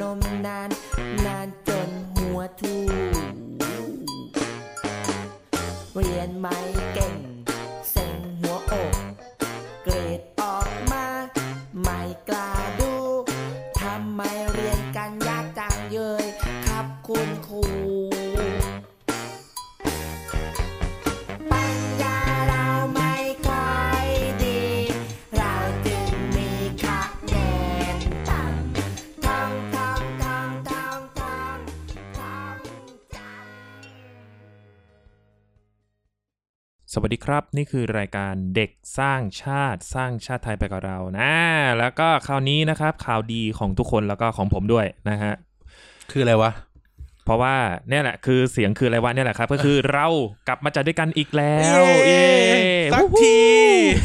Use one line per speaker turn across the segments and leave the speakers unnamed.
นาน นานจนหัวทูเรียนไม่เก่ง เซ็งหัวอก เกรดออกมา ไม่กล้าดู ทำไมเรียนกันยากจังเยยครับคุณครู ปัญญาเราไม่ค่อยดี เราจึงมีคะแนนต่ำทองทองทองทองทองทองจัง
สวัสดีครับ นี่คือรายการเด็กสร้างชาติสร้างชาติไทยไปกับเรานะแล้วก็คราวนี้นะครับข่าวดีของทุกคนแล้วก็ของผมด้วยนะฮะ
คืออะไรวะ
เพราะว่าเนี่ยแหละคือเสียงคืออะไรวะเนี่ยแหละครับ ก็คือเรากลับมาจัดด้วยกันอีกแล้ว
เย้สักที
วู้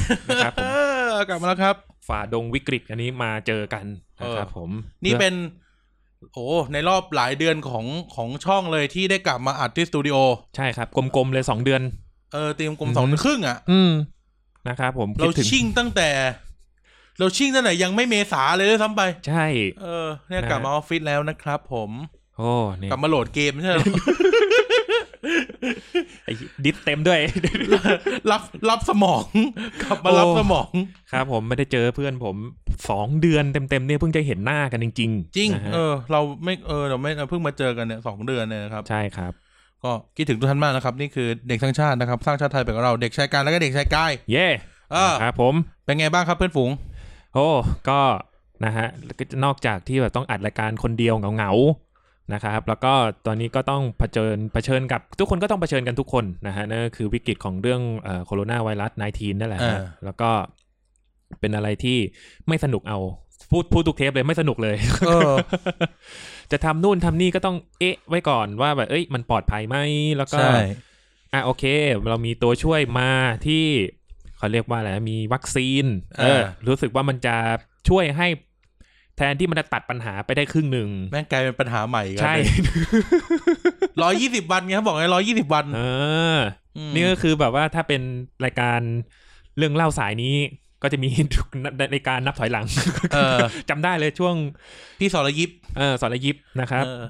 ฮู้นะครับผม
เออกลับมาแล้วครับ
ฝ่าดงวิกฤตอันนี้มาเจอกันนะครับผม
นี่เป็น โอ้ในรอบหลายเดือนของของช่องเลยที่ได้กลับมาอัดที่สตูดิโอ
ใช่ครับกลมๆเลยสองเดือน
เออตีมกลม
อือฮึ
สองเดือนครึ่งอ่ะ
อืมนะครับผม
เรา
คิดถึง
ชิ่งตั้งแต่ เราชิ่งตั้งแต่ยังไม่เมษาเลยด้วยซ้ำไป
ใช่
เออ เนี่ย
นะฮะ
กลับมาออฟฟิศแล้วนะครับผม
โอ้นี่
กลับมาโหลดเกมใช่ ไหม
ไอ้ดิสเต็มด้วย
รับรับสมอง กลับมารับ
โอ้
สมอง
ครับผมไม่ได้เจอเพื่อนผมสองเดือนเต็มๆเนี่ยเพิ่งจะเห็นหน้ากันจริงๆ
จริง
นะฮะ
เออ เราไม่เออเราไม่เราเพิ่งมาเจอกันเนี่ยสองเดือนเนี่ยนะครับ
ใช่ครับ
ก็คิดถึงทุกท่านมากนะครับ นี่คือเด็กสร้างชาตินะครับ สร้างชาติไทยไปกับเราเด็กชายการและก็เด็กชายกาย
เย่
เออ
ครับผม
เป็นไงบ้างครับเพื่อนฝูง
โอ้ก็นะฮะนอกจากที่แบบต้องอัดรายการคนเดียวเหงาๆนะครับ แล้วก็ตอนนี้ก็ต้องเผชิญเผชิญกับทุกคนก็ต้องเผชิญกันทุกคนนะฮะนั่นก็คือวิกฤตของเรื่องโคโรนาไวรัส -19 นั่นแหละฮะ
อ่า
แล้วก็เป็นอะไรที่ไม่สนุกเอาพูดพูดทุกเทปเลยไม่สนุก เลย
เออ
จะทำนู่นทำนี่ก็ต้องเอ๊ะไว้ก่อนว่าแบบเอ้ยมันปลอดภัยไหมแล้วก็
ใช่
อ่ะโอเค เรามีตัวช่วยมาที่เขาเรียกว่าอะไรนะมีวัคซีน เออ
อ่า
รู้สึกว่ามันจะช่วยให้แทนที่มันจะตัดปัญหาไปได้ครึ่งหนึ่ง
แม่งกลายเป็นปัญหาใหม่อีกัน
ใช่
ร้อยยี่สิบวันไงเขาบอกไงร้อยยี่สิบวัน
เอออ
ม
นี่ก็คือแบบว่าถ้าเป็นรายการเรื่องเล่าสายนี้ ก็จะมี ทุกในการนับถอยหลัง
เออ
จำได้เลยช่วง
พี่สรยิบ
เออสรยิบนะครับ
เออ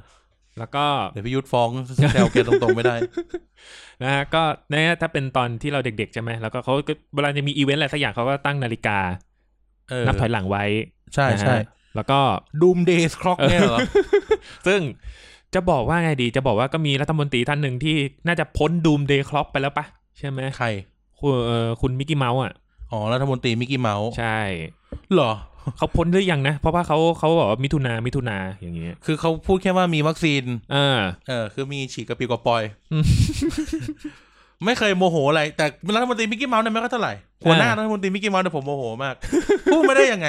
แล้วก็
เดี๋ยวพี่ยุทธฟ้องแซวแกตรงๆไม่ได้
นะฮะก็เนี่ยถ้าเป็นตอนที่เราเด็กๆใช่ไหมแล้วก็เขาก็เวลาจะมีอีเวนต์อะไรสักอย่างเขาก็ตั้งนาฬิกา
เออ
นับถอยหลังไว้
ใช่ใช่
นะฮะแล้วก็
ดูมเดย์คล็อกเนี่ยเหรอ
ซึ่งจะบอกว่าไงดี จะบอกว่าก็มีรัฐมนตรีท่านหนึ่งที่น่าจะพ้นดูมเดย์คล็อกไปแล้วปะใช่ไหม
ใคร
คุณเอ่อคุณมิกกี้เมาส์อ่ะ
อ๋อรัฐมนตรีมิกกี้เมาส์
ใช่
เหรอ
เขาพ้นหรือยังนะ เพราะว่าเขาเขาบอกว่ามิถุนามิถุนาอย่างเงี้ย
คือเขาพูดแค่ว่ามีวัคซีน
เออ
เออ คือมีฉีกกระปิวกระปอย
อืม
ไม่เคยโมโหอะไร แต่รัฐมนตรีมิกกี้เมาส์เนี่ยไม่ค่อยเท่าไหร่หัวหน้า
อ่า
รัฐมนตรีมิกกี้เมาส์เนี่ยผมโมโหมาก พูดไม่ได้ยังไง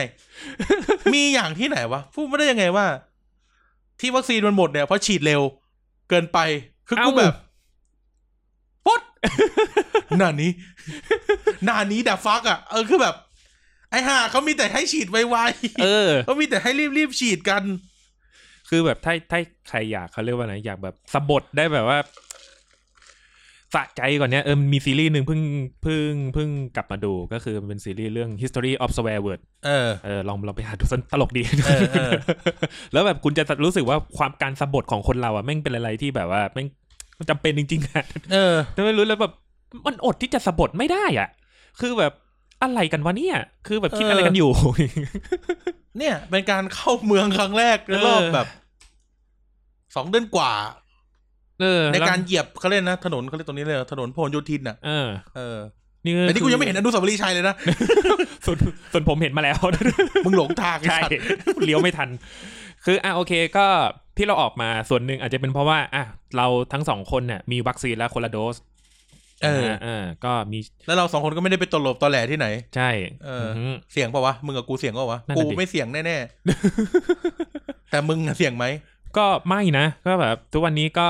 มีอย่างที่ไหนวะ พูดไม่ได้ยังไงว่า ที่วัคซีนมันหมดเนี่ยเพราะฉีดเร็ว เกินไป คือกูแบบปุ๊ด หน้านี้ หน้านี้ดับฟักอ่ะ เออคือแบบ ไอ้ห่าเขามีแต่ให้ฉีดไว
เออ
ๆเขามีแต่ให้รีบๆฉีดกัน
คือแบบถ้าถ้าใครอยากเขาเรียกว่าอะไรอยากแบบสะบดได้แบบว่าสะใจก่อนเนี้ยเออมันมีซีรีส์หนึ่งเพิ่งเพิ่งเพิ่งกลับมาดูก็คือมันเป็นซีรีส์เรื่อง History of Swear Word
เออ
เออลองลองไปหาดูสนตลกดี
เออเออ
แล้วแบบคุณจะรู้สึกว่าความการสะบดของคนเราอ่ะแม่งเป็นอะไรที่แบบว่าแม่งจำเป็นจริงๆอ่ะ
เออ
แต่ไม่รู้แล้วแบบมันอดที่จะสะบดไม่ได้อ่ะ คือแบบอะไรกันวะเนี่ย คือแบบคิด
เอออ
อะไรกันอยู่
เนี่ย เป็นการเข้าเมืองครั้งแรกในรอบ
เออ
แบบสองเดือนกว่า
เออ
ใน
แล้ว
การเหยียบเขาเรียกนะถนนเขาเรียกตรงนี้เลยเหรอถนนพหลโยธินอ่ะ
เออ
เออ
นี่
แต่ที่กูยังไม่เห็นอนุสาวรีย์ชัยเลยนะ
ส่วนส่วนผมเห็นมา แล้ว
มึงหลงทางไอ้
ใช่
สัตว์
เลี้ยวไม่ทัน คืออ่ะโอเคก็ที่เราออกมาส่วนหนึ่งอาจจะเป็นเพราะว่าอ่ะเราทั้งสองคนเนี่ยมีวัคซีนแล้วคนละโดส
เออ
นะฮะเออ ก็มี
แล้วเราสองคนก็ไม่ได้ไปตลบตอแหลที่ไหน
ใช่
เออ
อ
อื
ฮึ
เสียงเปล่าวะมึงกับกูเสียงเปล่าวะ
นั่น
กู
น่ะดิ
ไม่เสียงแน่ ๆ แต่มึงอะเสียงไหม
ก็ไม่นะ ก็แบบทุกวันนี้ก็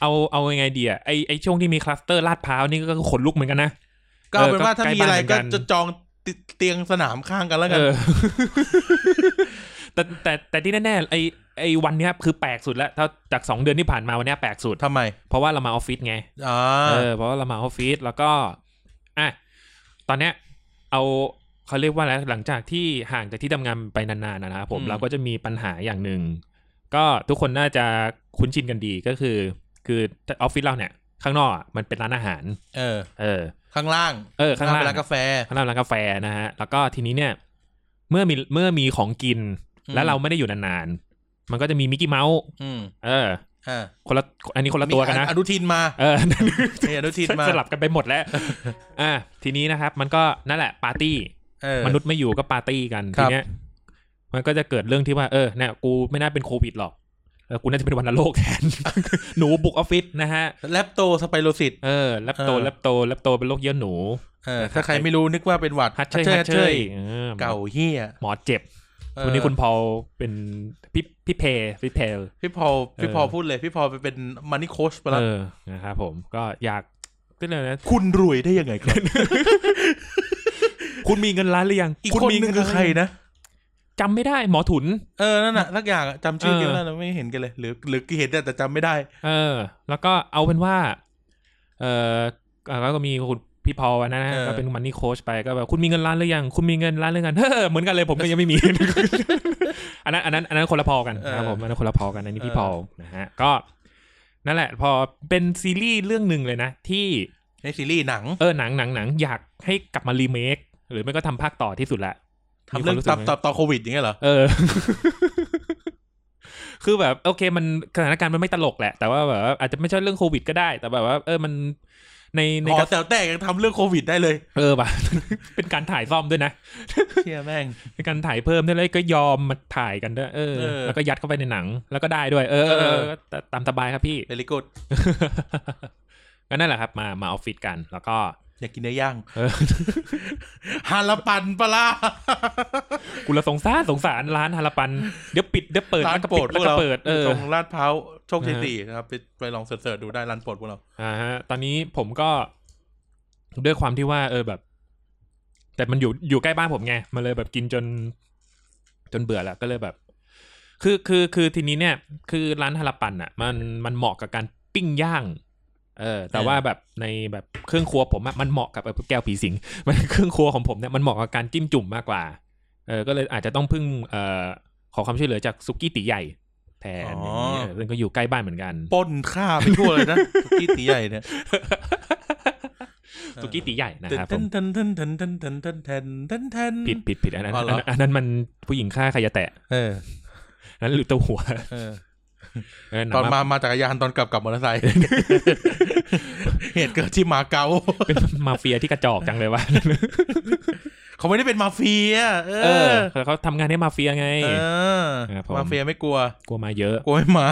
เอาเอายังไงดีอะไอไอช่วงที่มีคลัสเตอร์ลาดพร้าวนี่ก็ขนลุกเหมือนกันนะ
ก็เอาเป็นว่า
เออก็
ถ้ามีอะไร
ใกล้บ้านเหมื
ก็
อนกัน
จะจองติเตียงสนามข้างกันแล้วกั
เอน อ แต่แต่แต่ที่แน่ๆไอไอวันเนี้ยคือแปลกสุดแล้วถ้าจากสองเดือนที่ผ่านมาวันเนี้ยแปลกสุด
ทำไม
เพราะว่าเรามาออฟฟิศไง
อ่า
เออเพราะว่าเรามาออฟฟิศแล้วก็ อ่ะ ตอนเนี้ย เอา เขาเรียกว่าอะไรหลังจากที่ห่างจากที่ทำงานไปนานๆนะครับผม
อืม
เราก็จะมีปัญหาอย่างหนึ่งก็ทุกคนน่าจะคุ้นชินกันดีก็คือ คือออฟฟิศเราเนี่ย ข้างนอกอะมันเป็นร้านอาหาร
เออ
เออ
ข้างล่าง
เออข้างล่าง
เป็นร้านกาแฟ
ข้างนอกร้านกาแฟนะฮะแล้วก็ทีนี้เนี่ยเมื่อมีเมื่อมีของกิน
อืม
แล้วเราไม่ได้อยู่นานๆมันก็จะมีมิกกี้เมาส์
อืม
เออ
อ่า
คนละอันนี้คนละตัวกันนะ
อนุทินมา
เออ
มีอนุทินมา
สลับกันไปหมดแล้ว อ่า ทีนี้นะครับ มันก็นั่นแหละปาร์ตี้
เออ
มนุษย์ไม่อยู่ก็ปาร์ตี้กัน
ครั
ที
บ
เนี้ย มันก็จะเกิดเรื่องที่ว่า เออ เนี่ย กูไม่น่าเป็นโควิดหรอกเออกูน่าจะเป็นวันโลกแทน หนูบุกออฟฟิศนะฮะ
แลปโตสไปโรซิต
เออแลปโต
เออ
แลปโตแลปโตเป็นโรคเยื่อหนู
เออถ้าใครไม่รู้นึกว่าเป็นหวัด
ฮัตเชย
ฮั
ฮัต
ตเช
เช
ย
ยเออ
เก่าเฮีย
หมอเจ็บ
เออ
วันนี้คุณพอลเป็นพี่พี่เพย์พี่เพย์
พี่พอลพี่พอล
เออ
พูดเลย พี่พอลไปเป็นมันนี่โค้ชไปแล้ว
เออ นะครับผม ก็อยากก็เลยกอะไรนะ
คุณรวยได้ยังไงครับ
คุณมีเงินล้านหรือยัง
อีก
คุณ
คน
มี
หนึ
เงิ
งคือใครนะ
จำไม่ได้ หมอถุน
เออ นั่นน่ะสักอย่างอะจำชื่อ
เออ
กันแล้วเราไม่เห็นกันเลย หรือหรือเห็นแต่แต่จำไม่ได้
เออ แล้วก็เอาเป็นว่า เออเอ่อก็มีคุณพี่พอลนะนะ
เออ
ก็เป็นมันนี่โค้ชไปก็แบบคุณมีเงินล้านหรือยัง คุณมีเงินล้านหรือยังเฮ้ อเหมือนกันเลยผมก็ยังไม่มี อันนั้นอันนั้นอันนั้นคนละพอกันนะครับผมอันนั้นคนละพอกันอันนี้พี่พอลนะฮะ ก็ นั่นแหละ พอเป็นซีรีส์เรื่องหนึ่งเลยนะ ที่
ในซีรีส์หนัง
เออหนังหนังหนังอยากให้กลับมารีเมคหรือไม่ก็ทำภาคต่อที่สุดละ
ทำเรื่อง
มีควา
ตั
ม
บ
สึกไหม
ตับต่อโควิดอย่างเงี้ยเหรอ
เอ อ คือแบบ โอเคมันสถานการณ์มันไม่ตลกแหละ แต่ว่าแบบว่าอาจจะไม่ใช่เรื่องโควิดก็ได้ แต่แบบว่า เออมันในใน
อ๋
ก
อ
ระ
แต่แต่ยังทำเรื่องโควิดได้เลย
เออป่ะ เป็นการถ่ายซ่อมด้วยนะ
เชี่ยแม่ง
เป็นการถ่ายเพิ่มด้วยแล้วก็ยอมมาถ่ายกันด้วยเออ
เออ
แล้วก็ยัดเข้าไปในหนัง แล้วก็ได้ด้วย เออเออเออ
เออ
ตตามสบายครับพี่
เ e ลิกูด
ก็นั่นแหละครับ มามาออฟฟิศกัน แล้วก็
อยากกินเนื้อย่าง
เออ
ฮาลาปันปะล่ะ
กุละสงสารสงสารร้านฮาลาปันเดี๋ยวปิดเดี๋ยวเปิด
ร้าน
แล้วก็
โปร
ปิด
ดพ
แล้ว วก็
กเรา
เปิดเออ
ตรงลาดพร้าวโชคชัยสี่นะครับไปไปลองเสิร์ชๆดูได้ร้านโปรดพวกเรา
อ่าฮะตอนนี้ผมก็ด้วยความที่ว่า เออแบบ แต่มันอยู่อยู่ใกล้บ้านผมไงมันเลยแบบกินจน จนเบื่อแล้วก็เลยแบบ คือคือคือทีนี้เนี่ย คือร้านฮาลาปันอ่ะ มันมันเหมาะกับการปิ้งย่าง เออ แต่
เออ
ว่าแบบในแบบเครื่องครัวผมอะมันเหมาะกับไอ้พวกแก้วผีสิง มันเครื่องครัวของผมเนี่ยมันเหมาะกับการจิ้มจุ่มมากกว่า เออ ก็เลยอาจจะต้องพึ่งเอ่อขอความช่วยเหลือจากซุกี้ตีใหญ่แทนอย่างนี้เออซึ่งก็อยู่ใกล้บ้านเหมือนกัน
ปล้นฆ่าไปทั่วเลย นะทุกที่ตีใหญ่เนี่ย
สุกี้ตีใหญ่นะครับผ
เต้
ม
นเต้นเต้นเต้นเต้นเต้นเต้นเต้นเต้นเต้น
ผิดผิดผิดอันนั้น
อ๋
อัน
อเหรอ
นั้นอันนั้นมันผู้หญิงฆ่าใครจะแตะ
เออ
อันนั้นหลุดตัวหัว
เออ
เออหนั
ตอง นมามาจักรยานตอนกลับกลับมอเตอร์ไซ ค์เหตุเกิดที่มาเก๊า
เป็นมาเฟียที่กระจอกจังเลยว่ะ
เขาไม่ได้เป็นมาเฟีย เอ
เออ
อ
เขาทำงานให้มาเฟียไง
เออ
ครับผม
มาเฟียไม่กลัว
กลัวมาเยอะ
กลัวไม่มา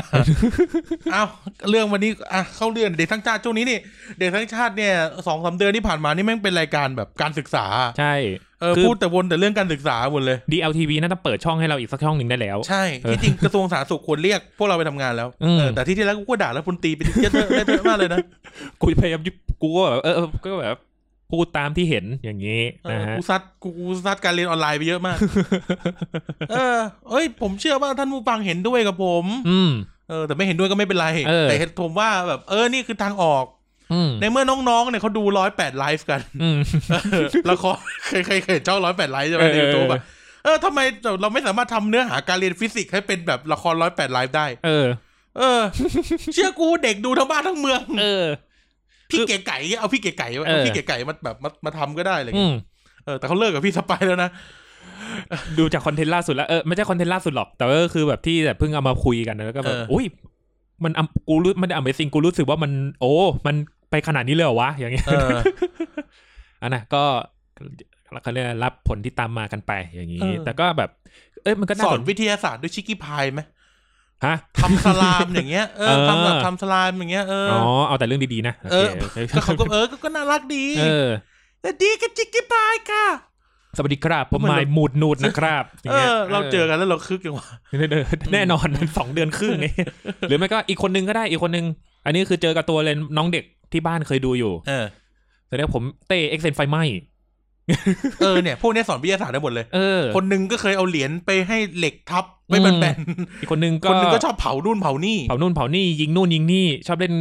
เอ้าเรื่องวันนี้อ่ะเข้าเรื่องเด็กทั้งชาติช่วงนี้นี่ เด็กทั้งชาติเนี่ยสองสามเดือนที่ผ่านมานี่แม่งเป็นรายการแบบการศึกษา
ใช่
เออ
คือ
พูดแต่วนแต่เรื่องการศึกษาหมดเลย
DLTV น่าจะเปิดช่องให้เราอีกสักช่องหนึ่งได้แล้ว
ใช่ ที่จริงกระทรวงสาธารณสุขควรเรียกพวกเราไปทำงานแล้ว
อืม
เออแต่ที่ที่แล้วกูก็ด่าแล้วพลตรีไปเยอะเยอะเยอะมากเลยนะ
กูพยายามยึดกูก็แบบเออเออก็แบบพูดตามที่เห็นอย่างนี้
เออ
นะฮะ
กูซัดกูกูซัดการเรียนออนไลน์ไปเยอะมาก เออเอ้ย ผมเชื่อว่าท่านผู้ฟังเห็นด้วยกับผม
อืม
เออแต่ไม่เห็นด้วยก็ไม่เป็นไร
เออ
แต่เห็นผมว่าแบบเออนี่คือทางออก
อืม
ในเมื่อน้องๆเนี่ยเขาดูร้อยแปดไลฟ์กัน
อืม
เออ ละครเคยเคยเคยเห็นช่องร้อยแปดไลฟ์ใช่ไหม
เออ
ในยูทูบอะ
เออ
เออทำไมเราไม่สามารถทำเนื้อหาการเรียนฟิสิกส์ให้เป็นแบบละครร้อยแปดไลฟ์ได้
เออ
เออ เชื่อกูเด็กดูทั้งบ้านทั้งเมือง
เออ
พี่เก๋ไก่เอาพี่เก๋ไก่ไว้
เออ
เอาพี่เก๋ไก่มาแบบมามาทำก็ได้อะไร
อื
เงี้ย
ม
เออแต่เขาเลิกกับพี่สไปแล้วนะ
ดูจากคอนเทนต์ล่าสุดแล้วเออไม่ใช่คอนเทนต์ล่าสุดหรอก แต่ก็คือแบบที่แบบเพิ่งเอามาคุยกันแล้วก็แบบอุ้ยมันอำกูรู้มันอเมซิ่งกูรู้สึกว่ามันโอ้มันไปขนาดนี้เลยเหรอวะอย่างเงี้ย
เออ
อันนะก็เขาเรียกรับผลที่ตามมากันไปอย่างนี้ แต่ก็แบบ เอ้ยมันก็
ส
น่า
อ
ส
น
น
วิทยาศาสตร์ด้วยชิคกี้พายไหม
ฮะ
ทำสลามอย่างเงี้ยเออ
เออ
ทำแบบทำสลามอย่างเงี้ยเออ
อ๋อเอาแต่เรื่องดีๆนะโอเค
ก็เขาก็เออก็ก็น่ารักดี
เออ
แต่ดีกับชิคกี้พายค่ะ
สวัสดีครับผมไมมูดนูดนะครับ
เออ เราเจอกันแล้วเราคึกกันว่ะ
แน่นอน สองเดือนค รึ่งหรือไม่ก็อีกคนนึงก็ได้อีกคนนึง อันนี้คือเจอกับตัวเลยน้องเด็กที่บ้านเคยดูอยู่
เออ
แต่เนี้ยผมเตะเอ็กเซนไฟไหม
เออเนี่ยพวกเนี้ยสอนวิทยาศาสตร์ได้หมดเลย
เออ
คนหนึ่งก็เคยเอาเหรียญไปให้เหล็กทับไม่เป็น
อืม
แบน
อีกคนนึง
ๆ
ก็
คนหนึ่งก็ชอบเผานู่นเผานี่
เผานู่นเผานี่ยิงนู่นยิงนี่ ชอบเล่น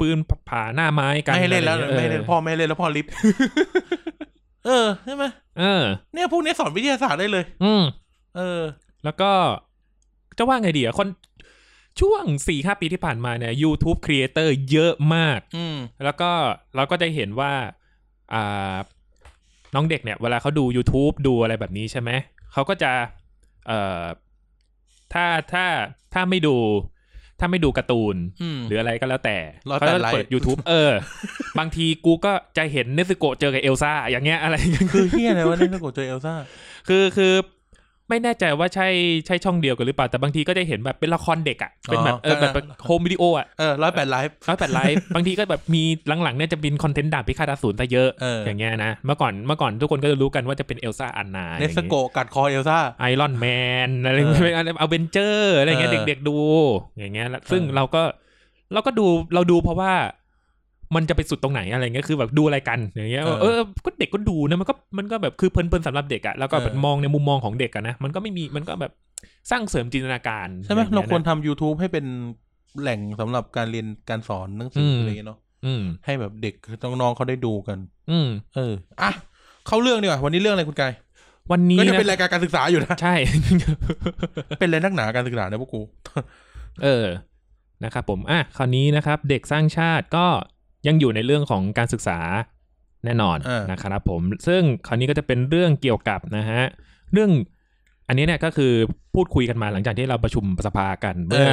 ปืนผ่าหน้าไม้กัน
ไม่ให้เล่นแล้ว
อะไร
ไม่ให้
งี้ย
เล่นพ่อไม่ให้เล่นแล้วพ่อลิฟ เออใช่ไหม
เออ
เนี่ยพวกนี้สอนวิทยาศาสตร์ได้เลย
อืม
เออ
แล้วก็จะว่าไงดีอะคนช่วงสี่ห้าปีที่ผ่านมาเนี่ย YouTube Creator เยอะมาก
อืม
แล้วก็เราก็จะเห็นว่าอ่าน้องเด็กเนี่ย เวลาเขาดู YouTube ดูอะไรแบบนี้ใช่ไหม เขาก็จะเอ่อถ้าถ้าถ้าไม่ดู ถ้าไม่ดูการ์ตูน
อืม
หรืออะไรก็แล้วแต่
ร้อย
เขา
แปด
จะเปิด
ไลค์
YouTube เอ อ บางทีกูก็จะเห็นเนสโกะเจอกับเอลซ่าอย่างเงี้ยอะไรอย่างเงี้ย
คือเฮียอะไรวะเนี่ยถ้ากดเจอเอลซ่า
คือคือไม่แน่ใจว่าใช่ใช่ช่องเดียวกันหรือเปล่า แต่บางทีก็จะเห็นแบบเป็นละครเด็กอะ่ะ เป็นแบบ
อ๋อ
เออแบบ
เออ
โฮมวิดีโออ่ะ
เออร้อยแปดไลฟ์
ร้อยแปดไล ฟ์ บางทีก็แบบมีหลังๆเนี่ยจะเป็นคอนเทนต์ดาบพิฆาตอสูรซะเยอะ
เอออ
ย่างเงี้ยนะเมื่อก่อนเมื่อก่อนทุกคนก็จะรู้กันว่าจะเป็นเอลซ่าอันนา
เนสโกะกัดคอเอลซ่า
ไอรอนแมนอะไร
เออ
อะไรเอาเบนเจอร์อะไรอย่างเงี้ย
เออ
เด็กๆดู อย่างเงี้ยแล้วซึ่ง
เออ
เราก็เราก็ดูเราดูเพราะว่ามันจะไปสุดตรงไหนอะไรเงี้ยคือแบบดูอะไรกันอย่างเงี้ยเออ เออก็เด็กก็ดูนะมันก็มันก็แบบคือเพลินๆสำหรับเด็กอะแล้วก็แบบ
เออ
มองในมุมมองของเด็กอะนะมันก็ไม่มีมันก็แบบสร้างเสริมจินตนาการ
ใช่ไหม
อย่ง
เรา
งี้ยนะ
ควรทำ YouTube ให้เป็นแหล่งสำหรับการเรียนการสอนหนังสือ
ม
อะไรอย่างเงี้ยเนาะ
อืม
ให้แบบเด็กน้องๆเขาได้ดูกัน
อืม
เอออ่ะเข้าเรื่องดีกว่าวันนี้เรื่องอะไรคุณกาย
วันนี้
ก็ยังเป็น
นะ
รายการการศึกษาอยู่นะ
ใช่
เป็นอะไรนักหนาการศึกษาเนี่ยพวกกู
เออนะครับผมอ่ะคราวนี้นะครับ เด็กสร้างชาติก็ยังอยู่ในเรื่องของการศึกษาแน่นอน
เออ
นะครับผม ซึ่งคราวนี้ก็จะเป็นเรื่องเกี่ยวกับนะฮะเรื่องอันนี้เนี่ยก็คือพูดคุยกันมาหลังจากที่เราประชุมสภากันเมื่อ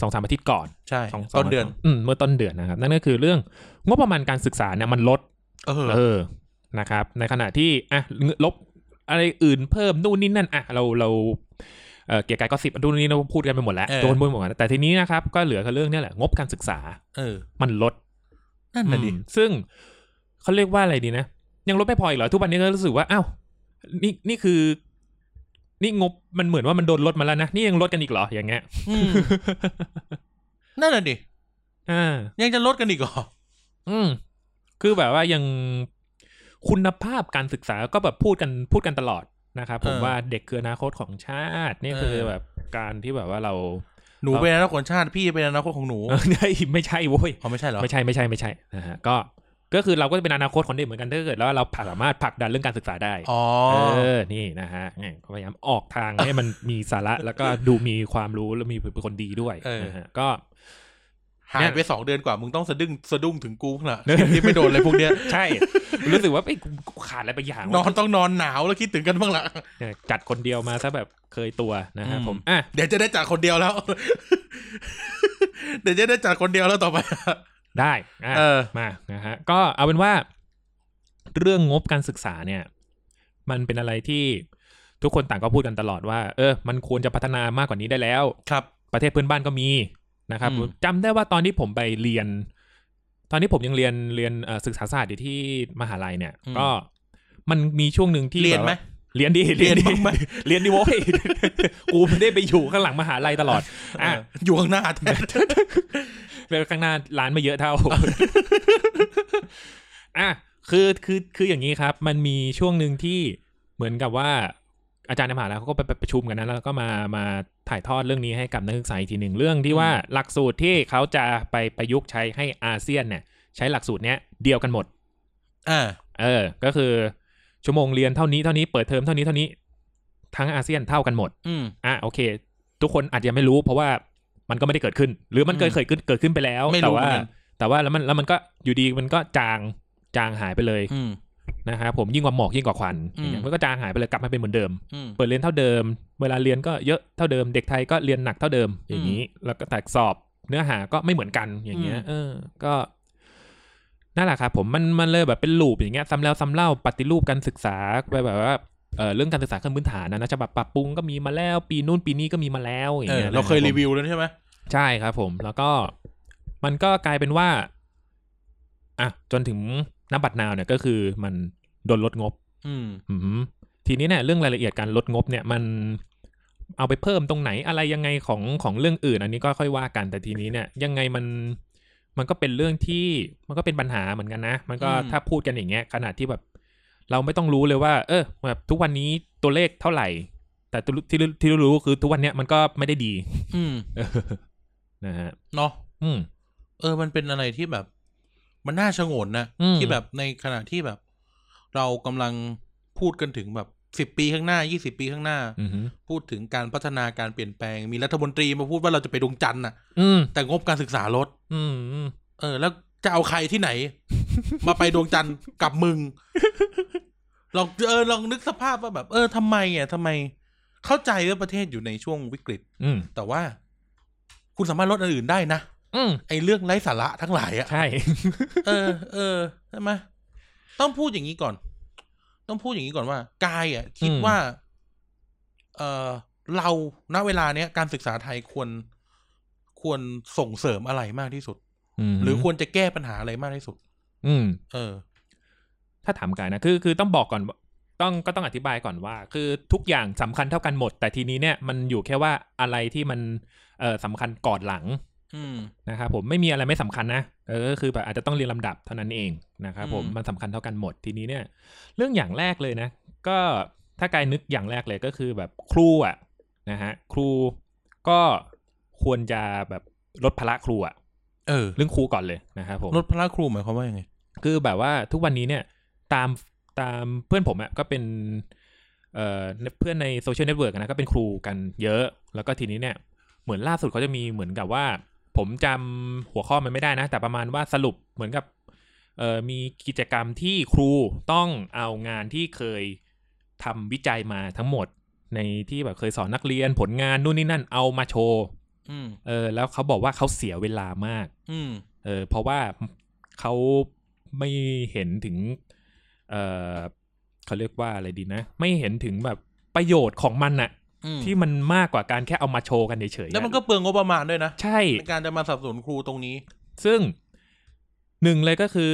สองสามอาทิตย์ก่อน
ใช่
สองสาม
ต้นเดือน
อืมเมื่อต้นเดือนนะครับ นั่นก็คือเรื่องงบประมาณการศึกษาเนี่ยมันลด
เออ
เออนะครับ ในขณะที่อ่ะลบอะไรอื่นเพิ่มนู่นนี่นั่นอ่ะเราเราเอ่อเกี่ยวกับก็สิบนู่นนี่เราพูดกันไปหมดแล้ว
เออ
โดนพูดหมดแล้วแต่ทีนี้นะครับ ก็เหลือกับเรื่องเนี่ยแหละงบการศึกษา
เออ
มันลด
นั่นน่ะดิ
อืมซึ่งเขาเรียกว่าอะไรดีนะ ยังลดไม่พออีกเหรอทุกวันนี้ก็รู้สึกว่าอ้าวนี่นี่คือ นี่งบมันเหมือนว่ามันโดนลดมาแล้วนะนี่ยังลดกันอีกเหรออย่างเงี้ย
อื มนั่นน่ะดิ
อ่า
ยังจะลดกันอีกเหรอ
อืมคือแบบว่ายังคุณภาพการศึกษาก็แบบพูดกันพูดกันตลอดนะครับผมว่าเด็กคืออนาคตของชาตินี่คือแบบการที่แบบว่าเรา
หนูเป็นอนาคตของชาติพี่เป็นอนาคตของหนู
เออได้ไม่ใช่โว้ย
อ๋อไม่ใช่เหรอ
ไม่ใช่ไม่ใช่ไม่ใช่นะฮะก็ก็คือเราก็จะเป็นอนาคตคนเด็กเหมือนกันถ้าเกิดแล้วเราสามารถผลักดันเรื่องการศึกษาได้
อ๋อ
เออนี่นะฮะเนี่ยก็พยายามออกทางให้มันมีสาระ แล้วก็ดูมีความรู้แล้วมีเป็นคนดีด้วยนะฮะก็
หายไปสองเดือนกว่ามึงต้องสะดุ้งสะดุ้งถึงกูขนาดที่ไม่โดนเลยพวกเนี้ย
ใช่ รู้สึกว่าไอ้ยกูขาดอะไรไปอย่างวะ
นอนต้องนอนหนาวแล้วคิดถึงกันบ้างละ
เนี่ยจัดคนเดียวมาซะแบบเคยตัวนะฮะ
อืม
ผมอ่ะ
เดี๋ยวจะได้จัดคนเดียว แล้ว เดี๋ยวจะได้จัดคนเดียวแล้วต่อไป
ได้อ่ะ
เออ
มานะฮะก็เอาเป็นว่า เรื่องงบการศึกษาเนี่ย มันเป็นอะไรที่ทุกคนต่างก็พูดกันตลอดว่า เออ มันควรจะพัฒนามากกว่านี้ได้แล้ว
ครับ
ประเทศเพื่อนบ้านก็มีนะครับ
อืม
จำได้ว่าตอนที่ผมไปเรียน ตอนที่ผมยังเรียนเรียนเอ่อศึกษาศาสตร์อยู่ที่มหาลัยเนี่ย ก็มันมีช่วงหนึ่งที่
เรียน
แบบ
ไหม
ว่า เรี ยนดิดิ
เรียนบ้างไหม
เรี ยนดิโว้ย กูไม่ได้ไปอยู่ข้างหลังมหาลัยตลอดอ่ะ
เอออยู่ข้างหน้าแทน
เป็นข้างหน้าร้านมาเยอะเท่า อ่ะ คือ คือ คืออย่างนี้ครับ มันมีช่วงหนึ่งที่เหมือนกับว่าอาจารย์ในมหาลัยเขาก็ไปไปประชุมกันนะ แล้วก็มา มาถ่ายทอดเรื่องนี้ให้กับนักศึกษาอีกทีหนึ่งเรื่องที่ว่าหลักสูตรที่เขาจะไปประยุกต์ใช้ให้อาเซียนเนี่ย ใช้หลักสูตรเนี้ยเดียวกันหมด
อ่า
เออ ก็คือชั่วโมงเรียนเท่านี้ เท่านี้ เปิดเทอมเท่านี้ เท่านี้ ทั้งอาเซียนเท่ากันหมด
อืม
อ่ะโอเค ทุกคนอาจจะยังไม่รู้เพราะว่ามันก็ไม่ได้เกิดขึ้น หรือมันเคย
อืม
เคยเกิดเกิดขึ้นไปแล้ว
ไม่
แต่
รู้
ว่า
เหมือนกัน
แต่ว่าแล้วมันแล้วมันก็อยู่ดีมันก็จางจางหายไปเลย
อืม
นะครับผมยิ่งกว่าหมอกยิ่งกว่าควัน
อืม
อย่างมันก็จางหายไปเลยกลับมาเป็นเหมือนเดิม
อืม
เปิดเรียนเท่าเดิม เวลาเรียนก็เยอะเท่าเดิม เด็กไทยก็เรียนหนักเท่าเดิม อย่างนี้ แล้วก็แต่สอบเนื้อหาก็ไม่เหมือนกันอย่างเงี้ย
อืม
เออ ก็นั่นแหละครับผมมันมันเลยแบบเป็นลูปอย่างเงี้ยซ้ำแล้วซ้ำเล่าปฏิรูปการศึกษาไปแบบว่าเออเรื่องการศึกษาขั้นพื้นฐานนะนะฉบับปรับปรุงก็มีมาแล้ว ปีนู่นปีนี้ก็มีมาแล้วอย่าง
เออ
เงี้ย
เราเคย
นะบผม
รีวิวแล้วใช่ไหม
ใช่ครับผมแล้วก็มันก็กลายเป็นว่าอ่ะจนถึงนบัตรนาวเนี่ยก็คือมันโดนลดงบ
อืม
อืมทีนี้เนี่ยเรื่องรายละเอียดการลดงบเนี่ยมันเอาไปเพิ่มตรงไหนอะไรยังไงของของเรื่องอื่น อันนี้ก็ค่อยว่ากันแต่ทีนี้เนี่ย ยังไงมันมันก็เป็นเรื่องที่มันก็เป็นปัญหาเหมือนกันนะ มันก็
อืม
ถ้าพูดกันอย่างเงี้ยขนาดที่แบบ เราไม่ต้องรู้เลยว่า เออแบบทุกวันนี้ตัวเลขเท่าไหร่ แต่ที่รู้ที่รู้ที่รู้คือทุกวันเนี้ยมันก็ไม่ได้ดี
อืม
เออนะฮะ
เนาะ
อืม
เออ มันเป็นอะไรที่แบบ มันน่าชงนนะ
อืม
ที่แบบในขณะที่แบบ เรากำลังพูดกันถึงแบบสิบ10 ปีข้างหน้ายี่สิบปีข้างหน้า
อืม
พูดถึงการพัฒนาการเปลี่ยนแปลง มีรัฐมนตรีมาพูดว่าเราจะไปดวงจันทร์น่ะ
อืม
แต่งบการศึกษาลด
อืมอืม
เออ แล้วจะเอาใครที่ไหน มาไปดวงจันทร์กับมึงลองเออลองนึกสภาพว่าแบบ เออทำไมอ่ะทำไม เข้าใจว่าประเทศอยู่ในช่วงวิกฤต
อืม
แต่ว่า คุณสามารถลดอันอื่นได้นะ
อืม
ไอ้เรื่องไร้สาระทั้งหลายอ่ะ
ใช่
เออ เออใช่ไหมต้องพูดอย่างนี้ก่อน ต้องพูดอย่างนี้ก่อนว่ากายอ่ะ คิด
อืม
ว่า เออเราณเวลาเนี้ยการศึกษาไทยควร ควรส่งเสริมอะไรมากที่สุด
ม
หรือควรจะแก้ปัญหาอะไรมากที่สุด
อืม
เออ
ถ้าถามกายนะคือคือต้องบอกก่อนว่าต้องก็ต้องอธิบายก่อนว่า คือทุกอย่างสำคัญเท่ากันหมด แต่ทีนี้เนี่ยมันอยู่แค่ว่าอะไรที่มันเอ่อสำคัญก่อนหลัง
อืม
นะครับผมไม่มีอะไรไม่สำคัญนะเออก็คือแบบอาจจะต้องเรียงลำดับเท่านั้นเองนะครับผม
อืม
มันสำคัญเท่ากันหมดทีนี้เนี่ย เรื่องอย่างแรกเลยนะ ก็ถ้ากายนึกอย่างแรกเลยก็คือแบบครูอ่ะนะฮะครูก็ควรจะแบบลดภาระครูอ่ะ
เออ
เรื่องครูก่อนเลยนะครับผม
ลดพระครูหมายความว่ายังไง
คือแบบว่าทุกวันนี้เนี่ยตามตามเพื่อนผมอะก็เป็นเอ่อเพื่อนในโซเชียลเน็ตเวิร์กนะก็เป็นครูกันเยอะ แล้วก็ทีนี้เนี่ยเหมือนล่าสุดเขาจะมีเหมือนกับว่า ผมจำหัวข้อมันไม่ได้นะ แต่ประมาณว่าสรุปเหมือนกับเอ่อมีกิจกรรมที่ครูต้องเอางานที่เคยทำวิจัยมาทั้งหมด ในที่แบบเคยสอนนักเรียนผลงานนู่นนี่นั่นเอามาโชว์
อืม
เออแล้วเขาบอกว่าเขาเสียเวลามาก
อืม
เออเพราะว่าเขาไม่เห็นถึง เออเขาเรียกว่าอะไรดีนะ ไม่เห็นถึงแบบประโยชน์ของมันอะ
อืม
ที่มันมากกว่าการแค่เอามาโชว์กันเฉยๆอะ
แล้วมันก็เปลืองงบประมาณด้วยนะ
ใช่
ในการจะมาสนับสนุนครูตรงนี้
ซึ่งหนึ่งเลยก็คือ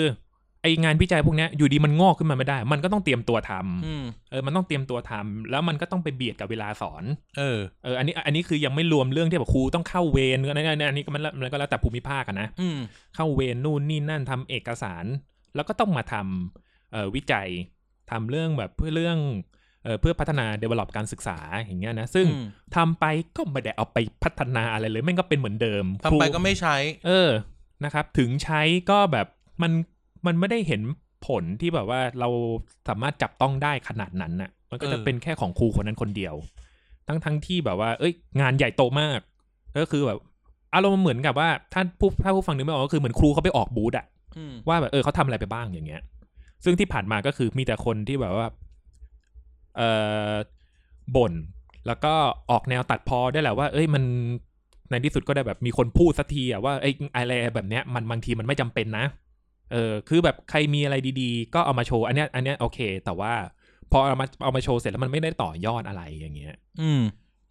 ไองานวิจัยพวกเนี้ยอยู่ดีมันงอกขึ้นมาไม่ได้ มันก็ต้องเตรียมตัวทำ
อืม
เออมันต้องเตรียมตัวทำแล้วมันก็ต้องไปเบียดกับเวลาสอน
เออ
เอออันนี้อันนี้คือยังไม่รวมเรื่องที่แบบครูต้องเข้าเวรอันนี้อันนี้อันนี้ก็มันมันก็แล้วแต่ภูมิภาคอะนะ
อืม
เข้าเวรนู่นนี่นั่นทำเอกสาร แล้วก็ต้องมาทำเอ่อวิจัยทำเรื่องแบบเพื่อเรื่องเอ่อเพื่อพัฒนา develop การศึกษาอย่างเงี้ยนะซึ่ง
อืม
ทำไปก็ไม่ได้เอาไปพัฒนาอะไรเลยแม่งก็เป็นเหมือนเดิม
ทำไป
ครู
ก็ไม่ใช้
เออนะครับ ถึงใช้ก็แบบมันมันไม่ได้เห็นผลที่แบบว่าเราสามารถจับต้องได้ขนาดนั้นน่ะ มันก็จะ
เออ
เป็นแค่ของครูคนนั้นคนเดียว ทั้งทั้งที่แบบว่า เอ้ย งานใหญ่โตมาก ก็คือแบบอารมณ์เหมือนกับว่าถ้าผู้ถ้าผู้ฟังนึกไม่ออกก็คือเหมือนครูเขาไปออกบูธอะ
อืม
ว่าแบบเออเขาทำอะไรไปบ้างอย่างเงี้ย ซึ่งที่ผ่านมาก็คือมีแต่คนที่แบบว่า เออบ่นแล้วก็ออกแนวตัดพอได้วยแหละว่า เอ้ยมันในที่สุดก็ได้แบบมีคนพูดสักทีอะว่าไอ้ยอะไรแบบเนี้ยมันบางทีมันไม่จำเป็นนะ เออคือแบบใครมีอะไรดีๆ ก็เอามาโชว์อันเนี้ยอันเนี้ยโอเค แต่ว่าพอเอามาเอามาโชว์เสร็จแล้วมันไม่ได้ต่อยอดอะไรอย่างเงี้ย
อืม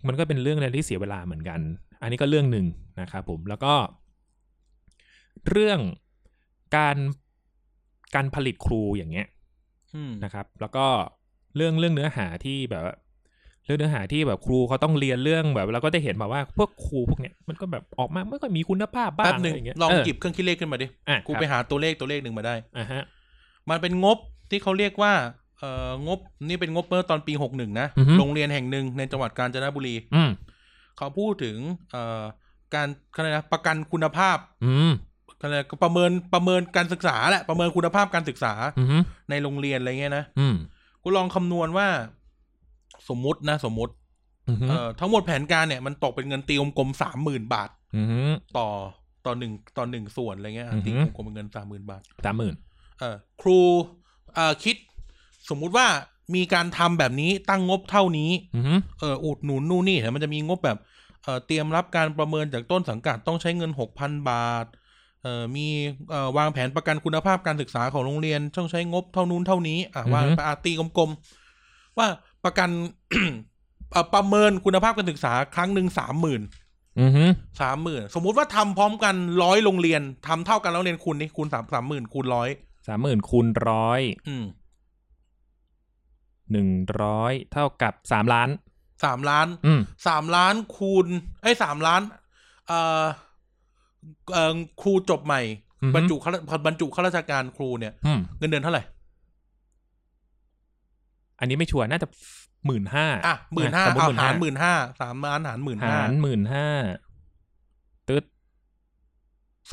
มันก็เป็นเรื่องอะไรที่เสียเวลาเหมือนกัน อันนี้ก็เรื่องหนึ่งนะครับผม แล้วก็ เรื่องการการผลิตครูอย่างเงี้ย
อืม
นะครับ แล้วก็เรื่องเรื่องเนื้อหาที่แบบว่าเรื่องเนื้อหาที่แบบครูเขาต้องเรียนเรื่องแบบเราก็จะเห็นแบบว่าพวกครูพวกเนี้ยมันก็แบบออกมาไม่ค่อยมีคุณภาพบ้าง
แป๊บหนึ่ง
ะไรย่าเย
ลอง
เห
ยิบเครื่องคิดเลขขึ้นมาดิ
อ่ะ
กู
ครับ
ไปหาตัวเลขตัวเลขหนึ่งมาได้
อ่ะฮะ
มันเป็นงบที่เขาเรียกว่า เอ่องบนี่เป็นงบเมื่อตอนปีหกหนึ่งนะ
อือฮึ
โรงเรียนแห่งหนึ่งในจังหวัดกาญจนบุรี
อืม
เขาพูดถึง เอ่อ การอะไรยกนะ ประกันคุณภาพ
อืม
เขาเรียกประเมินประเมินการศึกษาแหละ ประเมินคุณภาพการศึกษา
อืม
ในโรงเรียนอะไรเงี้ยนะ
อืม
กูลองคำนวณว่า สมมุตินะ สมมุติ
อืม
เอ่อ ทั้งหมดแผนการเนี่ย มันตกเป็นเงินตีกลมๆสามหมื่นบาท
อืม
ต่อต่อหนึ่งต่อหนึ่งส่วนอะไรเงี้ย
อือหือ
ตีกลมๆเป็นเงินสามหมื่นบาท
สามหมื่น
เออครูเอ่อคิด สมมุติว่ามีการทำแบบนี้ตั้งงบเท่านี้
อืม
เอออุดหนุนนู่นนี่แต่มันจะมีงบแบบเออเตรียมรับการประเมินจากต้นสังกัดต้องใช้เงินหกพันบาทเออมีเออวางแผนประกันคุณภาพการศึกษาของโรงเรียนต้องใช้งบเท่านู้นเท่านี้อ่ะวางไปอาตีกลมๆว่าประกัน เอ่อประเมินคุณภาพการศึกษาครั้งหนึ่งสามหมื่น
อืม
สามหมื่นสมมุติว่าทำพร้อมกันร้อยโรงเรียนทำเท่ากันแล้วโรงเรียนคูณนี่คูณสามสามหมื่นคูณร้อย
สามหมื่นคูณร้อย
อืม
หนึ่งร้อยเท่ากับสามล้าน
สามล้าน
อืม
สามล้านคูณไอ้ยสามล้านเอ่อเอ่อครูจบใหม่
อือฮึ
บรรจุข้าราบรรจุข้าราชการครูเนี่ย
อืม
เงินเดือนเท่าไหร่
อันนี้ไม่ชัวร์น่าจะหมื่นห้า
อ่ะหมื่นห้า
สมม
เอา
ติ
หารหมื่นห้าสามล้านหารหมื่น
หา
ห้าร
หมื่นห้าตึ๊ด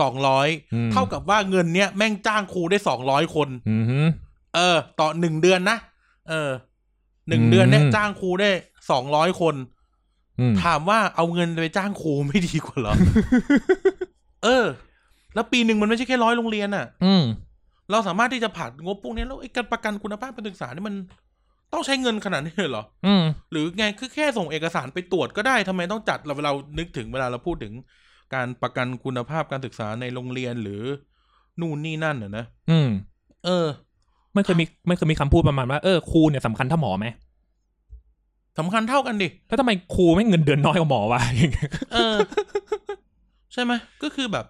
สองร้อย
อืม
เท่ากับว่าเงินเนี้ยแม่งจ้างครูได้สองร้อยคน
อืม
เออ ต่อหนึ่งเดือนนะเออหนึ่งเดือนเนี่ย
อืม
จ้างครูได้สองร้อยคน
อืม
ถามว่าเอาเงินไปจ้างครูไม่ดีกว่าเหร อ เออ แล้วปีหนึ่งมันไม่ใช่แค่ร้อยโรงเรียนน่ะ
อืม
เราสามารถที่จะผ่านงบพวกนี้แล้วไอ้การประกันคุณภาพการศึกษานี่มันต้องใช้เงินขนาดนี้เลยเหรอ
อืม
หรือไงคือแค่ส่งเอกสารไปตรวจก็ได้ทำไมต้องจัดเราเรานึกถึงเวลาเราพูดถึงการประกันคุณภาพการศึกษาในโรงเรียนหรือนู่นนี่นั่นน่ะนะ
อืม
เออ
มันเคยมีมันเคยมีคำพูดประมาณว่าเออครูเนี่ยสำคัญเท่าหมอไหม
สำคัญเท่ากันดิ
แล้วทำไมครูไม่งเงินเดือนน้อยกว่าหมอวะ
เออ ใช่ไหมก็คือแบบ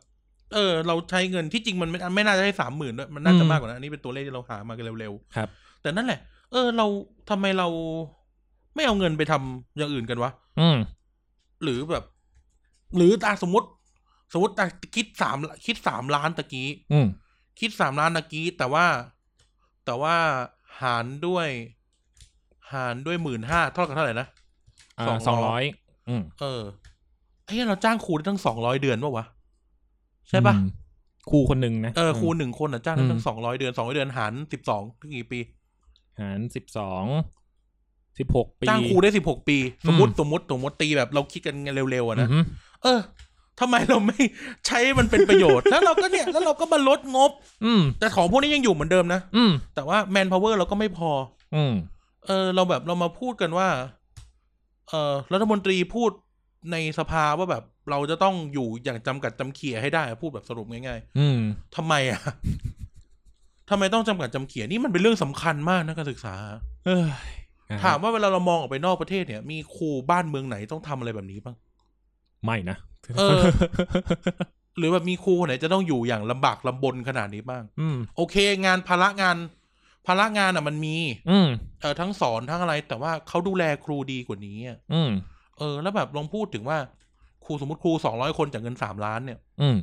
เออ เราใช้เงินที่จริงมันไม่ไม่น่าจะให้สามหมื่นด้วยมันน่าจะ
อืม
มากกว่านั้นอันนี้เป็นตัวเลขที่เราหามากันเร็วๆ
ครับ
แต่นั่นแหละ เออ เราทำไมเราไม่เอาเงินไปทำอย่างอื่นกันวะ
อืม
หรือแบบ หรืออ่ะสมมติ สมมติอ่ะคิดสามคิดสามล้านตะกี้
อืม
คิดสามล้านตะกี้ แต่ว่า แต่ว่าหารด้วย หารด้วยหมื่นห้าเท่ากับเท่าไหร่นะ
อ่า
สองร้อย
สองร้อยอืม
เออไอ้เหี้ยเราจ้างครูได้ตั้งสองร้อยเดือนปะวะใช่ปะ
อืมครูคนหนึ่งนะ
เออครู
ม
หนึ่งคนอ่ะจ้าง
อื
ได้
ม
ตั้งสองร้อยเดือนสองร้อยเดือนหารสิบสองถึงกี่ปี
หารสิบสองสิบหกปี
จ้างครูได้สิบหกปี
อืม
สมมติสมมติสมมติตีแบบเราคิดกันเร็วๆอะนะ
อืม
เออทำไมเราไม่ ใช้มันเป็นประโยชน์ แล้วเราก็เนี่ยแล้วเราก็มาลดงบ
อืม
แต่ของพวกนี้ยังอยู่เหมือนเดิมนะ
อืม
แต่ว่าแมนพาวเวอร์เราก็ไม่พอ
อืม
เออ เราแบบเรามาพูดกันว่า เออรัฐมนตรีพูดในสภาว่าแบบเราจะต้องอยู่อย่างจำกัดจำเขี่ยให้ได้อะพูดแบบสรุปง่ายๆ
อืม
ทำไมอ่ะ ทำไมต้องจำกัดจำเขียนนี่มันเป็นเรื่องสำคัญมากนะการศึกษา
เออ
ถามว่าเวลาเรามองออกไปนอกประเทศเนี่ย มีครูบ้านเมืองไหนต้องทำอะไรแบบนี้บ้าง
ไม่นะ
เออ หรือแบบมีครูคนไหนจะต้องอยู่อย่างลำบากลำบนขนาดนี้บ้าง
อืม
โอเค งานภาระงานภาระงานอ่ะมันมี
อืม
เออทั้งสอนทั้งอะไร แต่ว่าเขาดูแลครูดีกว่านี้อะ
อืม
เออ แล้วแบบลองพูดถึงว่า ครูสมมติครูสองร้อยคนจากเงินสามล้านเนี่ย
อืม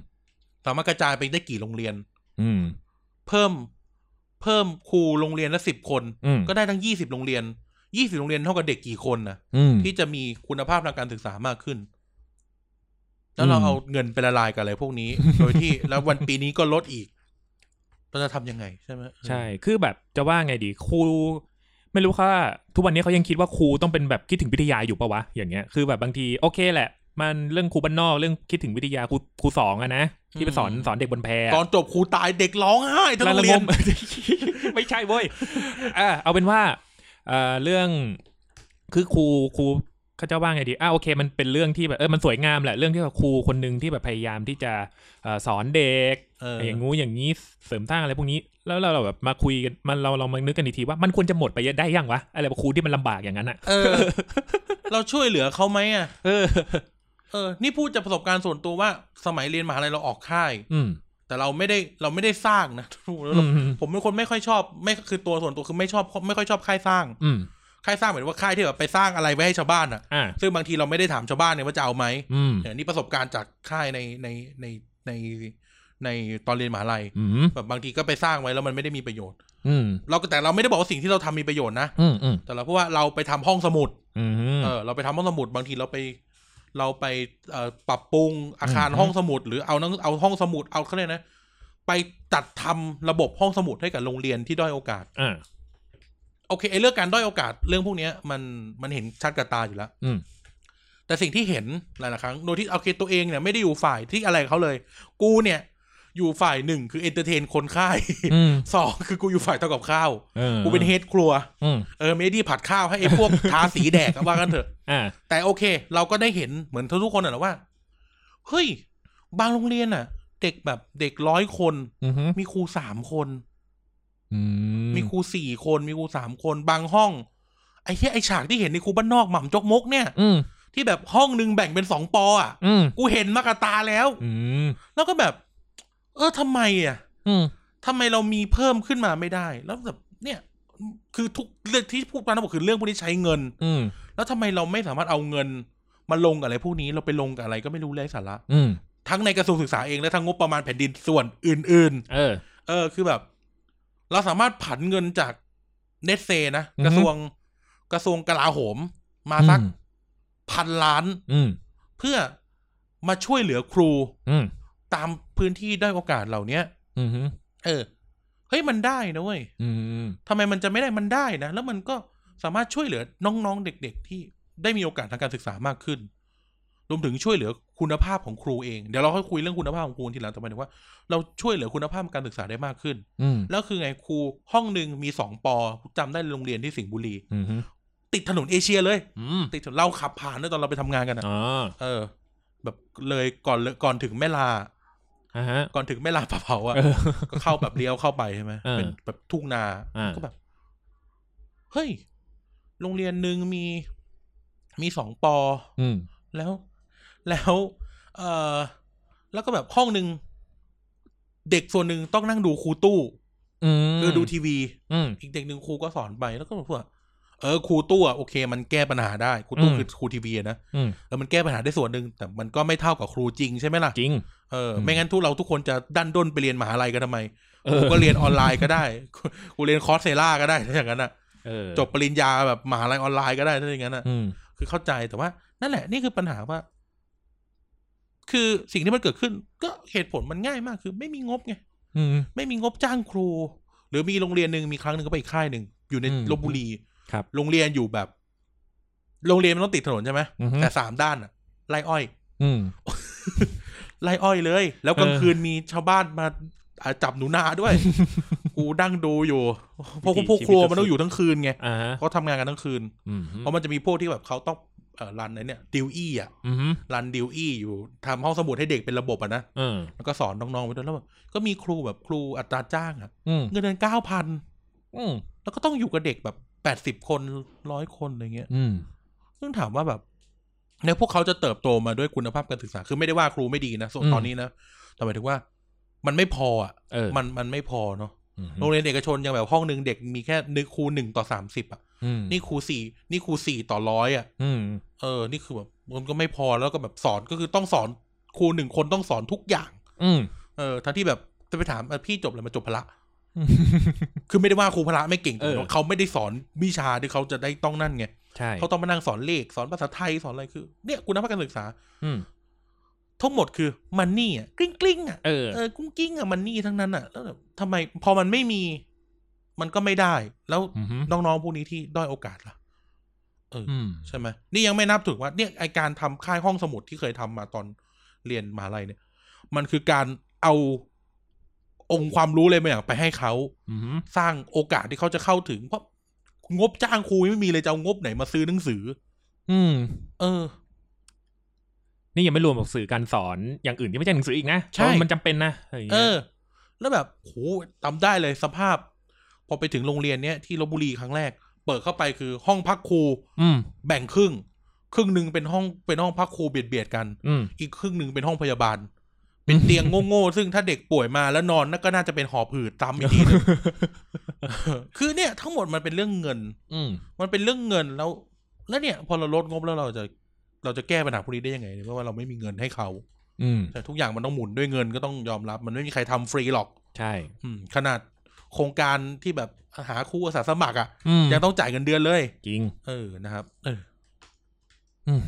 สามารถกระจายไปได้กี่โรงเรียน
อืม
เพิ่ม เพิ่มครูโรงเรียนละสิบคน
อืม
ก็ได้ทั้งยี่สิบโรงเรียน ยี่สิบโรงเรียนเท่ากับเด็กกี่คนนะ
อืม
ที่จะมีคุณภาพทางการศึกษามากขึ้น แล้วเรา
อืม
เอาเงินไปละลายกับอะไรพวกนี้ โดยที่ แล้ววันปีนี้ก็ลดอีก เราจะทำยังไงใช่ไหมเออ
ใช่ คือแบบจะว่าไงดีครู ไม่รู้ค่ะ ทุกวันนี้เขายังคิดว่าครูต้องเป็นแบบคิดถึงวิทยาอยู่ปะวะ อย่างเงี้ย คือแบบบางทีโอเคแหละ มันเรื่องครูบ้านนอกเรื่องคิดถึงวิทยาครูครูสองอะนะ ที่ไปสอนสอนเด็กบนแพะ
ตอนจบครูตายเด็กร้องไห้ทั้งโรงเรียน
ระงม ไม่ใช่เว้ยอ่ะเอาเป็นว่าเอ่อเรื่องคือครูครูเขาจะว่าไงดีอ่ะโอเค มันเป็นเรื่องที่แบบเออมันสวยงามแหละเรื่องที่แบบครูคนหนึ่งที่แบบพยายามที่จะเอ่อสอนเด็ก
เออ
ย่างงู้อย่างนี้เสริมสร้างอะไรพวกนี้ แล้วเราเราแบบมาคุยกันมันเราเรามานึกกันอีกทีว่ามันควรจะหมดไปได้ยังวะอะไรแบบครูที่มันลำบากอย่างนั้นอ่ะ
เออ เราช่วยเหลือเขาไหมอ่ะ
เออ
เออ นี่พูดจากประสบการณ์ส่วนตัวว่า สมัยเรียนมหาลัยเราออกค่าย
อืม
แต่เราไม่ได้เราไม่ได้สร้างนะ
อืม
ผมเป็นคนไม่ค่อยชอบ ไม่คือตัวส่วนตัวคือไม่ชอบ ไม่ค่อยชอบค่ายสร้าง
อืม
ค่ายสร้างเหมือนว่าค่ายที่แบบไปสร้างอะไรไว้ให้ชาวบ้านอ่ะ
อ่า
ซึ่งบางทีเราไม่ได้ถามชาวบ้านเนี่ยว่าจะเอาไหม
อืม
เนี่ยนี่ประสบการณ์จากค่ายในในในในในตอนเรียนมหาลัย
อืม
แบบบางทีก็ไปสร้างไว้แล้วมันไม่ได้มีประโยชน์
อืม
เราก็แต่เราไม่ได้บอกว่าสิ่งที่เราทำมีประโยชน์นะ
อืมอืม
แต่เราพูดว่าเราไปทำห้องสมุด
อืม
เออเราไปทำห้องสมุดบางทีเราไป เราไปเอ่อปรับปรุงอาคาร
อืม
ห้องสมุด หรือเอาหนังเอาห้องสมุดเอาเขาเรียกนะ ไปจัดทำระบบห้องสมุดให้กับโรงเรียนที่ด้อยโอกาส
อ่า
โอเคไอ้เรื่องการด้อยโอกาสเรื่องพวกเนี้ยมันมันเห็นชัดกับตาอยู่แล้ว
อืม
แต่สิ่งที่เห็นหลายๆครั้งโดยที่โอเคตัวเองเนี่ยไม่ได้อยู่ฝ่ายที่อะไรกับเขาเลย กูเนี่ย อยู่ฝ่ายหนึ่งคือเอนเตอร์เทนคนไข้
อืม
สองคือกูอยู่ฝ่ายทำกับข้าว
ออ
กูเป็นเฮดครัว
อืม
เออไม่ได้ผัดข้าวให้ไอ้พวก ทาสีแดกอะว่ากันเถอะ
อ่า
แต่โอเค เราก็ได้เห็นเหมือนทุกๆคนน่ะแหละว่า เฮ้ย บางโรงเรียนน่ะ เด็กแบบเด็กร้อยคน
อือฮึ
มีครูสามคน
อื
มีครูสี่คนมีครูสามคน บางห้อง ไอ้เหี้ยไอ้ฉากที่เห็นในครูบ้านนอกหม่ำจกมกเนี่ย
อืม
ที่แบบห้องหนึ่งแบ่งเป็นสองปออ่ะ
อืม
กูเห็นมากับตาแล้ว
อืม
แล้วก็แบบ เออทำไมอ่ะ
อืม
ทำไมเรามีเพิ่มขึ้นมาไม่ได้ แล้วแบบเนี่ย คือทุกเรื่องที่พูดมาทั้งหมดคือเรื่องพวกนี้ใช้เงิน
อืม
แล้วทำไมเราไม่สามารถเอาเงินมาลงกับอะไรพวกนี้เราไปลงกับอะไรก็ไม่รู้ไร้สาระ
อืม
ทั้งในกระทรวงศึกษาเองและทั้งงบประมาณแผ่นดินส่วนอื่น
เออ
ๆ เออ คือแบบ เราสามารถผันเงินจากเนสเซนะ
อือฮึ
กระทรวงกระทรวงกลาโหม มาสักพันล้าน
อืม
เพื่อมาช่วยเหลือครู
อืม
ตามพื้นที่ด้อยโอกาสเหล่าเนี้ย
อืม
เออ เฮ้ยมันได้นะเว้ย
อืม
ทำไมมันจะไม่ได้มันได้นะ แล้วมันก็สามารถช่วยเหลือน้องๆเด็ก ๆ ที่ได้มีโอกาสทางการศึกษามากขึ้น รวมถึงช่วยเหลือคุณภาพของครูเองเดี๋ยวเราค่อยคุยเรื่องคุณภาพของครูทีหลังแต่หมายถึงว่าเราช่วยเหลือคุณภาพการศึกษาได้มากขึ้น
อืม
แล้วคือไงครูห้องหนึ่งมีสองปอจำได้โรงเรียนที่สิงห์บุรี
อืมฮึ
ติดถนนเอเชียเลย
อืม
ติดถนนเราขับผ่านด้วยตอนเราไปทำงานกันอะ
อ๋อ
เออ แบบเลยก่อนเลยก่อนถึงแม่ลา
อ่าฮะ
ก่อนถึงแม่ลาปะเผาอะ
เออ
ก็เข้าแบบเลี้ยวเข้าไปใช่ไหม
เออ
เป็นแบบทุ่งนา
อ่า
ก็แบบ เฮ้ย โรงเรียนหนึ่งมี มีสองปอ
อืม
แล้ว แล้ว เออแล้วก็แบบห้องหนึ่งเด็กส่วนหนึ่งต้องนั่งดูครูตู้
อืม
คือดูทีวี
อืม
อีกเด็กหนึ่งครูก็สอนไปแล้วก็บอกว่าเออครูตู้อะโอเค มันแก้ปัญหาได้ครูตู้
อืม
คือครูทีวีอะนะ
อืม
เออมันแก้ปัญหาได้ส่วนหนึ่งแต่มันก็ไม่เท่ากับครูจริงใช่ไหมล่ะ
จริง
เออ
อืม
ไม่งั้นทุกเราทุกคนจะดันด้นไปเรียนมหาลัยกันทำไม
เอ
กู
อ
ก็เรียนออนไลน์ก็ได้ กูกูเรียนคอร์สเซล่าก็ได้ถ้าอย่างนั้นอ่ะ
เออ
จบปริญญาแบบมหาลัยออนไลน์ก็ได้ถ้าอย่างนั้นอ่ะ
อืม
คือเข้าใจแต่ว่า นั่นแหละ นี่คือปัญหาว่า คือสิ่งที่มันเกิดขึ้น ก็เหตุผลมันง่ายมากคือ ไม่มีงบไง
อืม
ไม่มีงบจ้างครู หรือมีโรงเรียนหนึ่งมีครั้งหนึ่งก็ไปอีกค่ายหนึ่งอยู่ใน
อืม
ลบบุรี
ครับ
โรงเรียนอยู่แบบ โรงเรียนมันต้องติดถนนใช่ไหม
อือฮึ
แต่สามด้านอะไร่อ้อย
อืม
ไร่อ้อยเลย แล้วกลาง
เออ
คืนมีชาวบ้านมาอ่าจับหนูนา ด้วย กูดั่งดูอยู่เพราะ
วิถี
พวก
ชีวิต
ครัว
สุดๆ
มันต้องอยู่ทั้งคืนไง
อ่าฮะ
เขาทำงานกันทั้งคืน
อืม
เพราะมันจะมีพวกที่แบบเขาต้องเอ่อรันไอ้เนี่ยดิวอี้อะ
อืม
รันดิวอี้อยู่ทำห้องสมุดให้เด็กเป็นระบบอะนะ
เออ
แล้วก็สอนน้องๆไปด้วยแล้วแบบก็มีครูแบบครูอัตราจ้างอะ
อืม
เงินเดือนเก้าพัน
อืม
แล้วก็ต้องอยู่กับเด็กแบบแปดสิบ80 คนร้อยคนอะไรเงี้ย
อืม
ซึ่งถามว่าแบบเนี่ยพวกเขาจะเติบโตมาด้วยคุณภาพการศึกษา คือไม่ได้ว่าครูไม่ดีนะส่วนตอนนี้นะ แต่หมายถึงว่า มันไม่พออ่ะ
เออ
มันมันไม่พอเนาะ
อืม
โรงเรียนเอกชนยังแบบห้องหนึ่งเด็กมีแค่หนึ่งครูหนึ่งต่อสามสิบอ่ะ
อืม
นี่ครูสี่นี่ครูสี่ต่อร้อยอ่ะ
อืม
เออ นี่คือแบบมันก็ไม่พอแล้วก็แบบสอนก็คือต้องสอนครูหนึ่งคนต้องสอนทุกอย่าง
อืม
เออทั้งที่แบบจะไปถามเออพี่จบอะไรมาจบพละ คือไม่ได้ว่าครูพละไม่เก่ง
เออ
เขาไม่ได้สอนวิชาที่เขาจะได้ต้องนั่นไง
ใช่
เขาต้องมานั่งสอนเลขสอนภาษาไทยสอนอะไรคือ เนี่ยคุณภาพการศึกษา
อืม
ทั้งหมดคือมันนี่อ่ะกลิ้งกลิ้งอ่ะ
เออ
เออกุ้งกิ้งอ่ะมันนี่ทั้งนั้นอ่ะแล้วแบบทำไมพอมันไม่มี มันก็ไม่ได้ แล้ว
อือฮึ
น้องๆพวกนี้ที่ด้อยโอกาสล่ะ เอออ
อืม
ใช่ไหมนี่ยังไม่นับถึงว่า เนี่ยไอการทำค่ายห้องสมุดที่เคยทำมาตอนเรียนมหาลัยเนี่ย มันคือการเอาองค์ความรู้เลยมาอย่างไปให้เขา
อืม
สร้างโอกาสที่เขาจะเข้าถึง เพราะงบจ้างครูไม่มีเลยจะเอางบไหนมาซื้อหนังสือ
อืม
เออ
นี่ยังไม่รวมกับสื่อการสอนอย่างอื่นที่ไม่ใช่หนังสืออีกนะ
ใช่
เพราะมันจำเป็นนะะไรย่าง
เอ
งี้ย
อ แล้วแบบโหจำได้เลยสภาพ พอไปถึงโรงเรียนเนี้ยที่ลบบุรีครั้งแรก เปิดเข้าไปคือห้องพักครู
อืม
แบ่งครึ่ง ครึ่งหนึ่งเป็นห้องเป็นห้องพักครูเบียดเบียดกัน
อืม
อีกครึ่งหนึ่งเป็นห้องพยาบาล เป็นเตียงโง่ๆซึ่งถ้าเด็กป่วยมาแล้วนอนนั่นก็น่าจะเป็นหอบหืดตามอีกทีหนึ ง คือเนี่ย ทั้งหมดมันเป็นเรื่องเงิน
อืม
มันเป็นเรื่องเงินแล้ว แล้วเนี่ย พอเราลดงบแล้วเราจะเราจะแก้ปัญหาพวกนี้ได้ยังไงเนี่ยเพราะว่าเราไม่มีเงินให้เขา
อืม
แต่ทุกอย่างมันต้องหมุนด้วยเงินก็ต้องยอมรับ มันไม่มีใครทำฟรีหรอก
ใช่
อืม ขนาดโครงการที่แบบหาครูอาสาสมัครอะ
อืม่
ะยังต้องจ่ายเงินเดือนเลย
จริง
เออนะครับ เออ
อืม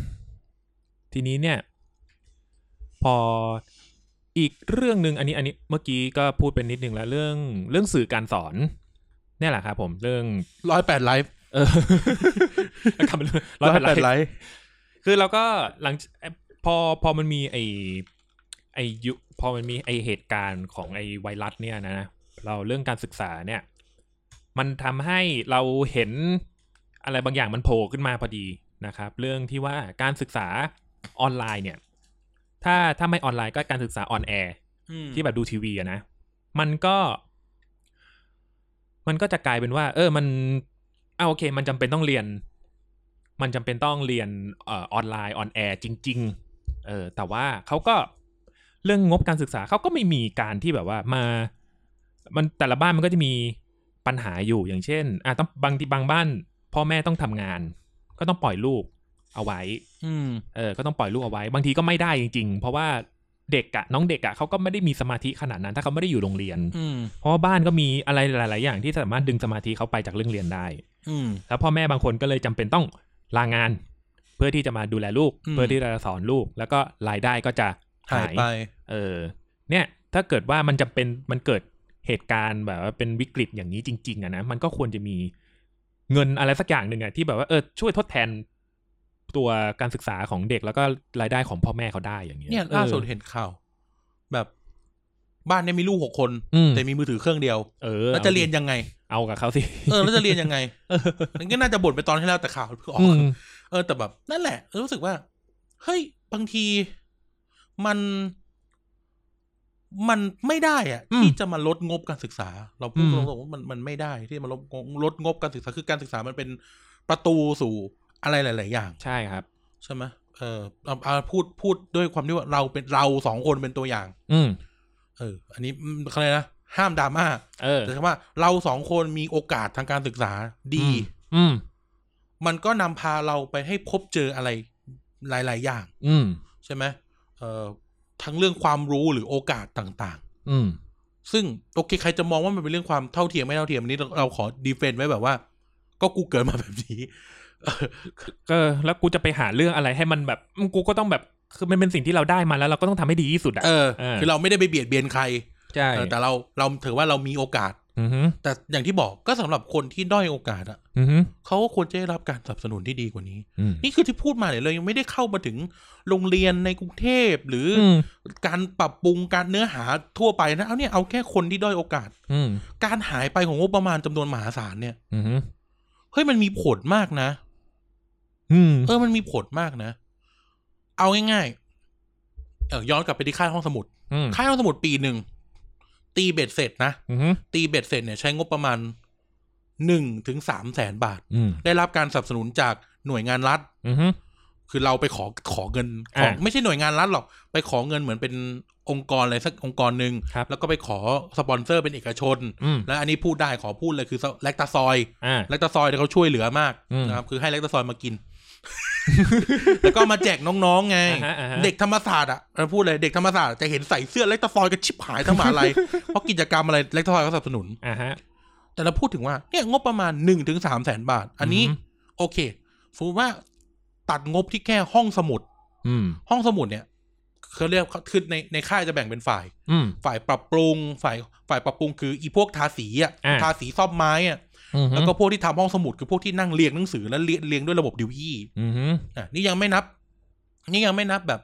ทีนี้เนี่ย พออีกเรื่องหนึ่งอันนี้ อันนี้เมื่อกี้ก็พูดเป็นนิดนึงแล้วเรื่องเรื่องสื่อการสอน เนี่ยแหละครับผมเรื่อง
ร้อยแปดไลฟ์
เออ กลับมาเรื่องร้อยแปดไลฟ์
ฟ์
คือเราก็หลังเอ่อพอพอมันมีไอไอยุพอมันมีไอเหตุการณ์ของไอไวรัสเนี่ยนะ เราเรื่องการศึกษาเนี่ย มันทำให้เราเห็นอะไรบางอย่างมันโผล่ขึ้นมาพอดีนะครับ เรื่องที่ว่าการศึกษาออนไลน์เนี่ย ถ้าถ้าไม่ออนไลน์ก็การศึกษาออนแอร์ ที่แบบดูทีวีอะนะ มันก็ มันก็จะกลายเป็นว่า เออ มันเอาโอเค มันจำเป็นต้องเรียน มันจำเป็นต้องเรียนเออออนไลน์ออนแอร์จริง ๆ เออ แต่ว่าเขาก็เรื่องงบการศึกษาเขาก็ไม่มีการที่แบบว่ามา มันแต่ละบ้านมันก็จะมีปัญหาอยู่อย่างเช่นอ่ะต้องบางทีบางบ้าน พ่อแม่ต้องทำงาน ก็ต้องปล่อยลูกเอาไว้
อืม
เออ ก็ต้องปล่อยลูกเอาไว้ บางทีก็ไม่ได้จริง ๆ เพราะว่าเด็กอะน้องเด็กอะเขาก็ไม่ได้มีสมาธิขนาดนั้น ถ้าเขาไม่ได้อยู่โรงเรียน
อืม
เพราะว่าบ้านก็มีอะไรหลาย ๆ อย่างที่สามารถดึงสมาธิเขาไปจากเรื่องเรียนได้
อืม
แล้วพ่อแม่บางคนก็เลยจำเป็นต้องลางาน เพื่อที่จะมาดูแลลูก
อืม
เพื่อที่จะสอนลูก แล้วก็รายได้ก็จะ
หา
หาย ย
ไป
เออ เนี่ย ถ้าเกิดว่ามันจำเป็นมันเกิด เหตุการณ์แบบว่าเป็นวิกฤตอย่างนี้จริง ๆอะนะมันก็ควรจะมีเงินอะไรสักอย่างหนึ่งอะที่แบบว่าเออช่วยทดแทนตัวการศึกษาของเด็กแล้วก็รายได้ของพ่อแม่เขาได้อย่างเงี้ย
เนี่ยล่าสุด
เออ
เห็นข่าว แบบบ้านเนี่ยมีลูกหกคน
อืม
แต่มีมือถือเครื่องเดียว
เออ
แล้วจะเรียนยังไง
เอากับเขาสิ
เออแล้วจะเรียนยังไงมันก็น่าจะบ่นไปตอนที่แล้วแต่ข่าวเพิ่งออก
ม
เออแต่แบบนั่นแหละเออรู้สึกว่า เฮ้ย บางทีมัน มันไม่ได้อะที่จะมาลดงบการศึกษา เราพูดตรงๆว่ามันมันไม่ได้ที่จะมาลดงบลดงบการศึกษาคือการศึกษามันเป็นประตูสู่อะไรหลาย ๆ อย่าง
ใช่ครับ
ใช่ไหมเออเอาเอาพูดพูดด้วยความที่ว่าเราเป็นเราสองคนเป็นตัวอย่าง
อืม
เออ อันนี้อืมเขาเรียกนะห้ามดราม่า
เออ
แต่คำว่าเราสองคนมีโอกาสทางการศึกษาดี
อืม
มันก็นำพาเราไปให้พบเจออะไรหลาย ๆ อย่าง
อืม
ใช่ไหมเอ่อทั้งเรื่องความรู้หรือโอกาสต่าง
อืม
ๆ ซึ่งโอเคใครจะมองว่ามันเป็นเรื่องความเท่าเทียมไม่เท่าเทียมอันนี้เราเราขอดีเฟนต์ไว้แบบว่า ก็กูเกิดมาแบบ นี้เออ
ก็แล้วกูจะไปหาเรื่องอะไรให้มันแบบอืมกูก็ต้องแบบคือมันเป็นสิ่งที่เราได้มาแล้วเราก็ต้องทำให้ดีที่สุดอ่ะ
เออ
เออ
คือเราไม่ได้ไปเบียดเบียนใคร
ใช่
เออแต่เราเราถือว่าเรามีโอกาส
อือฮึ
แต่อย่างที่บอกก็สำหรับคนที่ด้อยโอกาสอ่ะ
อือฮึ
เขาก็ควรจะได้รับการสนับสนุนที่ดีกว่านี้
อืม
นี่คือที่พูดมาเนี่ยเรายังไม่ได้เข้ามาถึงโรงเรียนในกรุงเทพหรือ
อื
อ
ม
การปรับปรุงการเนื้อหาทั่วไปนะเอาเนี่ยเอาแค่คนที่ด้อยโอกาส
อืม
การหายไปของงบประมาณจำนวนมหาศาลเนี่ย
อือฮึ
เฮ้ยมันมีผลมากนะ
อืม
เออมันมีผลมากนะ เอาง่ายๆ เออย้อนกลับไปที่ค่ายห้องสมุด
อืม
ค่ายห้องสมุดปีหนึ่ง ตีเบ็ดเสร็จนะ
อือฮึ
ตีเบ็ดเสร็จเนี่ยใช้งบประมาณหนึ่งถึงสามแสนบาท
อืม
ได้รับการสนับสนุนจากหน่วยงานรัฐ
อือฮึ
คือเราไปขอขอเงินของ
อ่า
ไม่ใช่หน่วยงานรัฐหรอก ไปขอเงินเหมือนเป็นองค์กรอะไรสักองค์กรหนึ่ง
ครับ
แล้วก็ไปขอสปอนเซอร์เป็นเอกชน
อืม
แล้วอันนี้พูดได้ขอพูดเลยคือแลคตาซอย
อ่า
แลคตาซอยเนี่ยเขาช่วยเหลือมาก
อืม
นะครับ คือให้แลคตาซอยมากิน แล้วก็มาแจกน้องๆไง
อ่าฮะอ่าฮะ
เด็กธรรมศาสตร์อ่ะเราพูดเลยเด็กธรรมศาสตร์จะเห็นใส่เสื้อแลคตาซอยกันชิบหายทั้ง หมหาอะไร เพราะกิจกรรมอะไรแลคตาซอยเขาสนับสนุน
อ่าฮะ
แต่เราพูดถึงว่าเนี่ยงบประมาณหนึ่งถึงสามแสนบาท อันนี้
อือฮึ
โอเคสมมติว่าตัดงบที่แค่ห้องสมุด
อืม
ห้องสมุดเนี่ยเขาเรียกคือในในค่ายจะแบ่งเป็นฝ่าย
อืม
ฝ่ายปรับปรุง ฝ่ายฝ่ายปรับปรุงคืออีพวกทาสีอ่ะ
อ่า
ทาสีซ่อมไม้อ่ะ
อือฮึ
แล้วก็พวกที่ทำห้องสมุดคือพวกที่นั่งเรียงหนังสือแล้วเรียงเรียงด้วยระบบดิวอี้
อือฮึ
อ่ะนี่ยังไม่นับ นี่ยังไม่นับแบบ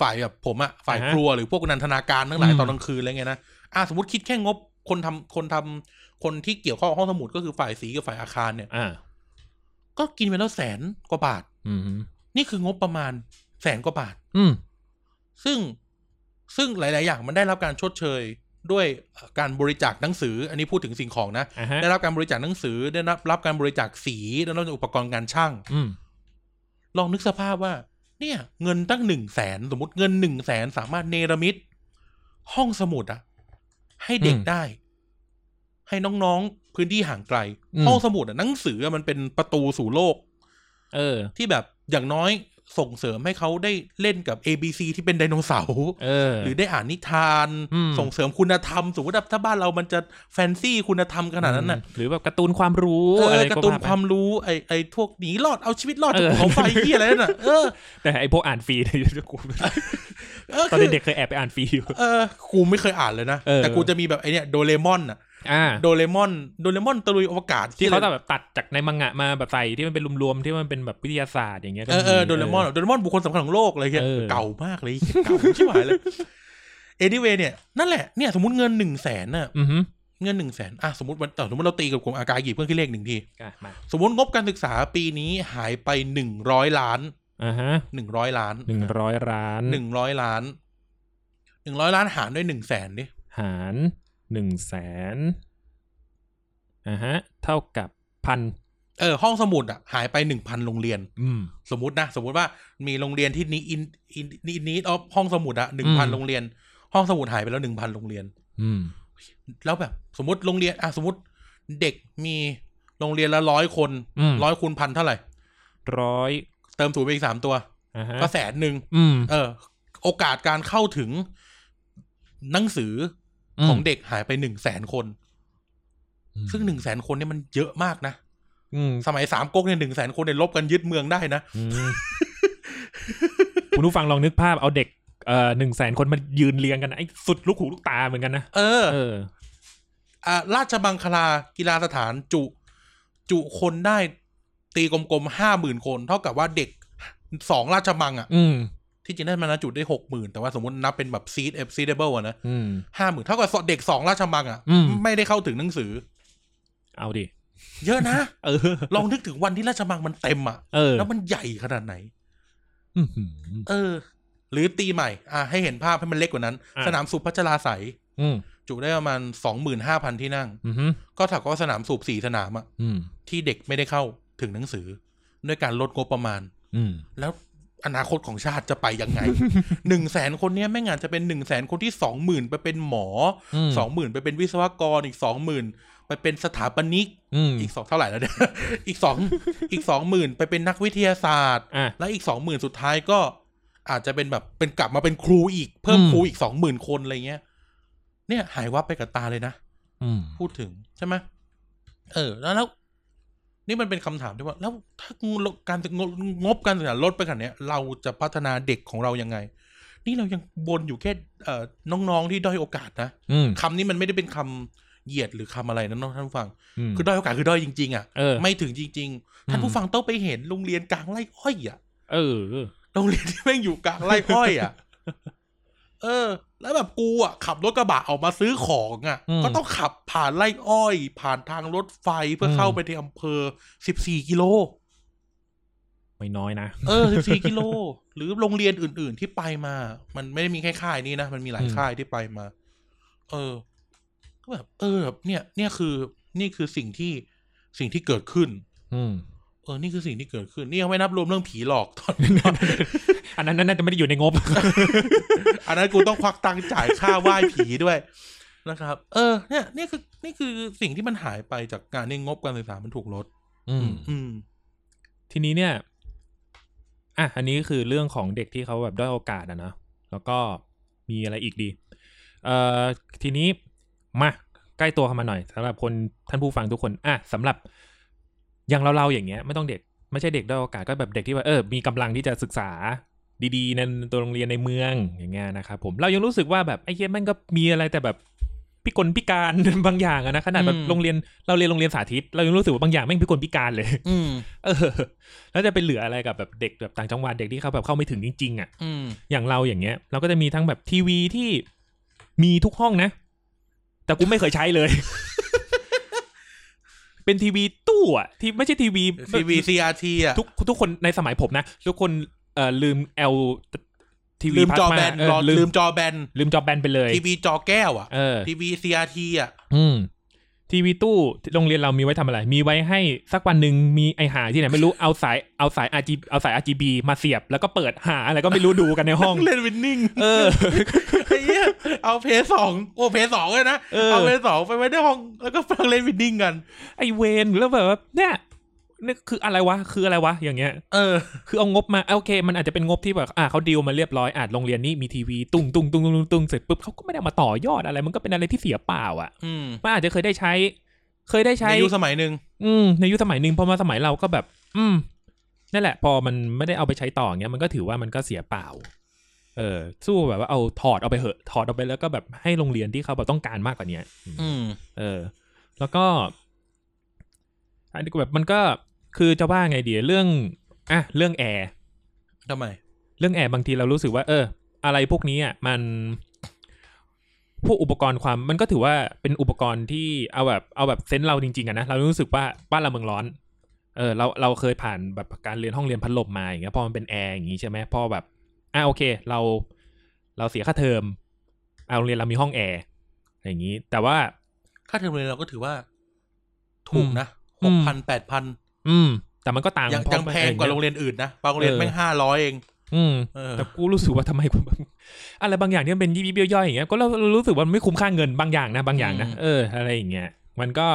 ฝ่ายแบบผมอะฝ่าย
อ่าฮะ
ครัวหรือพวกนันทนาการทั้งหลาย
อืม
ตอนกลางคืนอะไรเงี้ยนะอ่ะสมมติคิดแค่งบคนทำคนทำคนที่เกี่ยวข้องกับห้องสมุดก็คือฝ่ายสีกับฝ่ายอาคารเนี่ย
อ่า
ก็กินไปแล้วแสนกว่าบาท
อือฮึ
นี่คืองบประมาณแสนกว่าบาท
อืม
ซึ่งซึ่งหลาย ๆ อย่างมันได้รับการชดเชยด้วยเอ่อการบริจาคหนังสือ อันนี้พูดถึงสิ่งของนะ
อ่าฮะ
ได้รับการบริจาคหนังสือได้รับรับการบริจาคสีได้รับอุปกรณ์การช่าง
อืม
ลองนึกสภาพว่า เนี่ย เงินตั้งหนึ่งแสนสมมติเงินหนึ่งแสนสามารถเนรมิต ห้องสมุดอะให้เด็กได้ ให้น้องๆพื้นที่ห่างไกล ห้องสมุดอะหนังสืออะมันเป็นประตูสู่โลก
เออ
ที่แบบอย่างน้อยส่งเสริมให้เขาได้เล่นกับ A B C ที่เป็นไดโนเสาร์
เออ
หรือได้อ่านนิทาน
อืม
ส่งเสริมคุณธรรม สมมติว่าถ้าบ้านเรามันจะแฟนซี่คุณธรรมขนาดนั้นน่ะ
หรือแบบการ์ตูนความรู้
เออ
อะไร
การ์ตูน
ไป
ความรู้ไอ้ไอ้พวกหนีรอดเอาชีวิตรอดจาก
เออ
ภูเขาไฟที่อะไรนั่นน่ะเออ
แต่ไอพวกอ่านฟรีเนี่ยกู
เออ
ตอน
คือ
เด็กๆเคยแอบไปอ่านฟรีอยู่
เออกูไม่เคยอ่านเลยนะ
เออ
แต่กูจะมีแบบไอ้เนี่ยโดเรมอนน่ะ
อ่า
โดเรมอนโดเรมอนตะลุยอวกาศ
ที่เขา
อะไร
จะแบบตัดจากในมังงะมาแบบใส่ที่มันเป็นรวมๆที่มันเป็นแบบวิทยาศาสตร์อย่างเงี้ยก็
เออเออ
มี
โดเรมอนโดเรมอนบุคคลสำคัญของโลกอะไรเงี้ย
เออ
เก่ามากเลยเหี้ยเก่าชิบหายเลย anyway เนี่ยนั่นแหละเนี่ยสมมติเงินหนึ่งแสนน่ะ
อือฮึ
เงินหนึ่งแสนอ่ะสมมติวันเอ่อสมมติเราตีกับกลุ่มอากาศหยิบเพื่อนขึ้นเลขหนึ่งที
อ่ะมา
สมมติงบการศึกษาปีนี้หายไปหนึ่งร้อยล้าน
อ่าฮะ
หนึ่งร้อยล้าน
หนึ่งร้อยร้าน
หนึ่งร้อยล้านหนึ่งร้อยล้านหารด้วยหนึ่งแสนดิ
หารหนึ่งแสนอ่าฮะ เท่ากับพัน
เออ ห้องสมุดอ่ะหายไปหนึ่งพันโรงเรียน
อืม
สมมตินะ สมมติว่ามีโรงเรียนที่นี้อินอินนีดออฟห้องสมุดอ่ะหนึ่งพัน
อืม
โรงเรียน ห้องสมุดหายไปแล้วหนึ่งพันโรงเรียน
อืม
แล้วแบบ สมมติโรงเรียนอ่ะสมมติเด็กมีโรงเรียนละร้อยคน
อืม
ร้อยคูณพันเท่าไหร่
ร้อย
เติมศูนย์ไปอีกสามตัว
อ่าฮะ
ก็แสนหนึ่ง
อืม
เออโอกาสการเข้าถึงหนังสืออของเด็กหายไปหนึ่งแสนคน
อืม
ซึ่งหนึ่งแสนคนเนี่ยมันเยอะมากนะ
อืม
สมัยสามก๊กเนี่ยหนึ่งแสนคนเนี่ยลบกันยึดเมืองได้นะ
อืมคุณผู้ฟังลองนึกภาพเอาเด็กเอ่อหนึ่งแสนคนมายืนเรียงกันนะไอ้สุดลูกหูลูกตาเหมือนกันนะ
เออ
เออ
อ่ะราชบังคลากีฬาสถานจุ จุคนได้ตีกลมๆห้าหมื่นคน เท่ากับว่าเด็กสองราชบังอ่ะ
อืม
ที่จริงได้มานะจุได้หกหมื่นแต่ว่าสมมตินับเป็นแบบซีดเอฟซีเดเบิลอะนะ
อืม
ห้าหมื่นเท่ากับเด็กสองราชบังอ่ะ
อืม
ไม่ได้เข้าถึงหนังสือ
เอาดิ
เยอะนะ
เออ
ลองนึกถึงวันที่ราชบังมันเต็มอ่ะ
เออ
แล้วมันใหญ่ขนาดไหน
อื้อหือ
เออ หรือตีใหม่ อ่ะให้เห็นภาพให้มันเล็กกว่านั้น
อ่ะ
สนามสุพัชราใสย
อืม
จุได้ประมาณสองหมื่นห้าพันที่นั่ง
อือหือ
ก็ถักว่าสนามสูบสี่สนามอะ
อืม
ที่เด็กไม่ได้เข้าถึงหนังสือ ด้วยการลดงบประมาณ
อืม
แล้วอนาคตของชาติจะไปยั งไง หนึ่งแสนคนเนี้ยไม่งานจะเป็นหนึ่งแสนคนที่สองหมื่นไปเป็นหมอ
อืม
สองหมื่นไปเป็นวิศวกรอีกสองหมื่นไปเป็นสถาปนิก
อืม
อีกสองเท่าไหร่แล้วเนี่ย อีกสองอีกสองหมื่นไปเป็นนักวิทยาศาสตร์
อ่ะ
และอีกสองหมื่นสุดท้ายก็อาจจะเป็นแบบเป็นกลับมาเป็นครูอีกเพิ่ม
อืม
ครูอีกสองหมื่นคนอะไรเงี้ย เนี่ยหายวับไปกับตาเลยนะ
อืม
พูดถึงใช่ไหมเออ แล้วแล้ว นี่มันเป็นคำถามที่ว่า แล้วถ้างบการงบงบการศึกษาลดไปขนาดเนี้ย เราจะพัฒนาเด็กของเรายังไง นี่เรายังบนอยู่แค่เอ่อน้องๆที่ด้อยโอกาสนะ
อืม
คำนี้มันไม่ได้เป็นคำเหยียดหรือคำอะไรนะน้องท่านผู้ฟัง
ม
คือด้อยโอกาสคือด้อยจริงๆอ่ะ
เออ
ไม่ถึงจริง ๆ ท่าน
อืม
ผู้ฟังต้องไปเห็นโรงเรียนกลางไร่อ้อยอ่ะ
เออ
โรงเรียนที่แม่งอยู่กลางไร่อ้อย อ่ะ เออ แล้วแบบกูอ่ะขับรถกระบะออกมาซื้อของอ่ะ
อืม
ก็ต้องขับผ่านไร่อ้อย ผ่านทางรถไฟเพื่ออ
ม
เข้าไปในอำเภอสิบสี่กิโล
ไม่น้อยนะ
เออสิบสี่กิโล หรือโรงเรียนอื่น ๆที่ไปมา มันไม่ได้มีแค่ค่ายนี้นะ มันมีหลาย
อืม
ค่ายที่ไปมา เออ ก็แบบ เออแบบเนี่ย เนี่ยคือ นี่คือสิ่งที่สิ่งที่เกิดขึ้น
อืม
เออ นี่คือสิ่งที่เกิดขึ้น นี่ยังไม่นับรวมเรื่องผีหลอกตอน
อันนั้นน่าจะไม่ได้อยู่ในงบ
อันนั้นกูต้องควักตังค์จ่ายค่าไหว้ผีด้วย นะครับ เออ เนี่ย นี่คือ นี่คือสิ่งที่มันหายไปจากการที่งบการศึกษามันถูกลด
อืม
อืม
ทีนี้เนี่ย อ่ะ อันนี้คือเรื่องของเด็กที่เขาแบบด้อยโอกาสอะนะ แล้วก็มีอะไรอีกดี เอ่อ ทีนี้มาใกล้ตัวเข้ามาหน่อยสำหรับคนท่านผู้ฟังทุกคน อ่ะสำหรับอย่างเราเราๆอย่างเงี้ย ไม่ต้องเด็ก ไม่ใช่เด็กด้อยโอกาสก็แบบเด็กที่ว่าเออ มีกำลังที่จะศึกษาดีๆในตัวโรงเรียนในเมืองอย่างเงี้ยนะครับผม เรายังรู้สึกว่าแบบไอ้เหี้ยแมันก็มีอะไรแต่แบบพิกลพิการ บางอย่างอะนะขนาดแบบ
อืม
โรงเรียนเราเรียนโรงเรียนสาธิต เรายังรู้สึกว่าบางอย่างแม่งพิกลพิการเลย
อืม
เอ อแล้วจะไปเหลืออะไรกับแบบเด็กแบบต่างจังหวัดเด็กที่เขาแบบเข้าไม่ถึงจริงๆอ่ะ
อืม
อย่างเราอย่างเงี้ย เราก็จะมีทั้งแบบทีวีที่มีทุกห้องนะ แต่กูไม่เคยใช้เลย เป็นทีวีตู้อ่ะที่ไม่ใช่ทีวี
ทีวี CRT อ่ะ
ทุกทุกคนในสมัยผมนะ ทุกคนเอ่อลืม L ทีวี
ลืมจอแบนรอ
ลื
ลื
ม
มจอแบน
ลืมจอแบนไปเลย
ทีวีจอแก้วอ่ะ
เออ
ทีวี CRT อ่ะ
อืมทีวีตู้โรงเรียนเรามีไว้ทำอะไร มีไว้ให้สักวันหนึ่งมีไอหาที่ไหนไม่รู้ เอาสายเอาสาย RGB เอาสาย RGB มาเสียบ แล้วก็เปิดหาอะไรก็ไม่รู้ดูกันใน ห้อง
เล่นวินนิ่ง
เอ อ
ไอ้เหี้ยเอาเพย์สองโอ้เพย์สองเลยนะ
เออ
เอาเพย์สองไปไว้ในห้อง แล้วก็ฟังเล่นวินนิ่งกัน
ไอเวนแล้วแบบว่าเนี่ยนี่คืออะไรวะ คืออะไรวะ อย่างเงี้ย
เออ
คือเอางบมาอ่ะโอเค มันอาจจะเป็นงบที่แบบอ่าเขาดีลมาเรียบร้อยอาจโรงเรียนนี้มีทีวีตุ้งตุ้งตุ้งตุ้งตุ้งตุ้งเสร็จปุ๊บเขาก็ไม่ได้เอามาต่อยอดอะไร มันก็เป็นอะไรที่เสียเปล่าอ่ะ
อืม
มันอาจจะเคยได้ใช้ เคยได้
ใน
ใช้
ยุคสมัยหนึ่ง
อืมในยุคสมัยหนึ่งพอมาสมัยเราก็แบบ อืมนั่นแหละ พอมันไม่ได้เอาไปใช้ต่ออย่างเงี้ยมันก็ถือว่ามันก็เสียเปล่า เออ สู้แบบว่าเอาถอดเอาไปเหอะ ถอดเอาไปแล้วก็แบบให้โรงเรียนที่เขาแบบต้องการมากกว่าเนี้ย
อืม
เออ แล้วก็อันนี้ก็แบบมันก็คือจะว่าไงดีเรื่องอ่ะเรื่องแอร์
ทำไม
เรื่องแอร์บางทีเรารู้สึกว่า เออ อะไรพวกนี้อ่ะมัน พวกอุปกรณ์ความมันก็ถือว่าเป็นอุปกรณ์ที่เอาแบบเอาแบบเซนส์เราจริงๆอะนะเรารู้สึกว่าบ้านเราเมืองร้อน เออเราเราเคยผ่านแบบการเรียนห้องเรียนพัดลมมาอย่างเงี้ยพอมันเป็นแอร์อย่างงี้ใช่ไหมพอแบบอ่ะโอเค เราเราเสียค่าเทอมเอาโรงเรียนเรามีห้องแอร์อย่างงี้ แต่ว่า
ค่าเทอมเรียนเราก็ถือว่า ถูกนะ
อื
หก
ม
พันแปดพัน
อืม แต่มันก็ต่าง
ยัง
พอ
ยังแพงกว่า
อ
โร
ย่
ง
ย
เรียนอื่นนะบางโรงเรียน
เออ
แม่งห้าร้อยเอง
อืม
เออ
แต่กูรู้สึกว่าทำไมกูแบบ อะไรบางอย่างที่มันเป็นยิบยิบย่อยๆอย่างเงี้ยก็เรารู้สึกว่ามันไม่คุ้มค่าเงินบางอย่างนะบางอย่างนะ
อืม
เอออะไรอย่างเงี้ยมันก็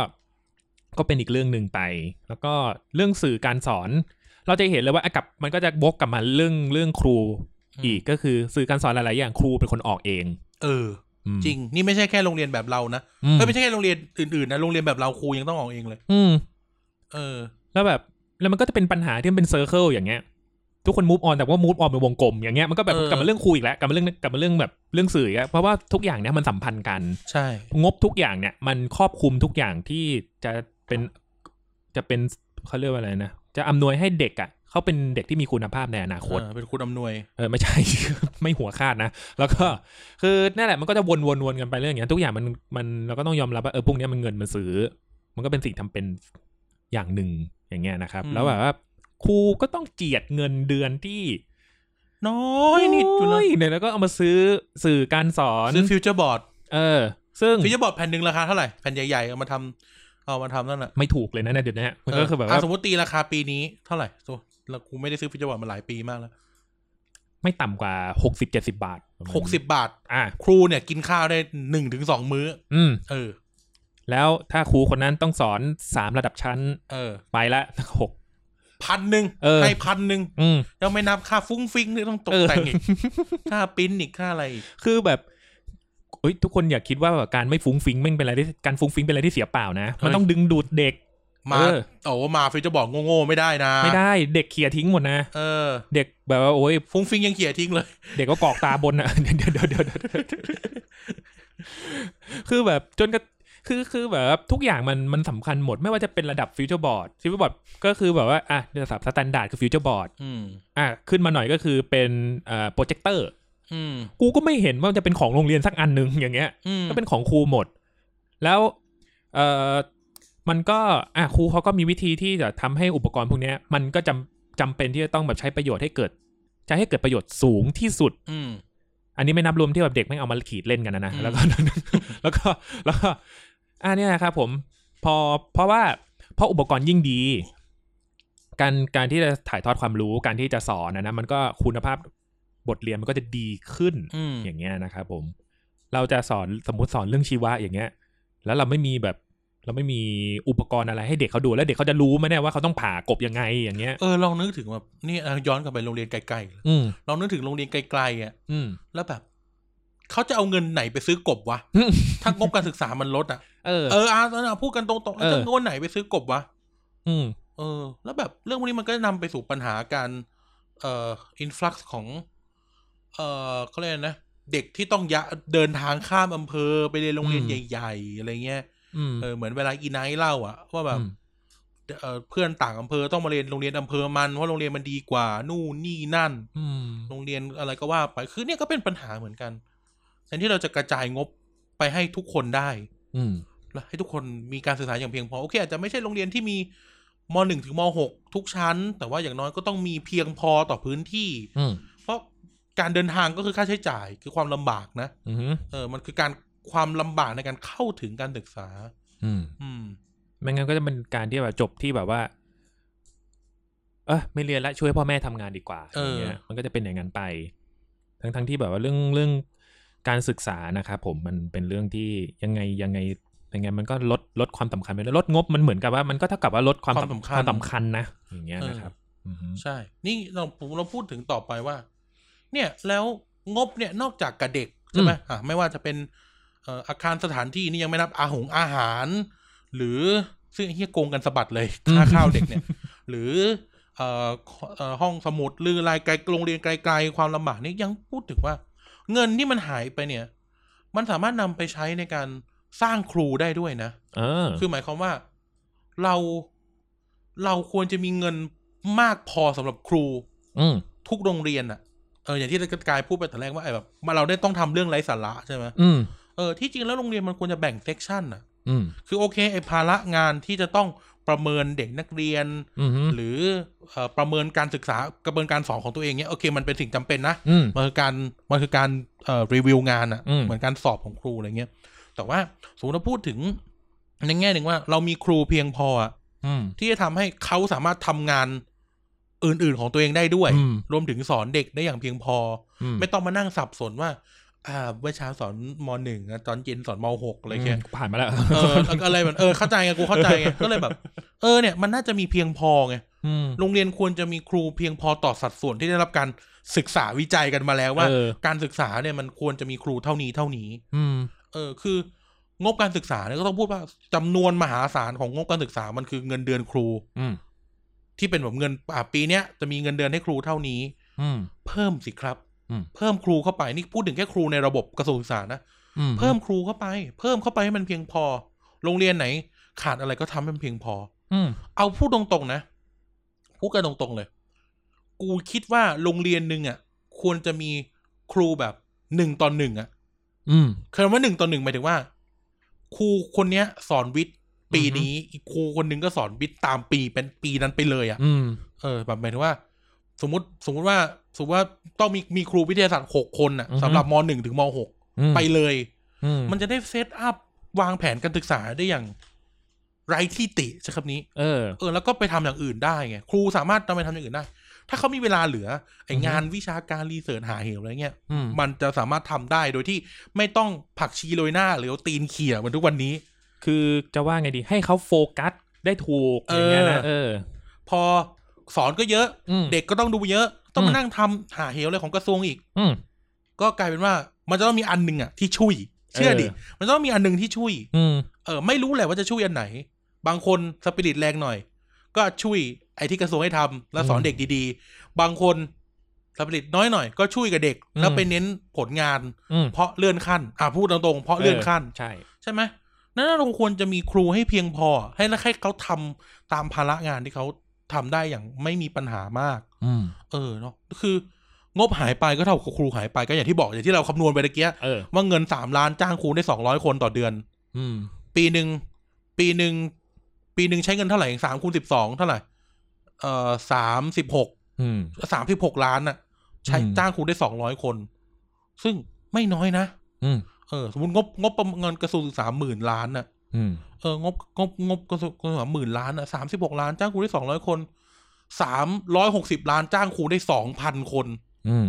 ก็เป็นอีกเรื่องหนึ่งไป แล้วก็เรื่องสื่อการสอน เราจะเห็นเลยว่าอ่ะกลับมันก็จะบกกลับมาเรื่องเรื่องครูอีกก็คือสื่อการสอนหลายๆอย่างครูเป็นคนออกเอง
เออ
อืม
จริง นี่ไม่ใช่แค่โรงเรียนแบบเรานะ
อืม
เอ้ยไม่ใช่แค่โรงเรียนอื่นๆนะโรงเรียนแบบเราครูยังต้องออกเองเลย
อืม
เออ
แล้วแบบแล้วมันก็จะเป็นปัญหาที่มันเป็นเซอร์เคิลอย่างเงี้ย ทุกคนมูฟออนแต่ว่ามูฟออนเป็นวงกลมอย่างเงี้ยมันก็แบบ
เออ
กลับมาเรื่องครูอีกแล้วกลับมาเรื่องกลับมาเรื่องแบบเรื่องสื่ออีกแล้วเพราะว่าทุกอย่างเนี่ยมันสัมพันธ์กัน
ใช่
งบทุกอย่างเนี่ยมันครอบคลุมทุกอย่างที่จะเป็นจะเป็นเขาเรียกว่าอะไรนะ จะอำนวยให้เด็กอ่ะเขาเป็นเด็กที่มีคุณภาพในอนาคต
อ่าเป็นคุณอำนวย
เออไม่ใช่ ไม่หัวคาดนะ แล้วก็คือนั่นแหละมันก็จะวนวนวนกันไปเรื่องอย่างเงี้ยทุกอย่างมันมันเราก็ต้องยอมรับว่าเออพวกเนี้ยมันเงินมันซื้อ มันก็เป็นสิ่งทำเป็นอย่างหนึ่งอย่างเงี้ยนะครับ
อืม
แล้วแบบว่าครูก็ต้องเจียดเงินเดือนที่
น้อยนิดอยู่นะ
โอ้เนี่ยแล้วก็เอามาซื้อสื่อการสอน
ซื้อฟิวเจอร์บอร์ด
เออ ซึ่ง
ฟิวเจอร์บอร์ดแผ่นหนึ่งราคาเท่าไหร่ แผ่นใหญ่ๆ เอามาทำเอามาทำนั่นน่ะ
ไม่ถูกเลยนะเนี่ยเดี๋ยวนี้มันก็คือแบบ
ะ
ว่า
สมมติตีราคาปีนี้เท่าไหร่ตัวเรากูไม่ได้ซื้อฟิวเจอร์บอร์ดมาหลายปีมากแล้ว
ไม่ต่ำกว่าหกสิบเจ็ดสิบาทประมาณ
หกสิบบาท
อ่ะ
ครูเนี่ยกินข้าวได้หนึ่งถึงสองมื้อ
อืม
เออ
แล้วถ้าครูคนนั้นต้องสอนสามระดับชั้น
เออ
ไปละหก
พันหนึ่ง
เออ
ให้พันหนึ่ง
อืม
แล้วไม่นับค่าฟุ้งฟิ้งนี่ต้องตกแต่งอีก ค่าปริ้นอีกค่าอะไรอีก
คือแบบเอ้ยทุกคนอย่าคิดว่าแบบการไม่ฟุ้งฟิ้งแม่งเป็นอะไรที่การฟุ้งฟิ้งเป็นอะไรที่เสียเปล่านะ มันต้องดึงดูดเด็ก
มา
เออ
โอ้มาฟิวเจอร์บอร์ดโง่ๆไม่ได้นะ
ไม่ได้เด็กเคลียร์ทิ้งหมดนะ
เออ
เด็กแบบว่าโอ้ย
ฟุ้งฟิ้งยังเขี่ยทิ้งเลย
เด็กก็กรอกตาบนอ่ะ เดี๋ยวเดี๋ยวเดี๋ยวเดี๋ยวเดี๋ยวคือแบบจนกระคือคือแบบทุกอย่างมันมันสำคัญหมดไม่ว่าจะเป็นระดับฟิวเจอร์บอร์ดฟิวเจอร์บอร์ดก็คือแบบว่าอ่ะระดับสแตนดาร์ดคือฟิวเจอร์บอร์ด
อืม
อ่ะขึ้นมาหน่อยก็คือเป็นเอ่อโปรเจคเตอร์
อืม
กูก็ไม่เห็นว่ามันจะเป็นของโรงเรียนสักอันหนึ่ง อย่างเงี้ย
อืม
ก็เป็นของครูหมด แล้วเออมันก็อ่ะครูเขาก็มีวิธีที่จะทำให้อุปกรณ์พวกเนี้ย มันก็จำจำเป็นที่จะต้องแบบใช้ประโยชน์ให้เกิดจะให้เกิดประโยชน์สูงที่สุด
อืม
อันนี้ไม่นับรวมที่แบบเด็กไม่งเอามาขีดเล่นกันนะนะ
อืม
แล้วก็ แล้วก็แล้วก็อ่ะเนี่ยนะครับผม พอเพราะว่าเพราะอุปกรณ์ยิ่งดี การการที่จะถ่ายทอดความรู้การที่จะสอนนะนะมันก็คุณภาพบทเรียนมันก็จะดีขึ้น
อืม
อย่างเงี้ยนะครับผม เราจะสอนสมมติสอนเรื่องชีวะอย่างเงี้ย แล้วเราไม่มีแบบ เราไม่มีอุปกรณ์อะไรให้เด็กเขาดูแล้วเด็กเขาจะรู้ไหมเนี่ยว่าเขาต้องผ่ากบยังไงอย่างเงี้ย
เออลองนึกถึงแบบนี่เอาย้อนกลับไปโรงเรียนไกล
อืม
ๆลองนึกถึงโรงเรียนไกลๆอ่ะ
อืม
แล้วแบบเขาจะเอาเงินไหนไปซื้อกบวะ ถ้างบการศึกษามันลดอ่ะ
เออ
เออเอาเอาเอาพูดกันตรงๆ
เออ
จะเอาเงินไหนไปซื้อกบวะ
อืม
เออ แล้วแบบเรื่องพวกนี้มันก็นำไปสู่ปัญหาการ เอ่ออินฟลักซ์ของ เอ่อเขาเรียกอะไรนะเด็กที่ต้องยะเดินทางข้ามอำเภอไปเรียนโรงเรียน
อืม
ใหญ่ๆอะไรเงี้ย
อืม
เออเหมือนเวลาอีไนท์เล่าอะว่าแบบ
อืม
เอ่อเพื่อนต่างอำเภอต้องมาเรียนโรงเรียนอำเภอมันเพราะโรงเรียนมันดีกว่า นู่นนี่นั่น
อืม
โรงเรียนอะไรก็ว่าไปคือเนี่ยก็เป็นปัญหาเหมือนกันแทนที่เราจะกระจายงบไปให้ทุกคนได้
อืม
และให้ทุกคนมีการศึกษาอย่างเพียงพอโอเคอาจจะไม่ใช่โรงเรียนที่มีมหนึ่งถึงมหกทุกชั้น แต่ว่าอย่างน้อยก็ต้องมีเพียงพอต่อพื้นที่
อืม
เพราะการเดินทางก็คือค่าใช้จ่ายคือความลำบากนะ
อืม
เออมันคือการความลำบากในการเข้าถึงการศึกษา
อืม
อืม
ไม่งั้นก็จะเป็นการที่แบบจบที่แบบว่า เออไม่เรียนละช่วยพ่อแม่ทำงานดีกว่า
เอออ
ย่างเงี้ยมันก็จะเป็นอย่างนั้นไป ทั้งทั้งที่แบบว่าเรื่องเรื่องการศึกษานะครับผมมันเป็นเรื่องที่ยังไงยังไงยังไงมันก็ลดลดความสำคัญไปแล้วลดงบมันเหมือนกับว่ามันก็เท่ากับว่าลดความ
ความสำคัญ
วามสำคัญนะอย่างเงี้ยนะครับ อือฮึ
ใช่ นี่เราเราพูดถึงต่อไปว่า เนี่ยแล้วงบเนี่ยนอกจากกับเด็กใช่ไหมอ่ะไม่ว่าจะเป็นเอ่ออาคารสถานที่นี่ยังไม่นับอาหงอาหาร หรือซึ่งไอ้เฮียโกงกันสะบัดเลยค่าข้าวเด็กเนี่ย หรือเอ่อเอ่อห้องสมุดหรือรายไกลโรงเรียนไกลๆความลำบากนี่ยังพูดถึงว่า เงินที่มันหายไปเนี่ย มันสามารถนำไปใช้ในการสร้างครูได้ด้วยนะ
เออ
คือหมายความว่าเราเราควรจะมีเงินมากพอสำหรับครู
อืม
ทุกโรงเรียนอะเอออย่างที่กายพูดไปแต่แรกว่าไอ้แบบมาเราได้ต้องทำเรื่องไร้สาระใช่ไหม
อืม
เออที่จริงแล้วโรงเรียนมันควรจะแบ่งเซกชันอะ
อืม
คือโอเคไอ้ภาระงานที่จะต้องประเมินเด็กนักเรียน
อืมอืม
หรือเอ่อประเมินการศึกษาประเมินการสอนของตัวเองเนี่ยโอเคมันเป็นสิ่งจำเป็นนะ
อืม
มันคือการมันคือการเอ่อรีวิวงานอะ
อืม
เหมือนการสอบของครูอะไรเงี้ย แต่ว่าสมมติเราพูดถึงในแง่หนึ่งว่าเรามีครูเพียงพออะ
อืม
ที่จะทำให้เขาสามารถทำงานอื่นๆของตัวเองได้ด้วย
อืม
รวมถึงสอนเด็กได้อย่างเพียงพอ
อืม
ไม่ต้องมานั่งสับสนว่า อ่าเมื่อเช้าสอนมหนึ่งอะตอนเย็นสอนมหกอะไรเงี้ย
อืมผ่าน มาแล้ว
เอออะไรแบบเออเข้าใจไงกูเข้าใจไงก็เลยแบบ เออเนี่ยมันน่าจะมีเพียงพอไง
อืม
โรงเรียนควรจะมีครูเพียงพอต่อสัดส่วนที่ได้รับการศึกษาวิจัยกันมาแล้วว่า
เออ
การศึกษาเนี่ยมันควรจะมีครูเท่านี้เท่านี้
อืม
เออคืองบการศึกษาเนี่ยก็ต้องพูดว่าจำนวนมหาศาลของงบการศึกษามันคือเงินเดือนครู
อืม
ที่เป็นแบบเงินอ่ะปีเนี้ยจะมีเงินเดือนให้ครูเท่านี้
อืม
เพิ่มสิครับ
อืม
เพิ่มครูเข้าไปนี่พูดถึงแค่ครูในระบบกระทรวงศึกษานะ
อืม
เพิ่มครูเข้าไป เพิ่มเข้าไปให้มันเพียงพอ โรงเรียนไหน ขาดอะไรก็ทำให้มันเพียงพอ
อืม
เอาพูดตรงๆนะ พูดกันตรงๆเลย กูคิดว่าโรงเรียนหนึ่งอ่ะ ควรจะมีครูแบบหนึ่งต่อหนึ่งอ่ะ
อืม
คำว่าหนึ่งต่อหนึ่งหมายถึงว่า ครูคนเนี้ย สอนวิทย์ปี
อือฮึ
นี้ อีกครูคนหนึงก็สอนวิทย์ตามปีเป็นปีนั้นไปเลยอ่ะ
อืม
เออแบบหมายถึงว่า สมมติสมมติว่าสมมติว่าต้องมีมีครูวิทยาศาสตร์หกคนอ่ะสำหรับมหนึ่งถึงมหก
อืม
ไปเลย
อืม
มันจะได้เซตอัพวางแผนการศึกษาได้อย่าง ไร้ที่ติใช้คำนี้
เออ
เออแล้วก็ไปทำอย่างอื่นได้ไง ครูสามารถทำไปทำอย่างอื่นได้ ถ้าเขามีเวลาเหลือ ไอ้
อือฮึ
งานวิชาการรีเสิร์ชหาเหวอะไรเงี้ย
อืม
มันจะสามารถทำได้โดยที่ไม่ต้องผักชีโรยหน้า หรือเอาตีนเขี่ยเหมือนทุกวันนี้
คือจะว่าไงดีให้เขาโฟกัสได้ถูกอย่างเงี้ยนะเออ
พอสอนก็เยอะ
อืม
เด็กก็ต้องดูเยอะ ต้อง
อื
มาม นั่งทำหาเหวอะไรของกระทรวงอีก
อืม
ก็กลายเป็นว่า มันจะต้องมีอันหนึ่งอะที่ช่วย เชื่อดิ
เออ
มันต้องมีอันหนึ่งที่ช่วย
อืม
เออไม่รู้แหละว่าจะช่วยอันไหน บางคนสปิริตแรงหน่อย ก็ช่วยไอ้ที่กระทรวงให้ทำแล้วสอนเด็กดีๆ บางคนสปิริตน้อยหน่อย ก็ช่วยกับเด็ก แล้วไปเน้นผลงาน
อืม
เพราะเลื่อนขั้น อ่ะพูดตรงๆเพราะเลื่อนขั้น
ใช่
ใช่ไหมนั่นนะเราควรจะมีครูให้เพียงพอ ให้แล้วให้เขาทำตามภาระงานที่เขาทำได้อย่างไม่มีปัญหามาก
อืม
เออเนาะคืองบหายไปก็เท่ากับครูหายไปก็อย่างที่บอกอย่างที่เราคำนวณไปตะเกีย
เออ
ว่าเงินสามล้านจ้างครูได้สองร้อยคนต่อเดือน
อืม
ปีหนึ่งปีหนึ่งปีหนึ่งใช้เงินเท่าไหร่สามคูณสิบสองเท่าไหร่ เอ่อสามสิบหก
อืม
สามสิบหกล้านน่ะ ใช้
อืม
จ้างครูได้สองร้อยคน ซึ่งไม่น้อยนะ
อืม
เออสมมติงบงบประมาณเงินกระทรวงศึกษาหมื่นล้านน่ะ
อืม
เอองบงบงบกระทรวงศึกษาหมื่นล้านน่ะสามสิบหกล้านจ้างครูได้สองร้อยคนสามร้อยหกสิบล้านจ้างครูได้สองพันคน
อืม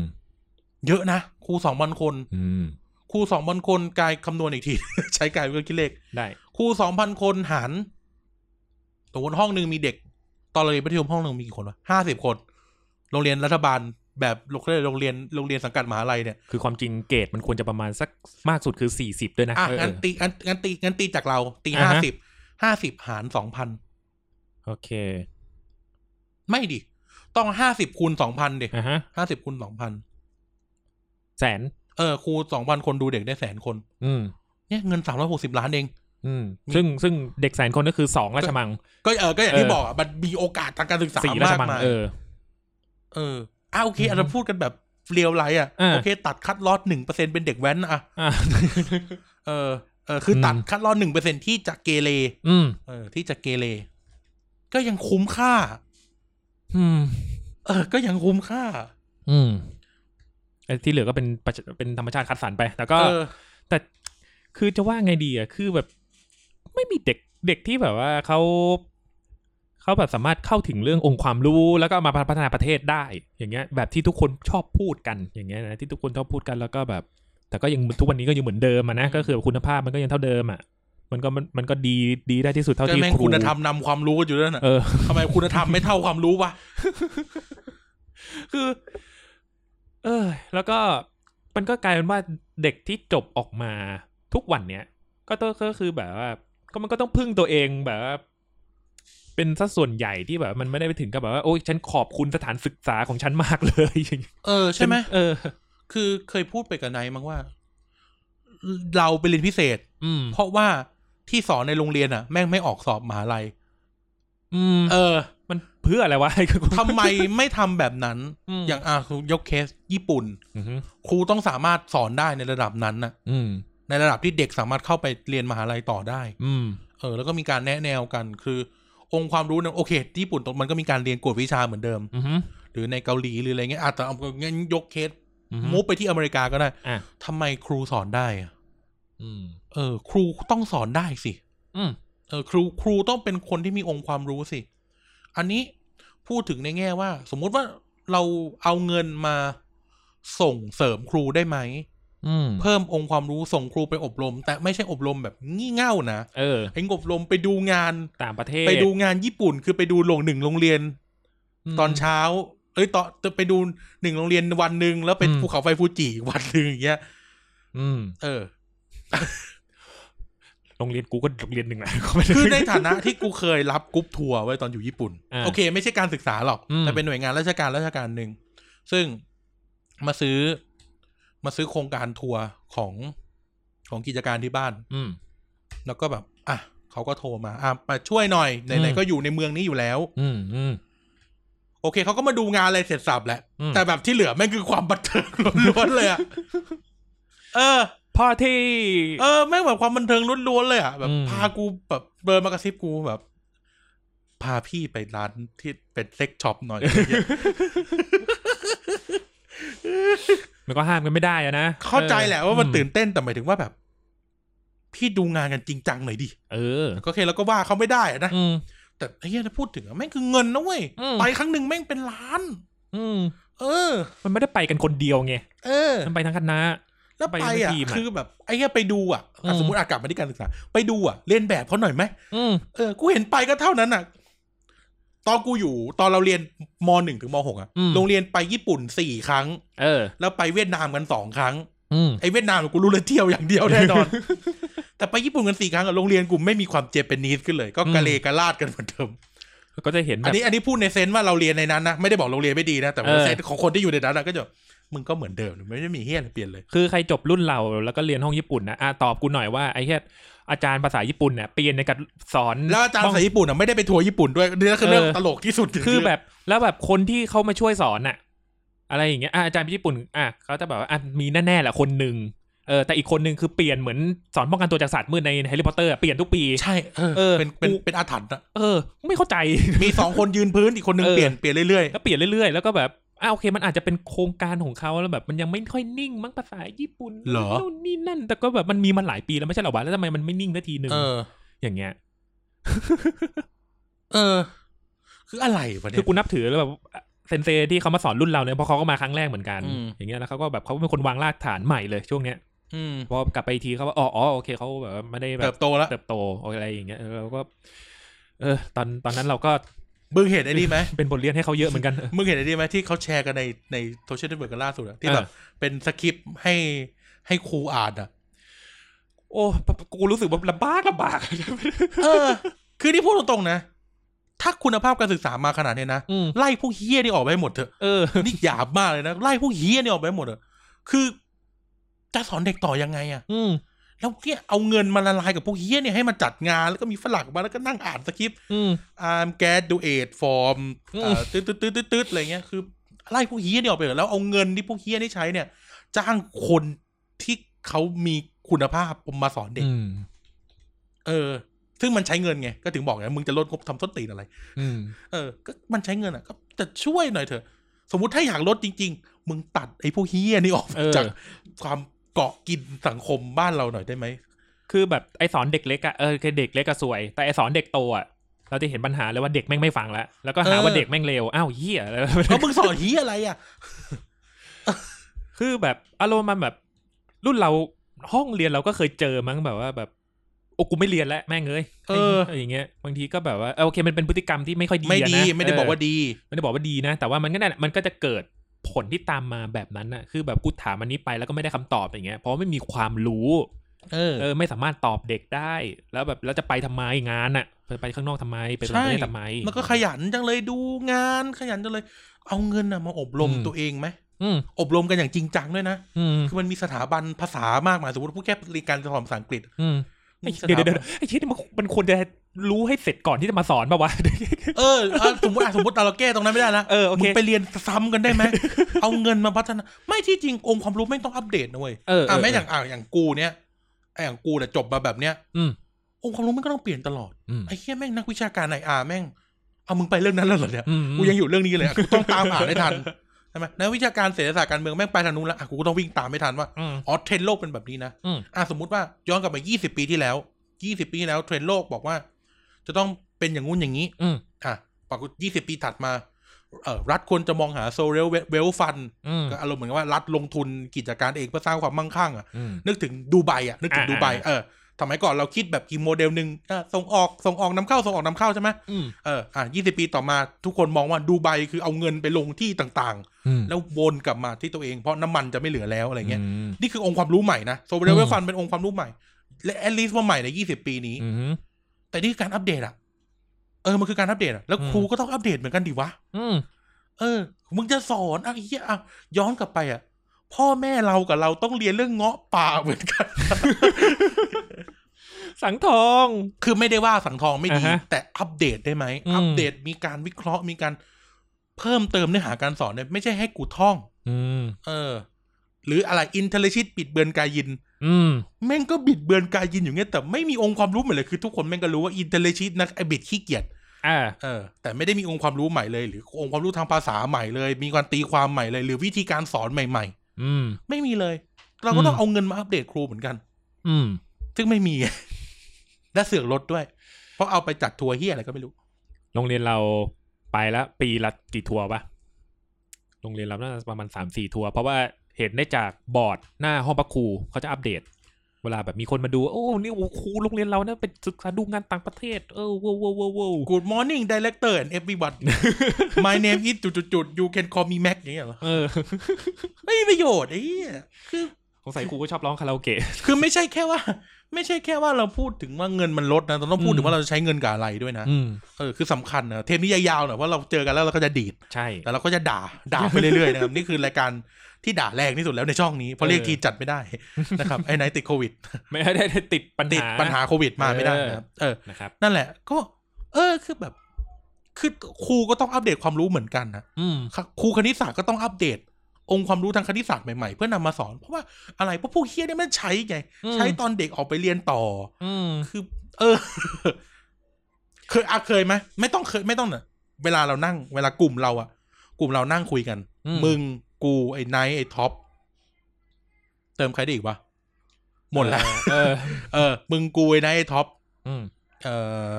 เยอะนะครูสองพันคน
อืม
ครูสองพันคนกายคำนวณอีกที ใช้กายเป็นเครื่องคิดเลข
ได้
ครูสองพันคนหารสมมติห้องหนึ่งมีเด็ก ตอนเราเรียนประถมห้องหนึ่งมีกี่คนวะห้าสิบคน โรงเรียนรัฐบาลแบบโรงเรียนโรงเรียนโรงเรียนสังกัดมหาลัยเนี่ย
คือความจริงเกรดมันควรจะประมาณสักมากสุดคือสี่สิบด้วยนะ
อ่ะ
เออ
งั้นตีงั้นงั้นตีงั้นตีจากเรา ตี
อ่า
ห้า
ฮะ
สิบห้าสิบหารสองพัน
โอเค
ไม่ดิ ต้องห้าสิบคูณสองพันเด็ก
อ่ะฮะ
ห้าสิบคูณสองพัน
แสน
เออครูสองพันคนดูเด็กได้แสนคน
อืม
เนี่ยเงินสามร้อยหกสิบล้านเอง
อืม ซึ่งซึ่งเด็กแสนคนก็คือสองราชมัง
ก็เออก็อย่าง
เออ
ที่บอกอ่ะมันมีโอกาสทางการศึกษา
สี่ราช
มาก
มัง
มาย
เออ
เอออ่ะโอเคอาจ
อื
จะ
ม
พูดกันแบบเรียวไลท์อ่ะ
อ่า
โอเค ตัดคัดลอดหนึ่งเปอร์เซ็นเป็นเด็กแว้นอ่ะ
อ่ะ
เออ เออ คืออ
ม
ตัดคัดลอดหนึ่งเปอร์เซ็นที่จะเกเร
อืม
เออ ที่จะเกเร ก็ยังคุ้มค่า
อืม
เออ ก็ยังคุ้มค่า
อืมไอ้ที่เหลือก็เป็นประชเป็นธรรมชาติคัดสรรไป แต่ก็
เออ
แต่คือจะว่าไงดีอ่ะ คือแบบ ไม่มีเด็กเด็กที่แบบว่าเขาเขาแบบสามารถเข้าถึงเรื่ององค์ความรู้แล้วก็เอามาพัฒนาประเทศได้ อย่างเงี้ย แบบที่ทุกคนชอบพูดกันอย่างเงี้ยนะที่ทุกคนชอบพูดกันแล้วก็แบบ แต่ก็ยังทุกวันนี้ก็ยังเหมือนเดิมอะนะก็คือคุณภาพมันก็ยังเท่าเดิมอ่ะ มันก็มันมันก็ดีดีได้ที่สุดเท่า
ก็
ที่
แม่ง
ครู
คุณธรรมนำความรู้กันอยู่ด้วยน่ะ
เออ
ทำไมคุณธรรมไม่เท่าความรู้วะ
คือ เออ แล้วก็มันก็กลายเป็นว่าเด็กที่จบออกมาทุกวันเนี้ยก็ต้องก็คือแบบว่า ก็มันก็ต้องพึ่งตัวเองแบบว่าเป็นสัดส่วนใหญ่ที่แบบ มันไม่ได้ไปถึงกับแบบว่าโอ้ยฉันขอบคุณสถานศึกษาของฉันมากเลย
เออ ใช่ไหม
เออ
คือเคยพูดไปกับนายมั้งว่า เราไปเรียนพิเศษ
อืม
เพราะว่าที่สอนในโรงเรียนอ่ะ แม่งไม่ออกสอบมหาลัย
อืม
เออ
มันเพื่ออะไรวะไอ้กู
ทำไมไม่ทำแบบนั้น
อืม
อย่างอ่ะยกเคสญี่ปุ่น
อืม
ครูต้องสามารถสอนได้ในระดับนั้นน่ะ
อืม
ในระดับที่เด็กสามารถเข้าไปเรียนมหาลัยต่อได้
อืม
เออ แล้วก็มีการแนะแนวกันคือ องค์ความรู้เนี่ยโอเค ญี่ปุ่นตรงมันก็มีการเรียนกวดวิชาเหมือนเดิม
อืม
หรือในเกาหลีหรืออะไรเงี้ยอาจจะแต่เอางั้นยกเคส
อืม
มูฟไปที่อเมริกาก็ได้
อ่ะ
ทำไมครูสอนได้อะ
อืม
เออ ครูต้องสอนได้สิ
อืม
เออครูครูต้องเป็นคนที่มีองค์ความรู้สิ อันนี้พูดถึงในแง่ว่า สมมุติว่าเราเอาเงินมาส่งเสริมครูได้ไหม
อืม
เพิ่มองค์ความรู้ส่งครูไปอบรม แต่ไม่ใช่อบรมแบบงี่เง่านะ
เออ
ไอ้อบรมไปดูงาน
ต่างประเทศ
ไปดูงานญี่ปุ่น คือไปดูโรงหนึ่งโรงเรียน
ม
ตอนเช้า เอ้ยตอนจะไปดูหนึ่งโรงเรียนวันหนึ่งแล้วเป็น
อืม
ภู เขาไฟฟูจิอีกวันหนึ่งอย่างเงี้ย
อืม
เออ
โรงเรียนกูก็โรงเรียนหนึ่งแหละ ก็ไม่ได้
คือในฐานะที่กูเคยรับกรุ๊ปทัวร์ไว้ตอนอยู่ญี่ปุ่น
อ่า
โอเค ไม่ใช่การศึกษาหรอก
อืม
แต่เป็นหน่วยงานราชการราชการหนึ่ง ซึ่งมาซื้อมาซื้อโครงการทัวร์ของของกิจการที่บ้าน
อืม
แล้วก็แบบ อ่ะเขาก็โทรมา อ่ะมาช่วยหน่อย ไหน
อืม
ๆก็อยู่ในเมืองนี้อยู่แล้ว
อืมอืม
โอเคเขาก็มาดูงานอะไรเสร็จสับแหละ
อืม
แต่แบบที่เหลือแม่งคือความบันเทิงล้วนๆ เลยอะเออ
พ่อที่
เออแม่งแบบความบันเทิงล้วนๆเลยอ่ะแบบ
อืม
พากูแบบเดินมากระซิบกูแบบ พาพี่ไปร้านที่เป็นเซ็กช็อป หน่อย อะไรเงี้ย
มันก็ห้ามกันไม่ได้อะนะ
เข้าใจ
ออ
แหละว่ามัน
อื
ตื่นเต้นแต่หมายถึงว่าแบบ พี่ดูงานกันจริงจังหน่อยดิ
เออ
ก็โอเคแล้วก็ว่าเขาไม่ได้อะนะ
อืม
แต่ไอ้เฮียนะพูดถึงอะแม่งคือเงินนะเว้ย
อืม
ไปครั้งหนึ่งแม่งเป็นล้าน
อืม
เออ
มันไม่ได้ไปกันคนเดียวไง
เออ
มันไปทั้งคณะ
แล้วไป
ไปเป็น
อ่ะ
ทีมอะ
คือแบบไอ้เฮียไปดูอ่ะ
อืม
สมมติอากลับมาที่การศึกษา ไปดูอ่ะเรียนแบบเขาหน่อยไหม
อืม
เออ กูเห็นไปก็เท่านั้นอ่ะ ตอนกูอยู่ตอนเราเรียนมหนึ่งถึงมหกอ่ะ
อืม
โรงเรียนไปญี่ปุ่นสี่ครั้ง
เออ
แล้วไปเวียดนามกันสองครั้ง
อืม
ไอ้เวียดนามกูรู้เลยเที่ยวอย่างเดียวแน่นอน แต่ไปญี่ปุ่นกันสี่ครั้งอะโรงเรียนกูไม่มีความเจแปนนิสขึ้นเลย ก็
อืม
กะเลกะลาดกันเหมือนเดิม
ก็จะเห็นแบ
อัน
บ
นี้อันนี้พูดในเซนส์ว่าเราเรียนในนั้นนะ ไม่ได้บอกโรงเรียนไม่ดีนะ แต่ว่า
เออ
เซนส์ของคนที่อยู่ในนั้นอะก็จะมึงก็เหมือนเดิมไม่ได้มีเฮี้ยอะไรเปลี่ยนเลย
คือใครจบรุ่นเราแล้วก็เรียนห้องญี่ปุ่นนะอ่ะตอบกูหน่อยว่าไอ้แค่อาจารย์ภาษาญี่ปุ่นเนี่ยเปลี่ยนในการสอน
แล้วอาจารย์
บ้ง
สายญี่ปุ่นอะไม่ได้ไปทัวร์ญี่ปุ่นด้วยนี่คือเรื่อง
เออ
ตลกที่สุด
คือแบบแล้วแบบคนที่เขามาช่วยสอนน่ะ อะไรอย่างเงี้ยอ่ะอาจารย์ญี่ปุ่นอ่ะเขาจะแบบว่าอ่ะมีแน่ๆแหละคนหนึ่งเออแต่อีกคนหนึ่งคือเปลี่ยนเหมือนสอนป้องกันตัวจากศาสตร์มืดในแฮร์รี่พอตเตอร์เปลี่ยนทุกปี
ใช่เออ
เออ
เป็นเป็น
กู
เป็นอาถรรพ์อะ
เออ ไม่เข้าใจ
มีสองคนยืนพื้นอีกคนนึง
เออ
เปลี่ยนเปลี่ยนเรื่อย
ก็เปลี่ยนเรื่อยๆ แล้วก็แบบอ่ะโอเค มันอาจจะเป็นโครงการของเขาแล้วแบบมันยังไม่ค่อยนิ่งมั้งภาษาญี่ปุ่นนู่นนี่นั่น แต่ก็แบบมันมีมาหลายปีแล้วไม่ใช่เหรอวะแล้วทำไมมันไม่นิ่งสักทีหนึ่
ๆ
งอย่างเงี้ย
เออ คืออะไรวะเนี่
คื
ย
อกูนับถือแล้วแบบเซนเซที่เขามาสอนรุ่นเราเนี่ยเพราะเขาก็มาครั้งแรกเหมือนกัน
อืม
อย่างเงี้ยแล้วเขาก็แบบเขาเป็นคนวางรากฐานใหม่เลยช่วงเนี้ย
อืม
พอกลับไปอีกทีเขาว่าอ๋ออ๋อโอเคเขาแบบว่าไม่ได้แบ
เติ
บบ
โตแล้ว
เติบโตอะไรอย่างเงี้ยเออเราก็ เออ ตอนตอนนั้นเราก็
มึงเห็นไอ้นี่ไหม
เป็นบทเรียนให้เขาเยอะเหมือนกันเออ
มึงเห็นไอ้นี่ไหมที่เขาแชร์กันในในโซเชียลเน็ตเวิร์กกันล่าสุดอะที่
เออ
แบบเป็นสคริปต์ให้ให้ครูอ่านอะ
โอ้กูรู้สึกว่าลำบากลำบาก
เออ คือที่พูดตรงๆนะ ถ้าคุณภาพการศึกษามาขนาดเนี้ยนะ
อืม
ไล่พวกเฮี้ยนี่ออกไปให้หมดเถอะ
เออ
นี่หยาบมากเลยนะ ไล่พวกเฮี้ยนี่ออกไปให้หมดเถอะคือจะสอนเด็กต่อยังไงอะ
อืม
แล้วเนี่ยเอาเงินมาละลายกับพวกเฮี้ยเนี่ยให้มาจัดงานแล้วก็มีฝรั่งมาแล้วก็นั่งอ่านสคริปต์
อืม
อาร์มแก๊สดูเอทฟอร์ม
อืม
อ่าตืดตืดตืดตืดตืดอะไรเงี้ยคือไล่พวกเฮี้ยเนี่ยออกไปเถอะแล้วเอาเงินที่พวกเฮี้ยนี่ใช้เนี่ย จ้างคนที่เขามีคุณภาพมาสอนเด็ก
อืม
เออ ซึ่งมันใช้เงินไง ก็ถึงบอกไงมึงจะลดงบทำต้นตีนอะไร
อืม
เออ ก็มันใช้เงินอ่ะก็จะช่วยหน่อยเถอะ สมมติถ้าอยากลดจริง ๆ มึงตัดไอ้พวกเฮี้ยนี่ออก
เออ
จากความเกาะกินสังคมบ้านเราหน่อยได้ไหม
คือแบบไอสอนเด็กเล็กอะเออคือเด็กเล็กก็สวย แต่ไอสอนเด็กโตอะเราจะเห็นปัญหาเลยว่าเด็กแม่งไม่ฟังแล้วแล้วก็หา
เออ
ว่าเด็กแม่งเลวอ้าวเหี้ยแล้ว
แล้วมึงสอนเฮี้ยอะไรอ่ะ
คือแบบอารมณ์มันแบบ รุ่นเราห้องเรียนเราก็เคยเจอมั้งแบบว่าแบบโอ้กูไม่เรียนแล้วแม่งเอ้ย
เออ
ไอย่างเงี้ยบางทีก็แบบว่าเออโอเคมันเป็นพฤติกรรมที่ไม่ค่อยดี
ไม่
อะ
ดี
นะ
ไม่ได้บอกว่า
เ
ดี
ไม่ได้บอกว่าดีนะ แต่ว่ามันก็นั่นแหละมันก็จะเกิดผลที่ตามมาแบบนั้นน่ะ คือแบบกูถามอันนี้ไปแล้วก็ไม่ได้คำตอบอย่างเงี้ยเพราะไม่มีความรู้
เออ
เออไม่สามารถตอบเด็กได้ แล้วแบบแล้วจะไปทำไมงานน่ะไปไปข้างนอกทำไมไปต่างประเทศ
ใช่
ทำไม
มันก็ขยันจังเลยดูงานขยันจังเลย เอาเงินน่ะมาอบรม
อืม
ตัวเองไหม
อืม
อบรมกันอย่างจริงจังด้วยนะ
อืม
คือมันมีสถาบันภาษามากมายสมมติพูดแค่เรียนการสอนภาษาอังกฤษ
อืม
มีส
เดี๋ยว
ถา
เดี๋ยว
บั
เดี๋ย
น
วไอ้เชี่ยนี่มันมันควรจะรู้ให้เสร็จก่อนที่จะมาสอนป่าวะ
เออเอาสมมติอ่ะสมมติเราแก้ตรงนั้นไม่ได้นะ
เออโอเค
มึงไปเรียนซ้ำกันได้ไหม เอาเงินมาพัฒนา ไม่ที่จริงองค์ความรู้ไม่งต้องอัปเดตนะเว้ย
เออเอ
อ่ะ
อ
แม้อย่างอ่ะอย่างกูเนี้ยไอ้อย่างกูเนี่ยจบมาแบบเนี้ย
อืม
องค์ความรู้แม่งก็ต้องเปลี่ยนตลอด
อืม
ไอ้เหี้ยแม่งนักวิชาการไออาแม่งเอามึงไปเรื่องนั้นแล้วเหรอเนี่ย
อืม
กูยังอยู่เรื่องนี้ เลยอะกูต้องตามอ่านให้ทัน ใช่ไหมนักวิชาการเศรษฐศาสตร์การเมืองแม่งไปทางนู้นแล้วอะกูก็ต้องวิ่งตามให้ทันว่า
อืม
อ๋อเทรนด์โลกเป็นแบบนี้นะ
อืม
อ่ะสมมติว่าย้อนกลับไป 20 ปีที่แล้ว 20 ปีที่แล้วเทรนด์โลกบอกว่า จะต้องเป็นอย่างงู้นอย่างนี้
อืม
อ่ะปรากฏ20 ปีถัดมา เอ่อรัฐควรจะมองหาโซเรลเวลฟัน
อืม
ก็อารมณ์เหมือนกับว่ารัฐลงทุนกิจการเองเพื่อสร้างความมั่งคั่งอ่ะ
อืม
นึกถึงดูไบอ่ะ นึกถึง
อ่า
ดูไบ
อ่า
เออสมัยก่อนเราคิดแบบกี่โมเดลหนึ่งอ่ะส่งออก ส่งออกนำเข้า ส่งออกนำเข้าใช่ไหม
อืม
เออ อ่ะยี่สิบปีต่อมา ทุกคนมองว่าดูไบคือเอาเงินไปลงที่ต่าง
อืม
ๆ แล้ววนกลับมาที่ตัวเองเพราะน้ำมันจะไม่เหลือแล้วอะไรเงี้ย
อืม
นี่คือองค์ความรู้ใหม่นะโซเวเรล
อื
เว
ม
ฟันเป็นองค์ความรู้ใหม่ และแอลลิสว่าใหม่ในยี่สิบปีนี้
อืม
แต่นี่คือการอัปเดตอะเออมันคือการอัปเดตอะแล้ว
อืม
ครูก็ต้องอัปเดตเหมือนกันดิวะ
อืม
เออ มึงจะสอนอ่ะไอ้เหี้ยอ่ะย้อนกลับไปอ่ะ พ่อแม่เรากับเราต้องเรียนเรื่องเงาะป่าเหมือนกัน
สังทอง
คือไม่ได้ว่าสังทองไม่ดี
อ่าฮะ
แต่อัปเดตได้ไหม
อืม
อัปเดตมีการวิเคราะห์มีการเพิ่มเติมเนื้อหาการสอนเนี่ยไม่ใช่ให้กูท่อง
อืม
เออ หรืออะไรอินเทลชิตบิดเบือนกายิน
อืม
แม่งก็บิดเบือนกายินอยู่เงี้ยแต่ไม่มีองค์ความรู้ใหม่เลยคือทุกคนแม่งก็รู้ว่าอินเทลชิตนะไอบิดขี้เกียจ
อ่า
เออแต่ไม่ได้มีองค์ความรู้ใหม่เลย หรือองค์ความรู้ทางภาษาใหม่เลย มีการตีความใหม่เลย หรือวิธีการสอนใหม่ ๆ
อืม
ไม่มีเลย เราก็ต้อง
อืม
เอาเงินมาอัปเดตครูเหมือนกัน
อืม
ซึ่ง ไม่มี และเสือกลดด้วย เพราะเอาไปจัดทัวร์เฮียอะไรก็ไม่รู้
โรงเรียนเราไปละปีละกี่ทัวร์ปะโรงเรียนเราน่าจะประมาณสามสี่ทัวร์เพราะว่าเห็นได้จากบอร์ดหน้าห้องพักครูเขาจะอัปเดต เวลาแบบมีคนมาดู โอ้นี่โอ้ครูโรงเรียนเราเนี่ยเป็นศึกษาดูงานต่างประเทศ เออว้าวว้าวว้าวว้าว
Good morning director and everyone my name is จุดจุดๆๆ you can call me Mac อย่างเงี้ยเหรอ
เอ อ
ไม่มีประโยชน์ไอ้เหี้ยคือ
สงสัยครูก็ชอบร้องคาราโอเกะ
คือไม่ใช่แค่ว่า ไม่ใช่แค่ว่าเราพูดถึงว่าเงินมันลดนะเราต้องพูด
อืม
ถึงว่าเราจะใช้เงินกับอะไรด้วยนะ
อืม
เออคือสำคัญนะเทปนี้ยาวๆหน่อยเพราะเราเจอกันแล้วเราก็จะดีด
ใช่
แต่เราก็จะด่าด่าไปเรื่อยๆนะครับนี่คือรายการที่ด่าแรงที่สุดแล้วในช่องนี้เพราะเรียกทีจัดไม่ได้ นะครับไอ้ไหนติดโควิด
ไม่ได้ได้ติดปัญ
ติด
หา
ปัญหาโควิดมา
เออ
ไม่ได้นะครับ เออ
นะครับ
นั่นแหละ ก็ เออ คือแบบ คือครูก็ต้องอัปเดตความรู้เหมือนกันนะ
อืม
คครูคณิตศาสตร์ก็ต้องอัปเดต องค์ความรู้ทางคณิตศาสตร์ใหม่ๆ เพื่อนำมาสอน เพราะว่าอะไร เพราะพวกเฮี้ยเนี่ยมันใช้ไง
อืม
ใช้ตอนเด็กออกไปเรียนต่อ
อืม
คือ เออ เคยอาเคยไหมไม่ต้องเคยไม่ต้องเนอะเวลาเรานั่ง เวลากลุ่มเราอะกลุ่มเรานั่งคุยกัน
อืม
มึง กู ไอ้ไนท์ไอ้ท็อป เติมใครได้อีกวะ หมดละ
เออ
เออ มึงกูไอ้นายไอ้ท็อป
อืม
เออ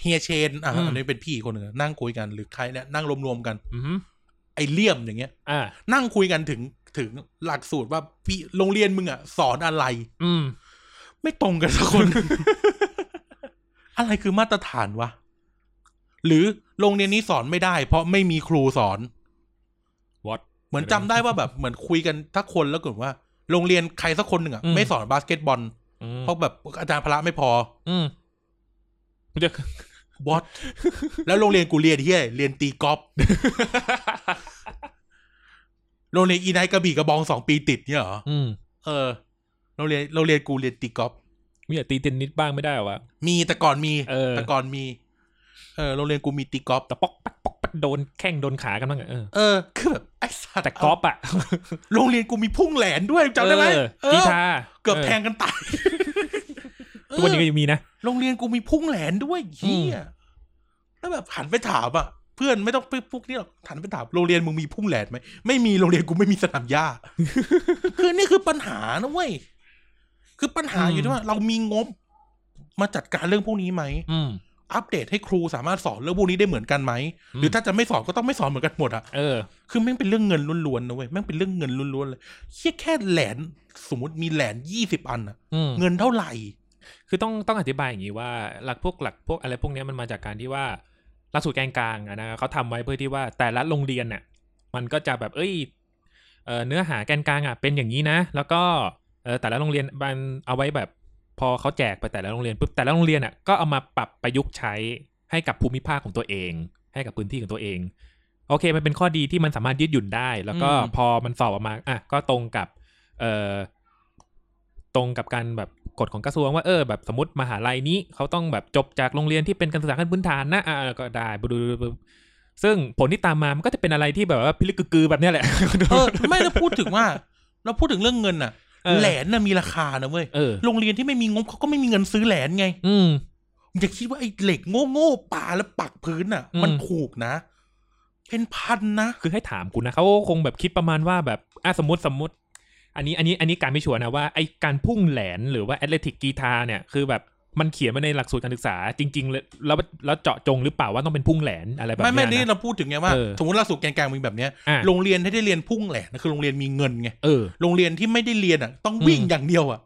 เฮียเชน อ่ะ
อืม
อันนี้เป็นพี่อีกคนหนึ่งนั่งคุยกันหรือใครเนี่ยนั่งรวมๆกัน
อืม
ไอเลี่ยมอย่างเงี้ย
อ่า
นั่งคุยกันถึงถึงหลักสูตรว่าพี่โรงเรียนมึงอ่ะ สอนอะไร
อืม
ไม่ตรงกันสักคน อะไรคือมาตรฐานวะ หรือโรงเรียนนี้สอนไม่ได้ เพราะไม่มีครูสอน
what
เหมือนจำได้ว่าแบบเหมือนคุยกันทักคนแล้วกลุ่มว่า โรงเรียนใครสักคนหนึ่งอ่ะ
อืม
ไม่สอนบาสเกตบอล
อืม
เพราะแบบอาจารย์พละไม่พอ
อืมเดี๋ยว
วอต แล้วโรงเรียนกูเรียนเฮียเรียนตีกอล์ฟ โรงเรียนอีไนท์กระบี่กระบองสองปีติดเนี่ยเหรอ
อืม
เออ โรงเรียนโรงเรียนกูเรียนตีกอล์ฟ
มีอยากตีเทนนิสบ้างไม่ได้เหรอวะ
มีแต่ก่อนมี
เออ
แต่ก่อนมี เออ โรงเรียนกูมีตีกอล์ฟ
แต่ปอกปักปอกปักโดนแข้งโดนขากันบ้างอะเออ
เออ คือแบบไอ้สัตว์
แต่กอล์ฟอ่ะ
โรงเรียนกูมีพุ่งแหลนด้วยจำได้ไหม
เออ
เออ
กีตาร์
เกือบแทงกันตาย
เออทุกวันนี้
เอ
ก็
อ
ยังมีนะ
โรงเรียนกูมีพุ่งแหลนด้วยเฮียแล้วแบบหันไปถามอ่ะ เพื่อนไม่ต้องไปพวกนี้หรอกหันไปถามโรงเรียนมึงมีพุ่งแหลนไหมไม่มีโรงเรียนกูไม่มีสนามห ญ้า คือนี่คือปัญหานะเว้ย คือปัญหา
อืม
อยู่ที่ว่า เรามีงบ มาจัดการเรื่องพวกนี้ไหม
อืม
อัปเดตให้ครูสามารถสอนเรื่องพวกนี้ได้เหมือนกันไหม
อืม
หรือถ้าจะไม่สอนก็ต้องไม่สอนเหมือนกันหมดอะ
เออ
คือแม่งเป็นเรื่องเงินล้วนๆนะเว้ย แม่งเป็นเรื่องเงินล้วนๆเลยเฮียแค่แหลน สมมติมีแหลนยี่สิบอันอะ
อืม
เงินเท่าไหร่
คือต้องต้องอธิบายอย่างนี้ว่า หลักพวกหลักพวกอะไรพวกเนี้ยมันมาจากการที่ว่าหลักสูตรแกนกลางอะนะเขาทำไว้เพื่อที่ว่าแต่ละโรงเรียนเนี่ยมันก็จะแบบเอ้ยเอ่อเนื้อหาแกนกลางอ่ะเป็นอย่างนี้นะ แล้วก็เอ่อแต่ละโรงเรียนมันเอาไว้แบบ พอเขาแจกไปแต่ละโรงเรียนปุ๊บแต่ละโรงเรียนอ่ะก็เอามาปรับประยุกต์ใช้ให้กับภูมิภาคของตัวเอง ให้กับพื้นที่ของตัวเอง โอเค มันเป็นข้อดีที่มันสามารถยืดหยุ่นได้ แล้วก็
อืม
พอมันสอบออกมาอ่ะก็ตรงกับ เอ่อตรงกับการแบบกฎของกระทรวงว่าเออแบบสมมติมหาลัยนี้เขาต้องแบบจบจากโรงเรียนที่เป็นการศึกษาขั้นพื้นฐานนะอ่าก็ได้บดูดูซึ่งผลที่ตามมามันก็จะเป็นอะไรที่แบบว่าพิลึกกึกกือแบบเนี้ยแหละ
เออ ไม่ได้พูดถึงว่า เราพูดถึงเรื่องเงินอะ
เออ
แหลนน่ะมีราคานะเว้ย
เออ
โรงเรียนที่ไม่มีงบเขาก็ไม่มีเงินซื้อแหลนไง
อืม
อย่าคิดว่าไอ้เหล็กโง่ๆปาแล้วปักพื้นอะ
อืม
มันถูกนะ เป็นพันนะ
คือให้ถามกูนะเขาคงแบบคิดประมาณว่าแบบอ่ะสมมติสมมติ อันนี้อันนี้อันนี้การไม่ชัวร์นะว่าไอการพุ่งแหลนหรือว่าแอตเลติกกีตาเนี่ยคือแบบมันเขียนมาในหลักสูตรการศึกษาจริง ๆ แล้วแล้วแล้วเจาะจงหรือเปล่าว่าต้องเป็นพุ่งแหลนอะไรแบบ
ไม่
เนี้ย
ไม่นี่
นะ
เราพูดถึงไงว่า
เออ
สมมติเราสู่แกนกลางมีแบบเนี้ย
อ่ะ
โรงเรียนที่ได้เรียนพุ่งแหละนะคือโรงเรียนมีเงินไง
เออ
โรงเรียนที่ไม่ได้เรียนอ่ะ ต้องวิ่ง
อืม
อย่างเดียวอ่ะ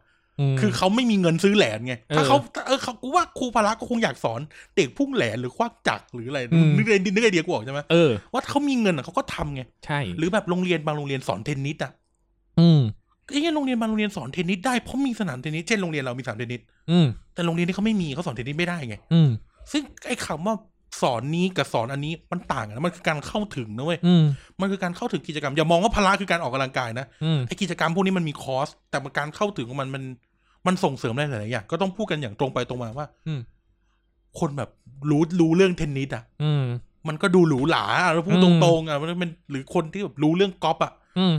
ม
คือเขาไม่มีเงินซื้อแหลนไง
เออ
ถ้าเขาเออเขากูว่าครูพละก็คงอยากสอนเด็กพุ่งแหลนหรือควักจักรหรืออะไร
อืม
นึกไอเดียนึกไอเดียกูออกใช่ไหม
เออ
ว่าเขามีเงินอ่ะเขาก็ทำไง
ใช่
หรือแบบโรงเรียนบางโรงเรียนสอนเทนนิสอ่ะ
อืม
ไอ้เงี้ยโรงเรียนบางโรงเรียนสอนเทนนิสได้เพราะมีสนามเทนนิสเช่นโรงเรียนเรามีสนามเทนนิส
อืม
แต่โรงเรียนที่เขาไม่มีเขาสอนเทนนิสไม่ได้ไง
อืม
ซึ่งไอ้คำว่าสอนนี้กับสอนอันนี้มันต่างกันนะมันคือการเข้าถึงนะเว้ย
อืม
มันคือการเข้าถึงกิจกรรมอย่ามองว่าพละคือการออกกำลังกายนะ
อืม
ไอ้กิจกรรมพวกนี้มันมีคอร์สแต่มันการเข้าถึงของมันมันมันส่งเสริมอะไรหลายๆอย่างก็ต้องพูดกันอย่างตรงไปตรงมาว่า
อืม
คนแบบรู้รู้เรื่องเทนนิสอ่ะ
อืม
มันก็ดูหรูหราอะแล้วพูด
อื
ต
ม
รงๆอ่ะมันเป็นหรือคนที่แบบรู้เรื่องกอล์ฟอ่ะ
อืม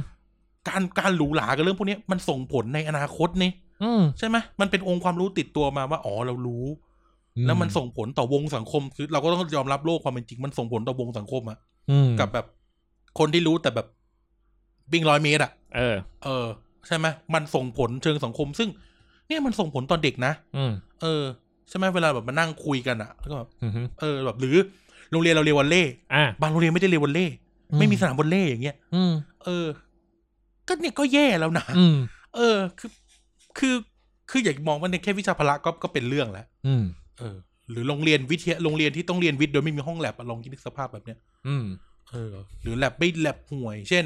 การการหรูหรากับเรื่องพวกนี้มันส่งผลในอนาคตนี่
อืม
ใช่ไหมมันเป็นองค์ความรู้ติดตัวมาว่าอ๋อเรารู้ แล้วมันส่งผลต่อวงสังคม คือ เราก็ต้องยอมรับโลกความเป็นจริงมันส่งผลต่อวงสังคมอะ
อืม
กับแบบคนที่รู้แต่แบบวิ่งร้อยเมตรอะ
เออ
เออ ใช่ไหมมันส่งผลเชิงสังคม ซึ่ง เนี่ยมันส่งผลตอนเด็กนะ
อืม
เออใช่ไหมเวลาแบบมานั่งคุยกันอะแล้วก็แบบ
อืม
เออแบบหรือโรงเรียนเราเรียนวอลเล่
อ่ะ
บางโรงเรียนไม่ได้เรียนวอลเล่
อืม
ไม่มีสนามวอลเล่อย่างเงี้ย
อืม
เออ ก็เนี่ยก็แย่แล้วนะ
อืม
เออ คือคือคืออย่ามองว่าในแค่วิชาพละก็ก็เป็นเรื่องแล้ว
อืม
เออหรือโรงเรียนวิทยาโรงเรียนที่ต้องเรียนวิทย์โดยไม่มีห้องแลบอะลองคิดนึกสภาพแบบเนี้ย
อืม
เออหรือแลบไม่แลบห่วย เช่น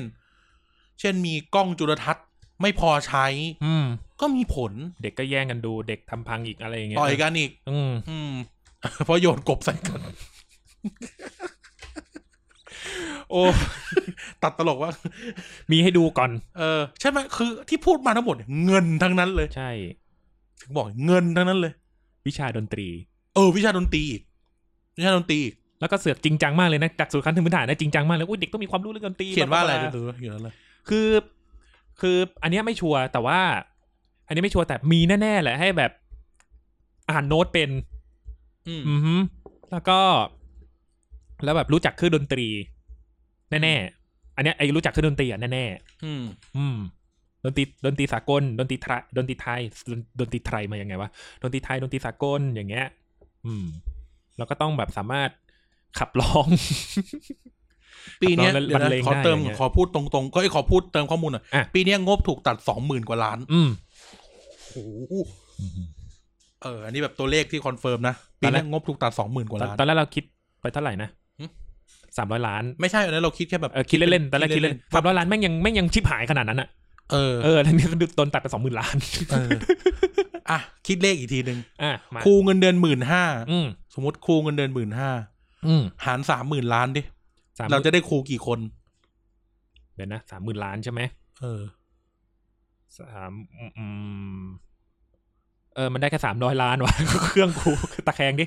เช่นมีกล้องจุลทรรศน์ไม่พอใช้
อืม
ก็มีผล
เด็กก็แย่งกันดูเด็กทำพังอีกอะไรอย่างเงี้ย
ต่อยกันอีก
อืม
อืม เพราะโยนกบใส่กัน โอ้ ตัดตลกว่า
มีให้ดูก่อน
เออ ใช่ไหมคือที่พูดมาทั้งหมดเนี่ยเงินทั้งนั้นเลย
ใช่
ถึงบอกเงินทั้งนั้นเลย
วิชาดนตรี
เออ วิชาดนตรีอีกวิชาดนตรีอีก
แล้วก็เสือกจริงจังมากเลยนะ จากสูตรคันถึงพื้นฐานนะจริงจังมากเลยอุ้ยเด็กต้องมีความรู้เรื่องดนตรี
เขียนว่าอะไร
บลบล
ดูอยู่นั้นเลย
คือ คืออันเนี้ยไม่ชัวร์แต่ว่า อันนี้ไม่ชัวร์แต่มีแน่ๆแหละให้แบบ อ่านโน้ตเป็น
อืม
อือฮึแล้วก็ แล้วแบบรู้จักเครื่องดนตรี แน่ๆอันเนี้ยไอ้รู้จักเครื่องดนตรีอ่ะแน่
อืม
ๆอืมดนตรีดนตรีสากลดนตรีไทยดนตรีไทยดนดนตรีไทยมายังไงวะดนตรีไทยดนตรีสากลอย่างเงี้ย อืม แล้วก็ต้องแบบสามารถขับร้อง
ปีเนี้ย
ขับรถแล้ว
เดี๋ย
บ
ว
ร
นะ
รเลง
ขอเติม
ได้อย่างเงี้ย
ขอพูดตรงๆก็ไอ้ยขอพูดเติมข้อมูลหน่อย
อ่ะ
ปีเนี้ยงบถูกตัดสองหมื่นกว่าล้าน
อืม
โอ้โหเอออันนี้แบบตัวเลขที่คอนเฟิร์มนะ
ต
ปี
อนแร
เนี้
ก
ยงบถูกตัดสองหมื่นกว่า
ตอน
ล้าน
ตอนแรกเราคิดไปเท่าไหร่นะ
หึ
สามร้อยล้าน
ไม่ใช่อันนั้นเราคิดแค่แบบ
เออคิดเล่นๆตอนแรกคิดเล่น
ค
สา
รับ
มร้อยล้านแม่งยังแม่งยังชิบหายขนาดนั้นอ่ะ
เออ
เอ อแล้วนี่ก็โดนตัดไปสองหมื่นล้ าน
เอออ่ะคิดเลขอีกทีหนึ่ง
อ่ะมา
ครูเงินเดือนหมื่นห้า
อืม
สมมติครูเงินเดือนหมื่นห้า
อืม
หารสามหมื่นล้านดิ
สาม
เราจะได้ครูกี่คน
เดี๋ยวนะสามหมื่นล้านใช่ไหม
เออ
สามอืมเออ มันได้แค่สามร้อยล้านวะ เครื่องกูตะแคง ดิ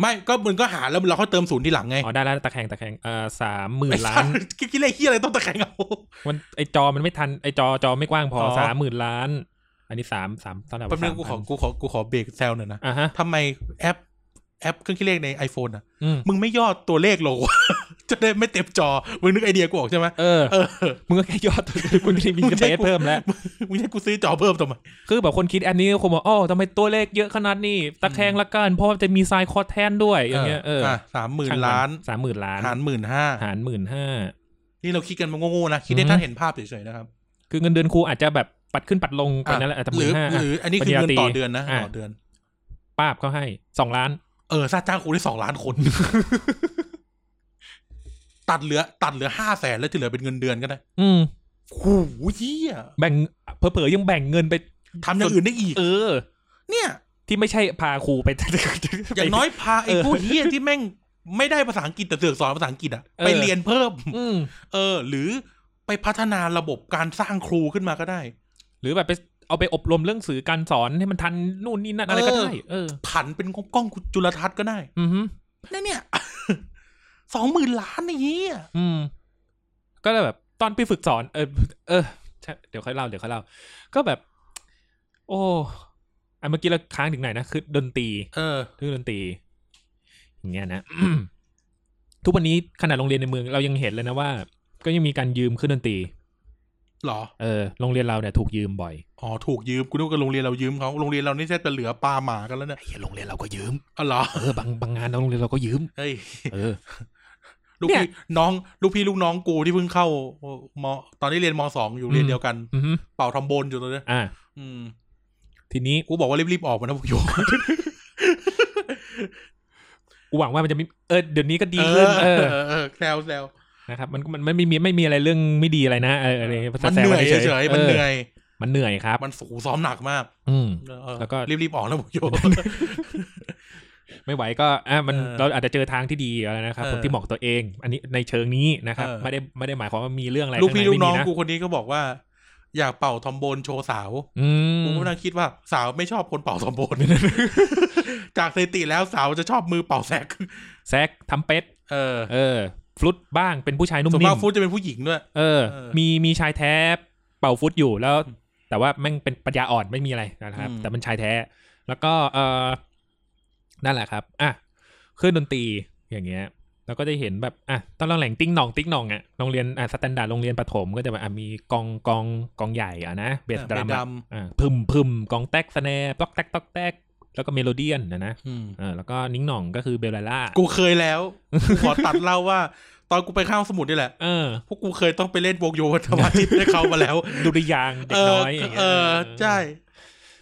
ไม่ก็มึงก็หารแล้วเราค่อยเติมศูนย์ทีหลังไง
อ๋อได้แล้วตะแคงตะแคงเออสามหมื่
ไอ้
นล้า
สัต
น
ว์คิดเลขที่อะไรต้องตะแคงเอา
มันไอจอมันไม่ทันไอจอจอไม่กว้างพอ
อ
สามหมื่นล้าน อันนี้สามสามเท่าไหร่วะ
แป๊บนึงกูขอ
3,000
กูขอกูขอเบรกแซวหน่อยนะ
อ่ะฮะ
ทำไมแอป แอปเครื่องคิดเลขใน iPhone อ่ะ
อืม
มึงไม่ย่อตัวเลข ลง จะได้ไม่เต็มจอ มึงนึกไอเดียกูออกใช่ไหม
เออ
เออ
มึงก็แค่ยอดตัวมึงได้มี
มึง
ส
ใช้
เปซ
กู
เพิ่มแล้ว
มึงให้กูซื้อจอเพิ่มทำไม
คือแบบคนคิดแอนนี้ก็คงบอกอ้อทำไมตัวเลขเยอะขนาดนี้ตะแคงละกัน เพราะว่าจะมีทรายคอแทนด้วยอย่างเงี้ยเออ
สามหมื่นล้าน
สามหมื่นล้าน
หารหมื่นห้า
หารหมื่นห้า
นี่เราคิดกันมันโง่ๆนะ คิดได้
อือฮึ
ท่านเห็นภาพเฉยๆนะครับ
คือเงินเดือนครูอาจจะแบบปัดขึ้นปัดลงไป
อ่ะ
นั่นแหละแต่ห
หรื
มื่
อน
ห้า
หรืออันนี้คือเงินต่อเดือนนะ
ะ
ต่อเดือน
ป้าบเขาให้สองล้าน
เออซาจ้างครูได้สองล้านคน ตัดเหลือ ตัดเหลือห้าแสนแล้วที่เหลือเป็นเงินเดือนก็ได้
อืม
โอ้โหเหี้ย
แบ่งเผลอๆยังแบ่งเงินไป
ทำอย่างอื่นได้อีก
เออ
เนี่ย
ที่ไม่ใช่พาครูไป
อย่างน้อยพาไอ้
เออ
พวกเฮียที่แม่งไม่ได้ภาษาอังกฤษแต่เสือกสอนภาษาอังกฤษอะ
เออ
ไปเรียนเพิ่ม
อืม
เออ หรือไปพัฒนาระบบการสร้างครูขึ้นมาก็ได้
หรือแบบไปเอาไปอบรมเรื่องสื่อการสอนให้มันทันนู่นนี่นั่นอะไรก็ได้เออ
ผันเป็นกล้องจุลทรรศน์ก็ได้
อืม
นั่นเนี่ย สองหมื่นล้านไอ้เฮีย
อืม ก็เลยแบบตอนไปฝึกสอน เออ เออใช่เดี๋ยวค่อยเล่าเดี๋ยวค่อยเล่า ก็แบบ โอ้อ่ะเมื่อกี้เราค้างถึงไหนนะคือดนตรี
เออ
เครื่องดนตรีอย่างเงี้ยนะ ทุกวันนี้ขนาดโรงเรียนในเมืองเรายังเห็นเลยนะว่า ก็ยังมีการยืมเครื่องดนตรี
เหรอ
เออโรงเรียนเราเนี่ยถูกยืมบ่อย
อ๋อ ถูกยืมกูนึกว่าโรงเรียนเรายืมเขาโรงเรียนเรานี่แทบจะเหลือปลาหมากันแล้วเนี่ย
เฮียโรงเรียนเราก็ยืม
อ๋อเหรอ
เออบางบางงานเราโรงเรียนเราก็ยืม
เฮ้ย
เออ
ลูก
เนี่ย
พี่น้องลูกพี่ลูกน้องกูที่เพิ่งเข้ามตอนนี้เรียนมสองอยู่เรียนเดียวกัน
อือฮึ
เป่าทอมโบนอยู่ตอนนี้
อ่า
อืม
ทีนี้
กูบอกว่ารีบๆออกมานะพวกโย
กูหวังว่ามันจะมีเออเดี๋ยวนี้ก็ดีขึ้นเออ
เอเออแซวแซว
นะครับมันมันมันไม่มีไม่มีอะไรเรื่องไม่ดีอะไรนะเอออะไรเงี้ยภาษา
มัน
แซ
เห
ว
นื่อ
ๆ
ยเฉยๆ มันเหนื่อย
มันเหนื่อยครับ
มันสูซ้อมหนักมาก
อืม
เออ
แล้วก็
รีบๆออกนะผมโย
ไม่ไหวก็อ่ะมัน
เออ
เราอาจจะเจอทางที่ดีแล้วนะครับ
เออ
คนที่เหมาะกับตัวเอง อันนี้ในเชิงนี้นะครับ
เออ
ไม่ได้ไม่ได้หมายความว่ามีเรื่องอะไร
ลูกพี่
ข้า
ลู
ใไม่
กน้อง
มีะ
กูคนนี้ก็บอกว่า อยากเป่าทอมโบนโชว์สาว
อืม
กูก็นั่งคิดว่าสาวไม่ชอบคนเป่าทอมโบน จากสถิติแล้วสาวจะชอบมือเป่าแซก
แซกทำเป็ด
เออ
เออฟลุตบ้างเป็นผู้ชายนุ่ม
ส่วน
นิ่
มาก
ม
ฟูดจะเป็นผู้หญิงด้วย
เออ
เออ
มีมีชายแท้เป่าฟลุตอยู่แล้ว แต่ว่าแม่งเป็นปัญญาอ่อนไม่มีอะไรนะครับ
อืม
แต่มันชายแท้ แล้วก็เออนั่นแหละครับอ่ะเครื่องดนตรีอย่างเงี้ยเราก็จะเห็นแบบอ่ะตอนเราแหล่งติ้งหนองติ้งหนองอ่ะโรงเรียนอ่ะสแตนดาร์ดโรงเรียนประถมก็จะแบบอ่ะมีกองกองกองใหญ่อ่ะนะเบส
อ่ะ
ดรัม
เบสดรั
อ่ะ
ม
อ่ะพึมพึมกองแตกสแนปตอกแตกตอกแตกแล้วก็เมโลเดียนนะนะเออแล้วก็นิ้งหน่องก็คือเบลล่า
กูเคยแล้วกูขอตัดเล่าว่า ตอนกูไปข้างห้องสมุดนี่แหละ
เออ
พวกกูเคยต้องไปเล่นวงโยธวาทิตให้เขามาแล้ว
ดุริยางค์เด็
เอก อ
น้อยอย่างเงี้ย
เออใช่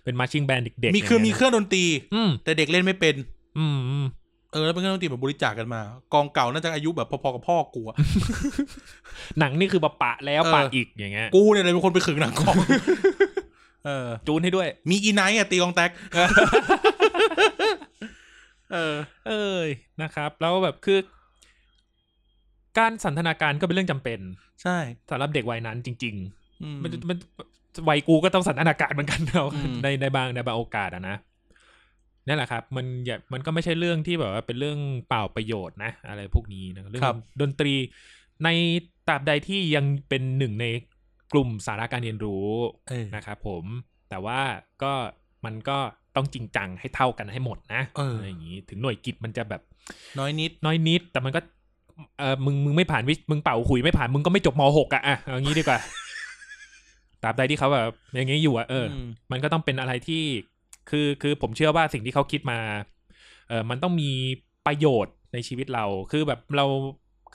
เป็นมาชิ่งแบนเด็กๆ
มีคือมีเค
ย่างเงี้ย
รื่องดนตรี
อืม
แต่เด็กเล่นไม่เป็น
อืมอืม
เออแล้วเป็นเครื่องดนตรีแบบบริจาคกันมา กองเก่าน่าจะอายุแบบพอๆกับพ่อกู อะ
หนังนี่คือปะปะแล้ว
เออ
ปะอีกอย่างเงี้ย
กูเนี่ยเลยเป็นคนไปขึงหนังกอง เออ
จูนให้ด้วย
มีอีไนท์อะตีกองแต ก เออ
เอ้ยนะครับ แล้วแบบคือ การสันทนาการก็เป็นเรื่องจำเป็น
ใช่
สำหรับเด็กวัยนั้นจริง
อืม
ๆ มันมันวัยกูก็ต้องสันทนาการเหมือนกันเรา
อืม
ในในบางในบางโอกาสอะนะนั่นแหละครับ มันอย่ามันก็ไม่ใช่เรื่องที่แบบว่าเป็นเรื่องเปล่าประโยชน์นะ อะไรพวกนี้นะเรื่องดนตรี ในตราบใดที่ยังเป็นหนึ่งในกลุ่มสาระการเรียนรู้
เออ
นะครับผมแต่ว่าก็มันก็ต้องจริงจังให้เท่ากันให้หมดนะ
เอออ
ไรอย่างนี้ถึงหน่วยกิจมันจะแบบ
น้อยนิด
น้อยนิด แต่มันก็เออมึงมึงไม่ผ่านวิชมึงเป่าขุยไม่ผ่านมึงก็ไม่จบมหกอ่ะอ่ะเอางี้ดี กว่า ตราบใดที่เขาแบบอย่างงี้อยู่อ่ะเอออ
ม
มันก็ต้องเป็นอะไรที่คือคือผมเชื่อว่าสิ่งที่เขาคิดมาเออมันต้องมีประโยชน์ในชีวิตเราคือแบบเรา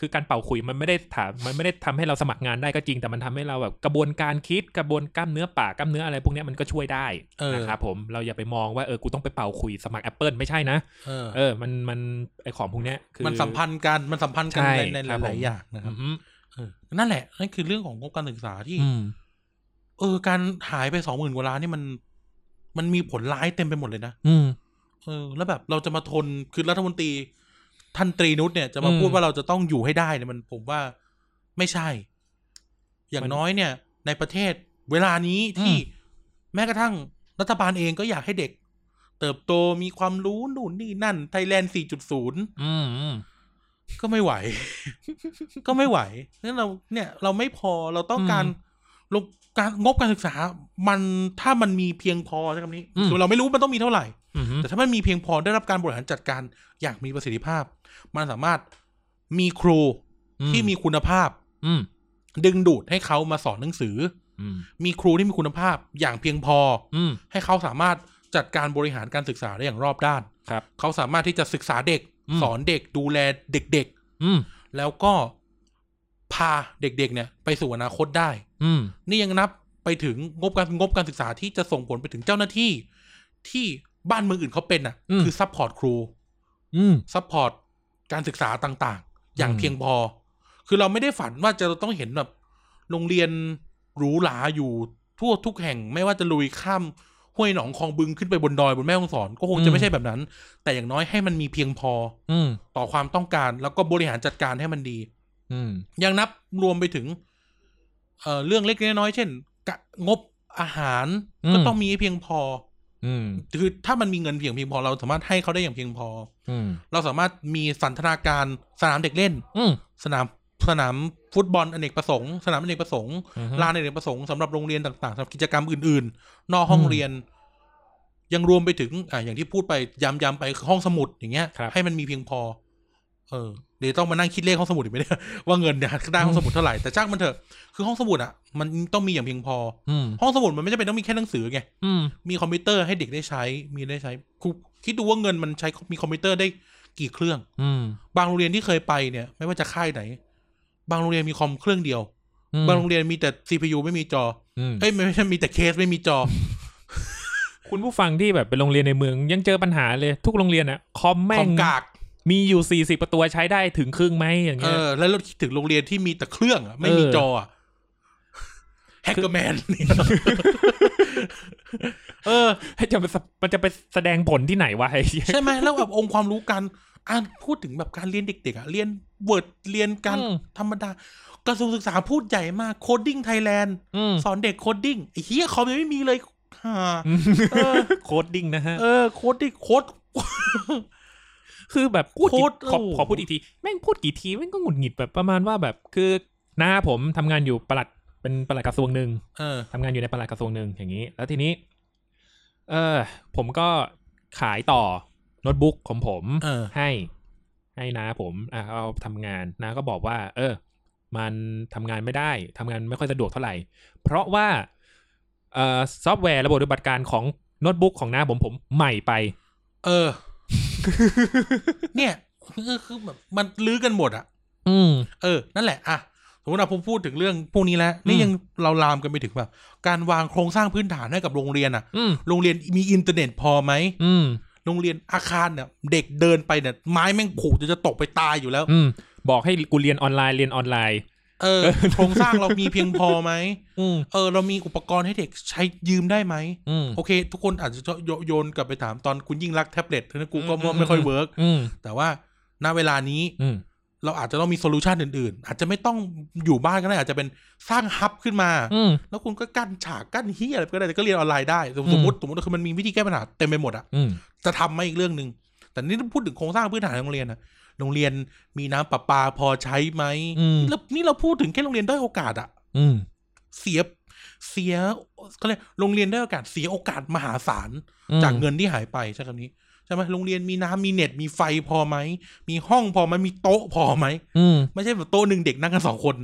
คือการเป่าขุยมันไม่ได้ถามมันไม่ได้ทำให้เราสมัครงานได้ก็จริง แต่มันทำให้เราแบบกระบวนการคิดกระบวนกล้ามเนื้อปากกล้ามเนื้ออะไรพวกเนี้ยมันก็ช่วยได้
เออ
นะครับผมเราอย่าไปมองว่าเออกูต้องไปเป่าขุยสมัคร Apple ไม่ใช่นะ
เออ
เออมันมันไอของพวกเนี้ยคือ
มันสัมพันธ์กัน มันสัมพันธ์กัน
ใช่
ในในห
ครับผ
ลาย
ม
ๆอย่างนะครั
อื
บ
อฮึ
เออนั่นแหละ นั่นคือเรื่องของงบการศึกษาที่
อืม
เออ การหายไปสองหมื่นกว่าล้านนี่มัน มันมีผลร้ายเต็มไปหมดเลยนะ
อืม
เออ แล้วแบบเราจะมาทน คือรัฐมนตรีท่านตรีนุชเนี่ยจะมา
อืม
พูดว่าเราจะต้องอยู่ให้ได้เนี่ยมันผมว่าไม่ใช่ อย่า
มั
ง
น
น้อยเนี่ย ในประเทศเวลานี้ที่
อืม
แม้กระทั่งรัฐบาลเองก็อยากให้เด็ก เติบโตมีความรู้นู่นนี่นั่นไทยแลนด์4.0
อืมอืม
ก็ไม่ไหว ก็ไม่ไหวนั่นเราเนี่ย เราไม่พอเราต้องการ
อืม
ลงการงบการศึกษา มันถ้ามันมีเพียงพอใช้คำนี้
อืม
คือเราไม่รู้มันต้องมีเท่าไหร่
อือฮึ
แต่ถ้ามันมีเพียงพอได้รับการบริหารจัดการอย่างมีประสิทธิภาพ มันสามารถมีครูที่มีคุณภาพ
อืม
ดึงดูดให้เขามาสอนหนังสือ
อืม
มีครูที่มีคุณภาพอย่างเพียงพอ
อืม
ให้เขาสามารถจัดการบริหารการศึกษาได้อย่างรอบด้าน
ครับ
เขาสามารถที่จะศึกษาเด็ก
อืม
สอนเด็กดูแลเด็ก ๆ
อืม
แล้วก็พาเด็กๆ เนี่ย ไปสู่อนาคตได้
อืม
นี่ยังนับไปถึงงบการงบการศึกษาที่จะส่งผลไปถึงเจ้าหน้าที่ ที่บ้านเมืองอื่นเขาเป็นอ่ะ
อืม
คือซัพพอร์ตครู
อืม
ซัพพอร์ตการศึกษาต่างๆ อย่าง
อืม
เพียงพอ คือเราไม่ได้ฝันว่าจะต้องเห็นแบบโรงเรียนหรูหราอยู่ทั่วทุกแห่ง ไม่ว่าจะลุยข้ามห้วยหนองคลองบึงขึ้นไปบนดอยบนแม่ฮ่องสอนก็คงจะไม่ใช่แบบนั้น แต่อย่างน้อยให้มันมีเพียงพอ
อืม
ต่อความต้องการ แล้วก็บริหารจัดการให้มันดี
อืม
ยังนับรวมไปถึง เอ่อเรื่องเล็กๆน้อยๆเช่นกะงบอาหาร
อืม
ก็ต้องมีให้เพียงพอ
อืม
คือถ้ามันมีเงินเพียงเพียงพอเราสามารถให้เขาได้อย่างเพียงพอ
อืม
เราสามารถมีสันทนาการสนามเด็กเล่น
อืม
สนามสนามฟุตบอลอเนกประสงค์สนามอเนกประสงค์
อือฮึ
ลานอเนกประสงค์สำหรับโรงเรียนต่างๆสำหรับกิจกรรมอื่นๆ นอกห้อง
อืม
เรียน ยังรวมไปถึงอ่าอย่างที่พูดไปย้ำๆไปห้องสมุดอย่างเงี้ย
ครับ
ให้มันมีเพียงพอ เออเดี๋ยวต้องมานั่งคิดเลขห้องสมุดอีกไหมเนี่ย ว่าเงินเนี่ยได้ห้องสมุดเท่าไหร่แต่จ้างมันเถอะคือห้องสมุดอ่ะมันต้องมีอย่างเพียงพอ
อืม
ห้องสมุดมันไม่จำเป็นต้องมีแค่หนังสือไง
อืม
มีคอมพิวเตอร์ให้เด็กได้ใช้มีได้ใช้ครูคิดดูว่าเงินมันใช้มีคอมพิวเตอร์ได้กี่เครื่อง
อืม
บางโรงเรียนที่เคยไปเนี่ย ไม่ว่าจะค่ายไหน บางโรงเรียนมีคอมเครื่องเดียว บางโรงเรียนมีแต่ CPU ไม่มีจอ
อืม
เอ้ยไม่ไม่ใช่มีแต่เคสไม่มีจอ
คุณผู้ฟังที่แบบเป็นโรงเรียนในเมืองยังเจอปัญหาเลยทุกโรงเรียนอะคอม
ค
แม่
อง มกาก
มีอยู่สี่สิบตัวใช้ได้ถึงครึ่งไหมอย่าง
เอ
เงี้ย
อ แล้วเราคิดถึงโรงเรียนที่มีแต่เครื่องอะไม่มี
เออ
จออะแฮ แฮกเกอร์แมน เนี่ยเออ
ให้จะมันมันจะไปแสดงผลที่ไหนวะไอ้เหี้ย
ใช่ไหมแล้วแบบองค์ความรู้การอ่านพูดถึงแบบการเรียนเด็กๆอะเรียนเวิร์ดเรียนการ
อืม
ธรรมดากระทรวงศึกษาพูดใหญ่มากโคดดิ้งไทยแลนด์
อืม
สอนเด็กโคดดิ้งไอ้เฮียคอมยังไม่มีเลยฮ่าเออ
โคดดิ้งนะฮะ
เออโคดดิ้งโคด
คือแบบพูด
โคตร
ขอ
โอ้โห
ขอพูดอีกที แม่งพูดกี่ทีแม่งก็หงุดหงิดแบบประมาณว่าแบบคือหน้าผมทำงานอยู่ประหลัดเป็นประหลัดกระทรวงหนึ่ง
เออ
ทำงานอยู่ในประหลัดกระทรวงหนึ่งอย่างนี้ แล้วทีนี้ เออ ผมก็ขายต่อโน้ตบุ๊กของผม
เออ
ให้ ให้น้าผมอ่ะเอาทำงานน้าก็บอกว่า เออ มันทำงานไม่ได้ทำงานไม่ค่อยสะดวกเท่าไหร่ เพราะว่าเอ่อซอฟต์แวร์ระบบปฏิบัติการของโน้ตบุ๊กของน้าผมผมใหม่ไป
เออ เนี่ยคือคือแบบมันลื้อกันหมดอะ
อืม
เออ นั่นแหละอะสมมติเราพูดถึงเรื่องพวกนี้แล้วนี่
อืม
ยังเราลามกันไปถึงแบบการวางโครงสร้างพื้นฐานให้กับโรงเรียนอะ
อืม
โรงเรียนมีอินเทอร์เน็ตพอไหม
อืม
โรงเรียนอาคารเนี่ยเด็กเดินไปเนี่ยไม้แม่งขู่จะจะตกไปตายอยู่แล้ว
อืมบอกให้กูเรียนออนไลน์เรียนออนไลน์
เออ โครงสร้างเรามีเพียงพอไหม
อืม
เออ เรามีอุปกรณ์ให้เด็กใช้ยืมได้ไหม
อืม
โอเค ทุกคนอาจจะโยโยนกลับไปถามตอนคุณยิ่งรักแท็บเล็ตนะกูก็
อืม
ไม่ค่อยเวิร์ก
อืม
แต่ว่าณเวลานี้
อืม
เราอาจจะต้องมีโซลูชันอื่นๆ อาจจะไม่ต้องอยู่บ้านก็ได้อาจจะเป็นสร้างฮับขึ้นมา
อืม
แล้วคุณก็กั้นฉากกั้นเฮียอะไรก็ได้แต่ก็เรียนออนไลน์ได้สม
อืม
สมมติสมมติคือมันมีวิธีแก้ปัญหาเต็มไปหมดอะ
อืม
จะทำมาอีกเรื่องหนึ่ง แต่นี่พูดถึงโครงสร้างพื้นฐานของโรงเรียนนะโรงเรียนมีน้ำประปาพอใช้ไหม
อืม
แล้วนี่เราพูดถึงแค่โรงเรียนด้อยโอกาสอะ
อืม
เสีย เสียเขาเรียกโรงเรียนด้อยโอกาสเสียโอกาสมหาศาล
อืม
จากเงินที่หายไปใช่คำนี้ใช่ไหมโรงเรียนมีน้ำมีเน็ตมีไฟพอไหม มีห้องพอไหมมีโต๊ะพอไหม
อืม
ไม่ใช่แบบโต๊ะหนึ่งเด็กนั่งกันสองคน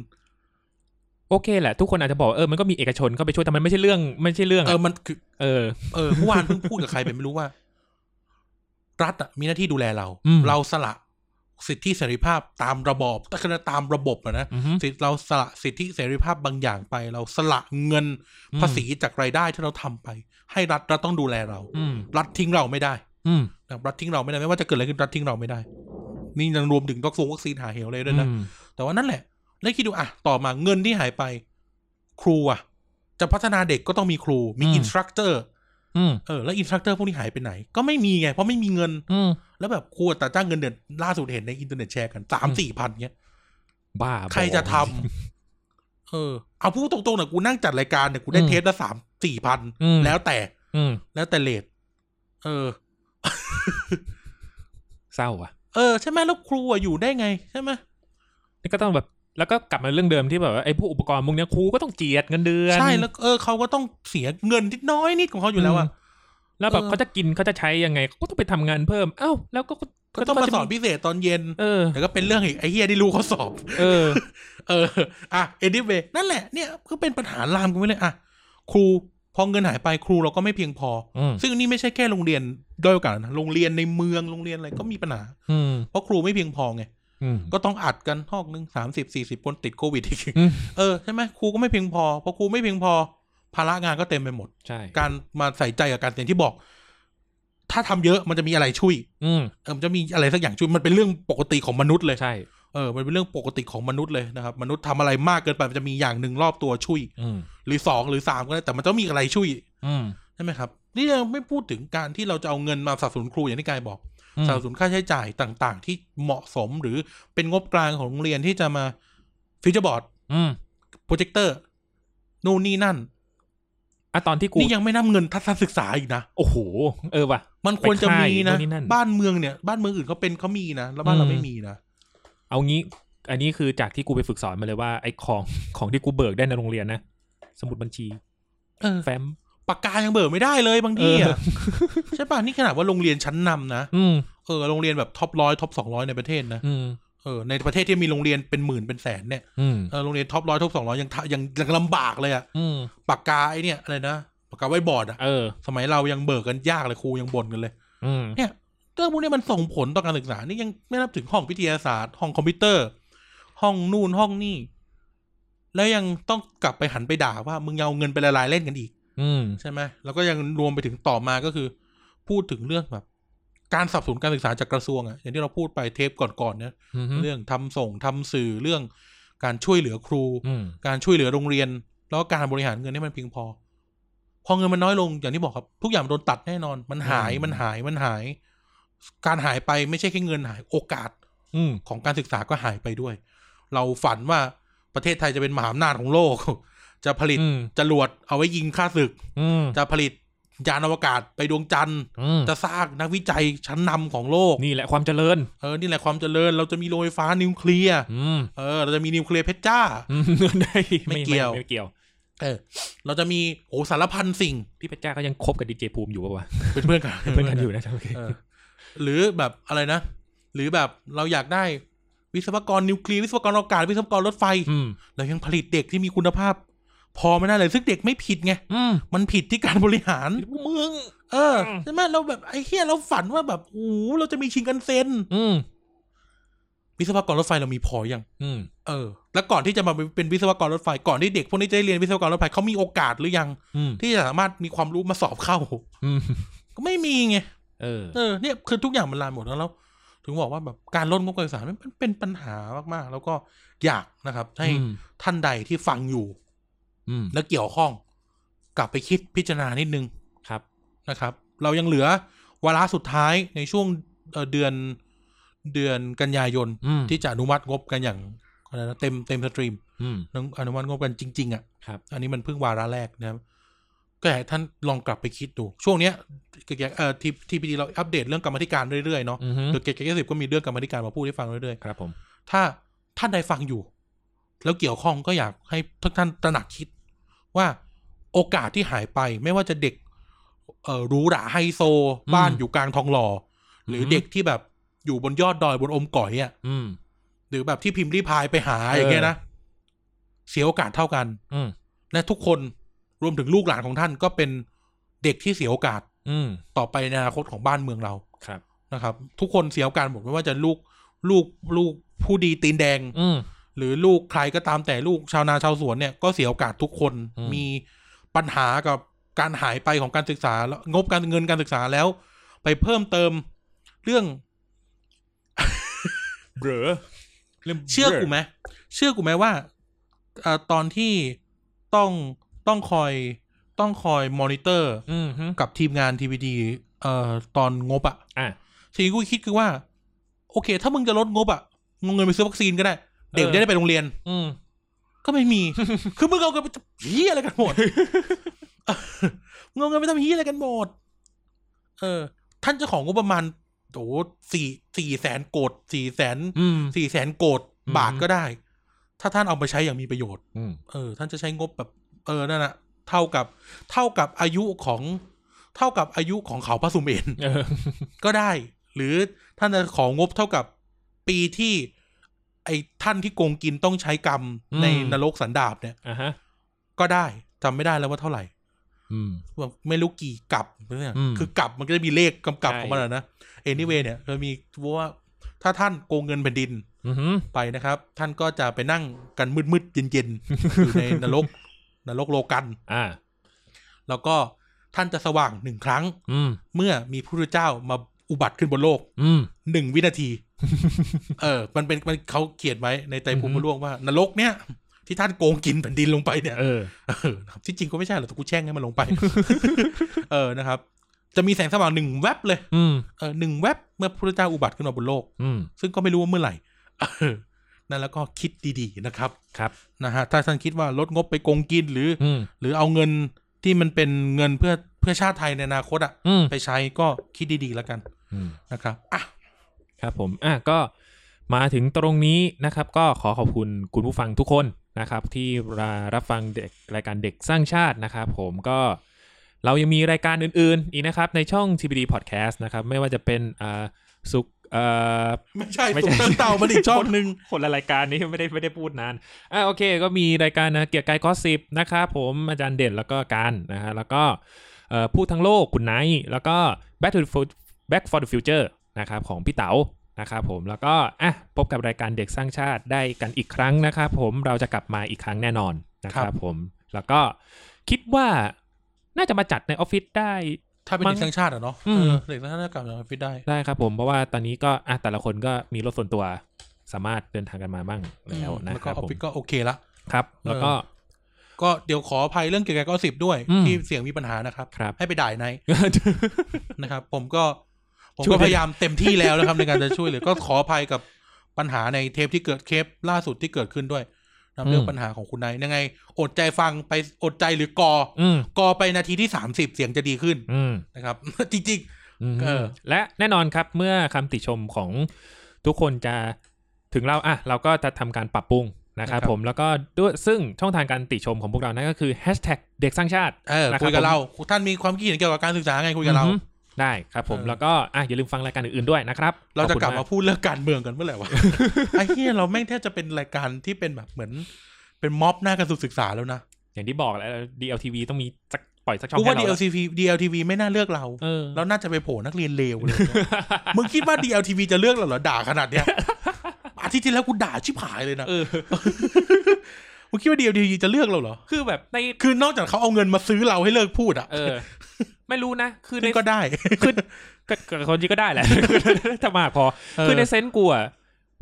โอเคแหละ ทุกคนอาจจะบอกเออมันก็มีเอกชนเข้าไปช่วยแต่มันไม่ใช่เรื่องไม่ใช่เรื่อง
เอ
อะ
อมันคือ
เออ
เออเมื่อวานเพิ่งพูดกับใครไปไม่รู้ว่า รัฐอะมีหน้าที่ดูแลเรา
อืม
เราสละสิทธิเสรีภาพตามระบอบแต่คือตามระบบอะนะ
อืม
สิทธิเราสละสิทธิเสรีภาพบางอย่างไป เราสละเงิน
อืม
ภาษีจากรายได้ที่เราทำไป ให้รัฐรัฐต้องดูแลเรา
อืม
รัฐทิ้งเราไม่ได้
อืม
นะครับรัฐทิ้งเราไม่ได้ไม่ว่าจะเกิดอะไรขึ้นรัฐทิ้งเราไม่ได้ นี่ยังรวมถึงวัคซีนวัคซีนหาเหวเลยด้วยนะ
อืม
แต่ว่านั่นแหละ แล้วคิดดูอ่ะ ต่อมาเงินที่หายไป ครูอ่ะ จะพัฒนาเด็กก็ต้องมีครู มีอินสตรัคเตอร์
อืม
เออแล้วอินสตรัคเตอร์พวกนี้หายไปไหน ก็ไม่มีไง เพราะไม่มีเงิน
อืม
แล้วแบบครูอัตราจ้างเงินเดือนล่าสุดเห็นในอินเทอร์เน็ตแชร์กันสามสี่พันเนี้ย
บ้า
ใครจะทำ เออ เอาพูดตรงๆนะกูนั่งจัดรายการเนี่ยกูได้เทสละสามสี่พัน
อืม
แล้วแต่
อืม
แล้วแต่เลทเออ
เศร้าอ่ะ
เออ ใช่ไหมแล้วครูอะอยู่ได้ไง ใช่ไหม
นี่ก็ต้องแบบ แล้วก็กลับมาเรื่องเดิมที่แบบว่าไอ้ผู้อุปกรณ์พวกเนี้ยครูก็ต้องเจียดเงินเดือน
ใช่แล้วเออเขาก็ต้องเสียเงินนิดน้อยนิดของเขาอยู่แล้วอะ
แล้วแบบ
เออ
เขาจะกินเขาจะใช้ยังไงก็ต้องไปทำงานเพิ่มเอ้าแล้วก็
ก็ต้องมาสอนพิเศษตอนเย็น
เออ
แต่ก็เป็นเรื่องอีกไอ้เฮียที่รู้เขาสอบ
เออ
เออ อ่ะ เอ็นดิเวนั่นแหละ เนี่ยก็เป็นปัญหาลามกันไปเลย อ่ะ ครู พอเงินหายไปครูเราก็ไม่เพียงพอ
อืม
ซึ่งนี่ไม่ใช่แค่โรงเรียนด้อยโอกาสนะ โรงเรียนในเมือง โรงเรียนอะไรก็มีปัญหา
อืม
เพราะครูไม่เพียงพอไง
อืม
ก็ต้องอัดกันห้องหนึ่งสามสิบสี่สิบคนติดโควิดอีก
อืม
เออ ใช่ไหมครูก็ไม่เพียงพอ พอครูไม่เพียงพอ ภาระงานก็เต็มไปหมด
ใช่
การมาใส่ใจกับการเรียนที่บอก ถ้าทำเยอะมันจะมีอะไรช่วย
อืม
เออ มันจะมีอะไรสักอย่างช่วย มันเป็นเรื่องปกติของมนุษย์เลย
ใช่
เออ มันเป็นเรื่องปกติของมนุษย์เลยนะครับ มนุษย์ทำอะไรมากเกินไปมันจะมีอย่างหนึ่งรอบตัวช่วย
อืม
หรือสองหรือสามก็ได้แต่มันต้องมีอะไรช่วย
อืม
ใช่ไหมครับ นี่เราไม่พูดถึงการที่เราจะเอาเงินมาสนับสนุนครูอย่างที่กายบอก
อืม
สนับสนุนค่าใช้จ่ายต่างๆ ที่เหมาะสมหรือเป็นงบกลางของโรงเรียนที่จะมาฟิวเจอร์บอร์ด
อืม
โปรเจคเตอร์นู่นนี่นั่น
อ่ะตอนที่กู
นี่ยังไม่นับเงินทัศนศึกษาอีกนะ
โอ้โห เออว่ะ
มันควรจะมี
ไป
นะ
ค่ายนู่นนี่นั่น
บ้านเมืองเนี่ย บ้านเมืองอื่นเขาเป็นเขามีนะแล้วบ้านเรา
อืม
ไม่มีนะ
เอางี้ อันนี้คือจากที่กูไปฝึกสอนมาเลยว่าไอ้ของ ของที่กูเบิกได้ในโรงเรียนนะ สมุดบัญชี
เออ
แฟ้ม
ปากกายังเบิกไม่ได้เลยบางที
เออ
อ่ะใช่ป่ะนี่ขนาดว่าโรงเรียนชั้นนำนะ
อืม
เออโรงเรียนแบบท็อปร้อยท็อปสองร้อยในประเทศนะ
อืม
เออในประเทศที่มีโรงเรียนเป็นหมื่นเป็นแสนเนี่ย
อืม
เออโรงเรียนท็อปร้อยท็อปสองร้อยยังทะยังยังลำบากเลยอะ
อืม
ปากกาไอเนี่ยอะไรนะปากกาไว้บอร์ดอะ
เออ
สมัยเรายังเบิกกันยากเลยครูยังบ่นกันเลย
อืม
เนี่ยเรื่องพวกเนี้ยมันส่งผลต่อการศึกษานี่ยังไม่นับถึงห้องวิทยาศาสตร์ห้องคอมพิวเตอร์ ห้องนู่นห้องนี่ แล้วยังต้องกลับไปหันไปด่าว่ามึงเอาเงินไปละลายเล่นกันอีก
อืม
ใช่ไหมแล้วก็ยังรวมไปถึงต่อมาก็คือ พูดถึงเรื่องแบบ การสนับสนุนการศึกษาจากกระทรวงอะอย่างที่เราพูดไปเทปก่อนๆเนี่ย
อืม
เรื่องทำส่งทำสื่อเรื่องการช่วยเหลือครู
อืม
การช่วยเหลือโรงเรียน แล้วก็การบริหารเงินให้มันเพียงพอ พอเงินมันน้อยลงอย่างที่บอกครับ ทุกอย่างมันโดนตัดแน่นอน มันหาย
อืม
มันหายมันหาย การหายไปไม่ใช่แค่เงินหายโอกาส
อืม
ของการศึกษาก็หายไปด้วย เราฝันว่าประเทศไทยจะเป็นมหาอำนาจของโลก จะผลิต
อืม
จรวดเอาไว้ยิงค่าศึก
อืม
จะผลิตยานอวกาศไปดวงจันทร์
อืม
จะสร้างนักวิจัยชั้นนำของโลก
นี่แหละความเจริญ
เออ นี่แหละความเจริญ เราจะมีโรงไฟฟ้านิวเคลียร์
อืม
เออ เราจะมีนิวเคลียร์เพชรจ้า
อืม ได้
ไม่เกี่ยว
ไม่ไม่เกี่ยว
เออ เราจะมีโอ้สารพันสิ่ง
พี่เพชรจ้าก็ยังคบกับดีเจภูมิอยู่ปะวะ
เป็นเพื่อนกัน
เพื่อนกันอยู่นะโอเค
เออหรือแบบอะไรนะ หรือแบบเราอยากได้วิศวกรนิวเคลียร์วิศวกรอวกาศวิศวกรรถไฟ
อืม
เรายังผลิตเด็กที่มีคุณภาพ พอไม่ได้เลยซึ่งเด็กไม่ผิดไง
อืม
มันผิดที่การบริหาร
พวกมึง
เออ
อืม
ใช่ไหมเราแบบไอ้เฮียเราฝันว่าแบบโอ้โหเราจะมีชิงกันเซ็น
อืม
วิศวกรรถไฟเรามีพอยัง
อืม
เออ แล้วก่อนที่จะมาเป็นวิศวกรรถไฟ ก่อนที่เด็กพวกนี้จะได้เรียนวิศวกรรถไฟเขามีโอกาสหรือยัง
อืม
ที่จะสามารถมีความรู้มาสอบเข้า
อืม
ก็ไม่มีไง
เออ
เออเนี่ยคือทุกอย่างมันลามหมดแล้วแล้ว ถึงบอกว่าแบบการลดงบการศึกษามันเป็นปัญหามากๆ แล้วก็อยากนะครับให้
อืม
ท่านใดที่ฟังอยู่
อืม
และเกี่ยวข้อง กลับไปคิดพิจารณานิดนึง
ครับ
นะครับ เรายังเหลือวาระสุดท้ายในช่วงเอ่อเดือนเดือนกันยายน
อืม
ที่จะอนุมัติงบกันอย่างอะไรนะเต็มเต็มสตรีม
อืม
อนุมัติงบกันจริง ๆอะ่ะ
ครับ
อันนี้มันเพิ่งวาระแรกนะครับ ก็อยากให้ท่านลองกลับไปคิดดู ช่วงเนี้ยเอ่อทีทีพีดีเราอัปเดตเรื่องกรรมาธิการเรื่อยๆเนาะ
อือฮึ
เดอะเกตเกสิบก็มีเรื่องกรรมาธิการมาพูดให้ฟังเรื่อย
ครับผม
ๆถ้าท่านใดฟังอยู่ แล้วเกี่ยวข้องก็อยากให้ทุกท่านตระหนักคิด ว่าโอกาสที่หายไปไม่ว่าจะเด็ก เอ่อหรูหราไฮโซ
อืม
บ้านอยู่กลางทองหล่อ หรืออ
ม
เด็กที่แบบอยู่บนยอดดอยบนอมก่อยอ่ะ
อืม
หรือแบบที่พิมพ์รีพายไปหาอย่างเงี้ยนะเสียโอกาสเท่ากัน
อืม
และทุกคนรวมถึงลูกหลานของท่านก็เป็นเด็กที่เสียโอกาส
อืม
ต่อไปในอนาคตของบ้านเมืองเรา
ครับ
นะครับ ทุกคนเสียโอกาสหมดไม่ว่าจะลูกลูกลูกผู้ดีตีนแดง
อืม
หรือลูกใครก็ตามแต่ลูกชาวนาชาวสวนเนี่ยก็เสียโอกาสทุกคน
อืม
มีปัญหากับการหายไปของการศึกษาแล้วงบการเงินการศึกษาแล้ว ไปเพิ่มเติมเรื่อง
เบลอรื่อง
เชื่อกูไหมเชื่อกูไหมว่าเอ่อตอนที่ต้องต้องคอยต้องคอยมอนิเตอร์
อืมฮึ
กับทีมงานทีวีดีเอ่อตอนงบอะ
อ่ะ
สิ่งที่กูคิดคือว่า โอเค ถ้ามึงจะลดงบอะมึงเอาเงินไปซื้อวัคซีนก็ได้ เด็ก
เออ
จะได้ไปโรงเรียน
อืม
ก็ไม่มี คือมึงเอาเงินไปทำเฮียอะไรกันหมด เออมึงเอาเงินไปทำเฮียอะไรกันหมด เออ ท่านเจ้าของงบประมาณโอ้สี่สี่แสนโกดสี่แสน
อืม
สี่แสนโกด
อืม
บาทก็ได้ ถ้าท่านเอาไปใช้อย่างมีประโยชน์
อืม
เออ ท่านจะใช้งบแบบ เออ นั่นนะเท่ากับ เท่ากับอายุของ เท่ากับอายุของเขาพระสุเมน
เออ
ก็ได้ หรือท่านจะของงบเท่ากับปีที่ ไอ้ท่านที่โกงกินต้องใช้กรรม
อืม
ในนรกสันดาปเนี่ย
อ่ะฮะ
ก็ได้จำไม่ได้แล้วว่าเท่าไหร่
อืม
ว่าไม่รู้กี่กลับเนี่ย
อืม
คือกลับมันก็จะมีเลขกำกับ
ใช่
ของมันอะนะ anyway เนี่ยเรามีว่าถ้าท่านโกงเงินแผ่นดิน
อืมฮึ
ไปนะครับ ท่านก็จะไปนั่งกันมืดๆเย็นๆ อยู่ในนรก นรกโลกัน
อ่ะ
แล้วก็ท่านจะสว่างหนึ่งครั้ง
อืม
เมื่อมีพระพุทธเจ้ามาอุบัติขึ้นบนโลก
อืม
หนึ่งวินาที เออ มันเป็นมันเขาเขียนไว้ในไตรภูมิ
อือฮึ
พระล่วงว่านรกเนี่ย ที่ท่านโกงกินแผ่นดินลงไปเนี่ย
เออ
เออนะครับที่จริงก็ไม่ใช่หรอกแต่กูแช่งให้มันลงไป เออนะครับ จะมีแสงสว่างหนึ่งแวบเลย
อืม
เออหนึ่งแวบเมื่อพระพุทธเจ้าอุบัติขึ้นมาบนโลก
อืม
ซึ่งก็ไม่รู้ว่าเมื่อไหร่ เออนั่นแล้วก็คิดดีๆนะครับ
ครับ
นะฮะถ้าท่านคิดว่าลดงบไปโกงกินหรืออ
อืม
หรือเอาเงินที่มันเป็นเงินเพื่อเพื่อชาติไทยในอนาคตอะ
อืม
ไปใช้ก็คิดดีๆแล้วกัน
อืม
นะครับอ่ะ
ครับผม อ่ะ ก็มาถึงตรงนี้นะครับ ก็ขอขอบคุณคุณผู้ฟังทุกคนนะครับ ที่มารับฟังเด็กรายการเด็กสร้างชาตินะครับผมก็เรายังมีรายการอื่นๆ อีกนะครับ ในช่อง TPD Podcast นะครับ ไม่ว่าจะเป็นอ่าสุขอ่า
ไม่ใช่
ไม่
สุ
ใช่
กเติมเต่ามัน อีกช่องหนึ่ง
คนละรายการนี้ไม่ได้ไม่ได้พูดนาน อ่ะโอเค ก็มีรายการนะเกียร์กายก็สิบนะครับผมอาจารย์เด่นแล้วก็การนะฮะแล้วก็เอ่อพูดทั้งโลกคุณไนท์แล้วก็ Back to the Fu- Back for the Future นะครับของพี่เต๋านะครับผมแล้วก็อ่ะพบกับรายการเด็กสร้างชาติได้กันอีกครั้งนะครับผมเราจะกลับมาอีกครั้งแน่นอนนะครับผมแล้วก็คิดว่าน่าจะมาจัดในออฟฟิศได้
ถ้าเป็น
มั้ง
เด็กสร้างชาติอะเนาะ
อืม
เออเด็กสร้างชาติกลับมาฟิตได้
ได้ครับผมเพราะว่าตอนนี้ก็อ่ะแต่ละคนก็มีรถส่วนตัวสามารถเดินทางกันมาบ้างแล้วนะ
แล้ว
ค
ก็
รับ
ออฟ
ผม
ฟิศก็โอเคละ
ครับ แล้วก็
ก็เดี๋ยวขออภัยเรื่องเกี่ยวกับก้อสิบด้วย
อืม
ที่เสียงมีปัญหานะครับ
ครับ
ให้ไปด่ายใน นะครับ ผมก็ผม
ช่วย
ก็
ได้
พยายามเต็มที่แล้วนะครับ ในการจะช่วยเหลือ ก็ขออภัยกับปัญหาในเทปที่เกิดเคปล่าสุดที่เกิดขึ้นด้วยนะครับเรื่องปัญหาของคุณนายยังไง อดใจฟังไปอดใจหรือกอ
อืม
กอไปนาทีที่สามสิบเสียงจะดีขึ้น
อืม
นะครับ จริง
อืม
เออ
และแน่นอนครับเมื่อคำติชมของทุกคนจะถึงเราอ่ะเราก็จะทำการปรับปรุงนะครับผมแล้วก็ด้วยซึ่งช่องทางการติชมของพวกเรานั่นก็คือ hashtag เด็กสร้างชาติ
ๆเออ
นะครับ
คุยกับ
ผม
เราท่านมีความคิดเห็นเกี่ยวกับการศึกษาไงคุยกับเรา
อือฮึได้ครับผม
เออ
แล้วก็อ่ะอย่าลืมฟังรายการอื่นๆด้วยนะครับ
เราจะ
ขอบ
กลับ
คุณ
มาพูดเรื่องการเมืองกันเมื่อไหร่ วะ ไอ้เหี้ยเราแม่งแทบจะเป็นรายการที่เป็นแบบเหมือน เป็นม็อบหน้ากระทรวงศึกษาแล้วนะ
อย่างที่บอกแล้ว DLTV ต้องมีสักปล่อยสักช่อง
กู
ให้
ว่า
เรา
DLTV DLTV ไม่น่าเลือกเรา
เออ
เราน่าจะไปโผล่นักเรียนเลวเลย มึงคิดว่า DLTV จะเลือกเราเหรอด่าขนาดเนี้ย อาทิตย์ที่แล้วกูด่าชิบหายเลยนะ
เออ
มึงคิดว่า DLTV จะเลือกเราเหรอ
คือแบบใน
คือนอกจากเขาเอาเงินมาซื้อเราให้เลิกพูดอ่ะ
เออ ไม่รู้นะคือใน
ซึ่งก็ได้
คือก็ก็คนจีก็ได้แห ละถ้ามากพอ คือในเซนส์กูอะ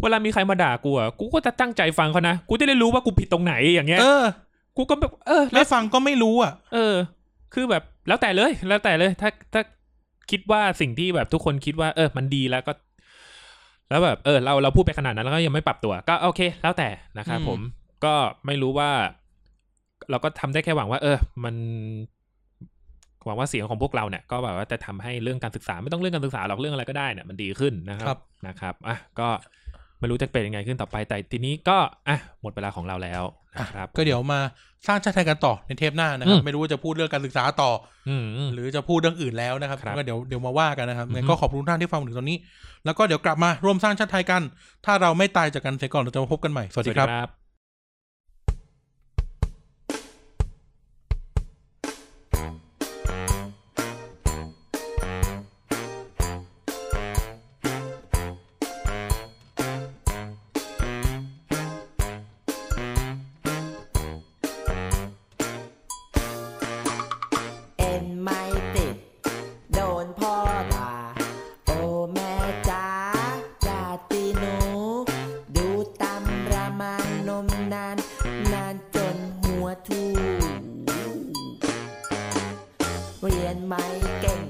เวลามีใครมาด่ากูอะกูก็จะตั้งใจฟังเขานะ กูจะได้รู้ว่ากูผิดตรงไหนอย่างเงี้ย
เออ
กูก็แบบเออแล้
แล้ว วฟังก็ไม่รู้อ่ะ
เออ คือแบบแล้วแต่เลยแล้วแต่เลย ถ้าถ้าคิดว่าสิ่งที่แบบทุกคนคิดว่า เออ มันดีแล้วก็ แล้วแบบเออ เราเราพูดไปขนาดนั้นแล้วก็ยังไม่ปรับตัว ก็โอเค แล้วแต่นะครับ
อืม
ผมก็ไม่รู้ว่า เราก็ทำได้แค่หวังว่า เออ มันหวังว่าเสียงของพวกเราเนี่ยก็แบบว่าจะทำให้เรื่องการศึกษาไม่ต้องเรื่องการศึกษาหรอกเรื่องอะไรก็ได้เนี่ยมันดีขึ้นนะครับ
ครับ
นะครับอ่ะก็ไม่รู้จะเป็นยังไงขึ้นต่อไป แต่ทีนี้ก็อ่ะหมดเวลาของเราแล้วนะครับ
ก็เดี๋ยวมาสร้างชาติไทยกันต่อในเทปหน้านะครับ
อืม
ไม่รู้ว่าจะพูดเรื่องการศึกษาต่อ
อืมอืม
หรือจะพูดเรื่องอื่นแล้วนะครับ
ครับ
ก็เดี๋ยวเดี๋ยวมาว่ากันนะครับ
อือฮึ
งั้นก็ขอบคุณทุกท่านที่ฟังมาถึงตอนนี้ แล้วก็เดี๋ยวกลับมาร่วมสร้างชาติไทยกัน ถ้าเราไม่ตายจากกันเสียก่อนเราจะมาพบกันใหม่สวัสดีครับ
ครับ
เอ็นไม่ติด โดนพ่อด่า โอ้แม่จ๋าอย่าตีหนู ดูตำรามานนมนาน นานจนหัวทู เรียนไม่เก่ง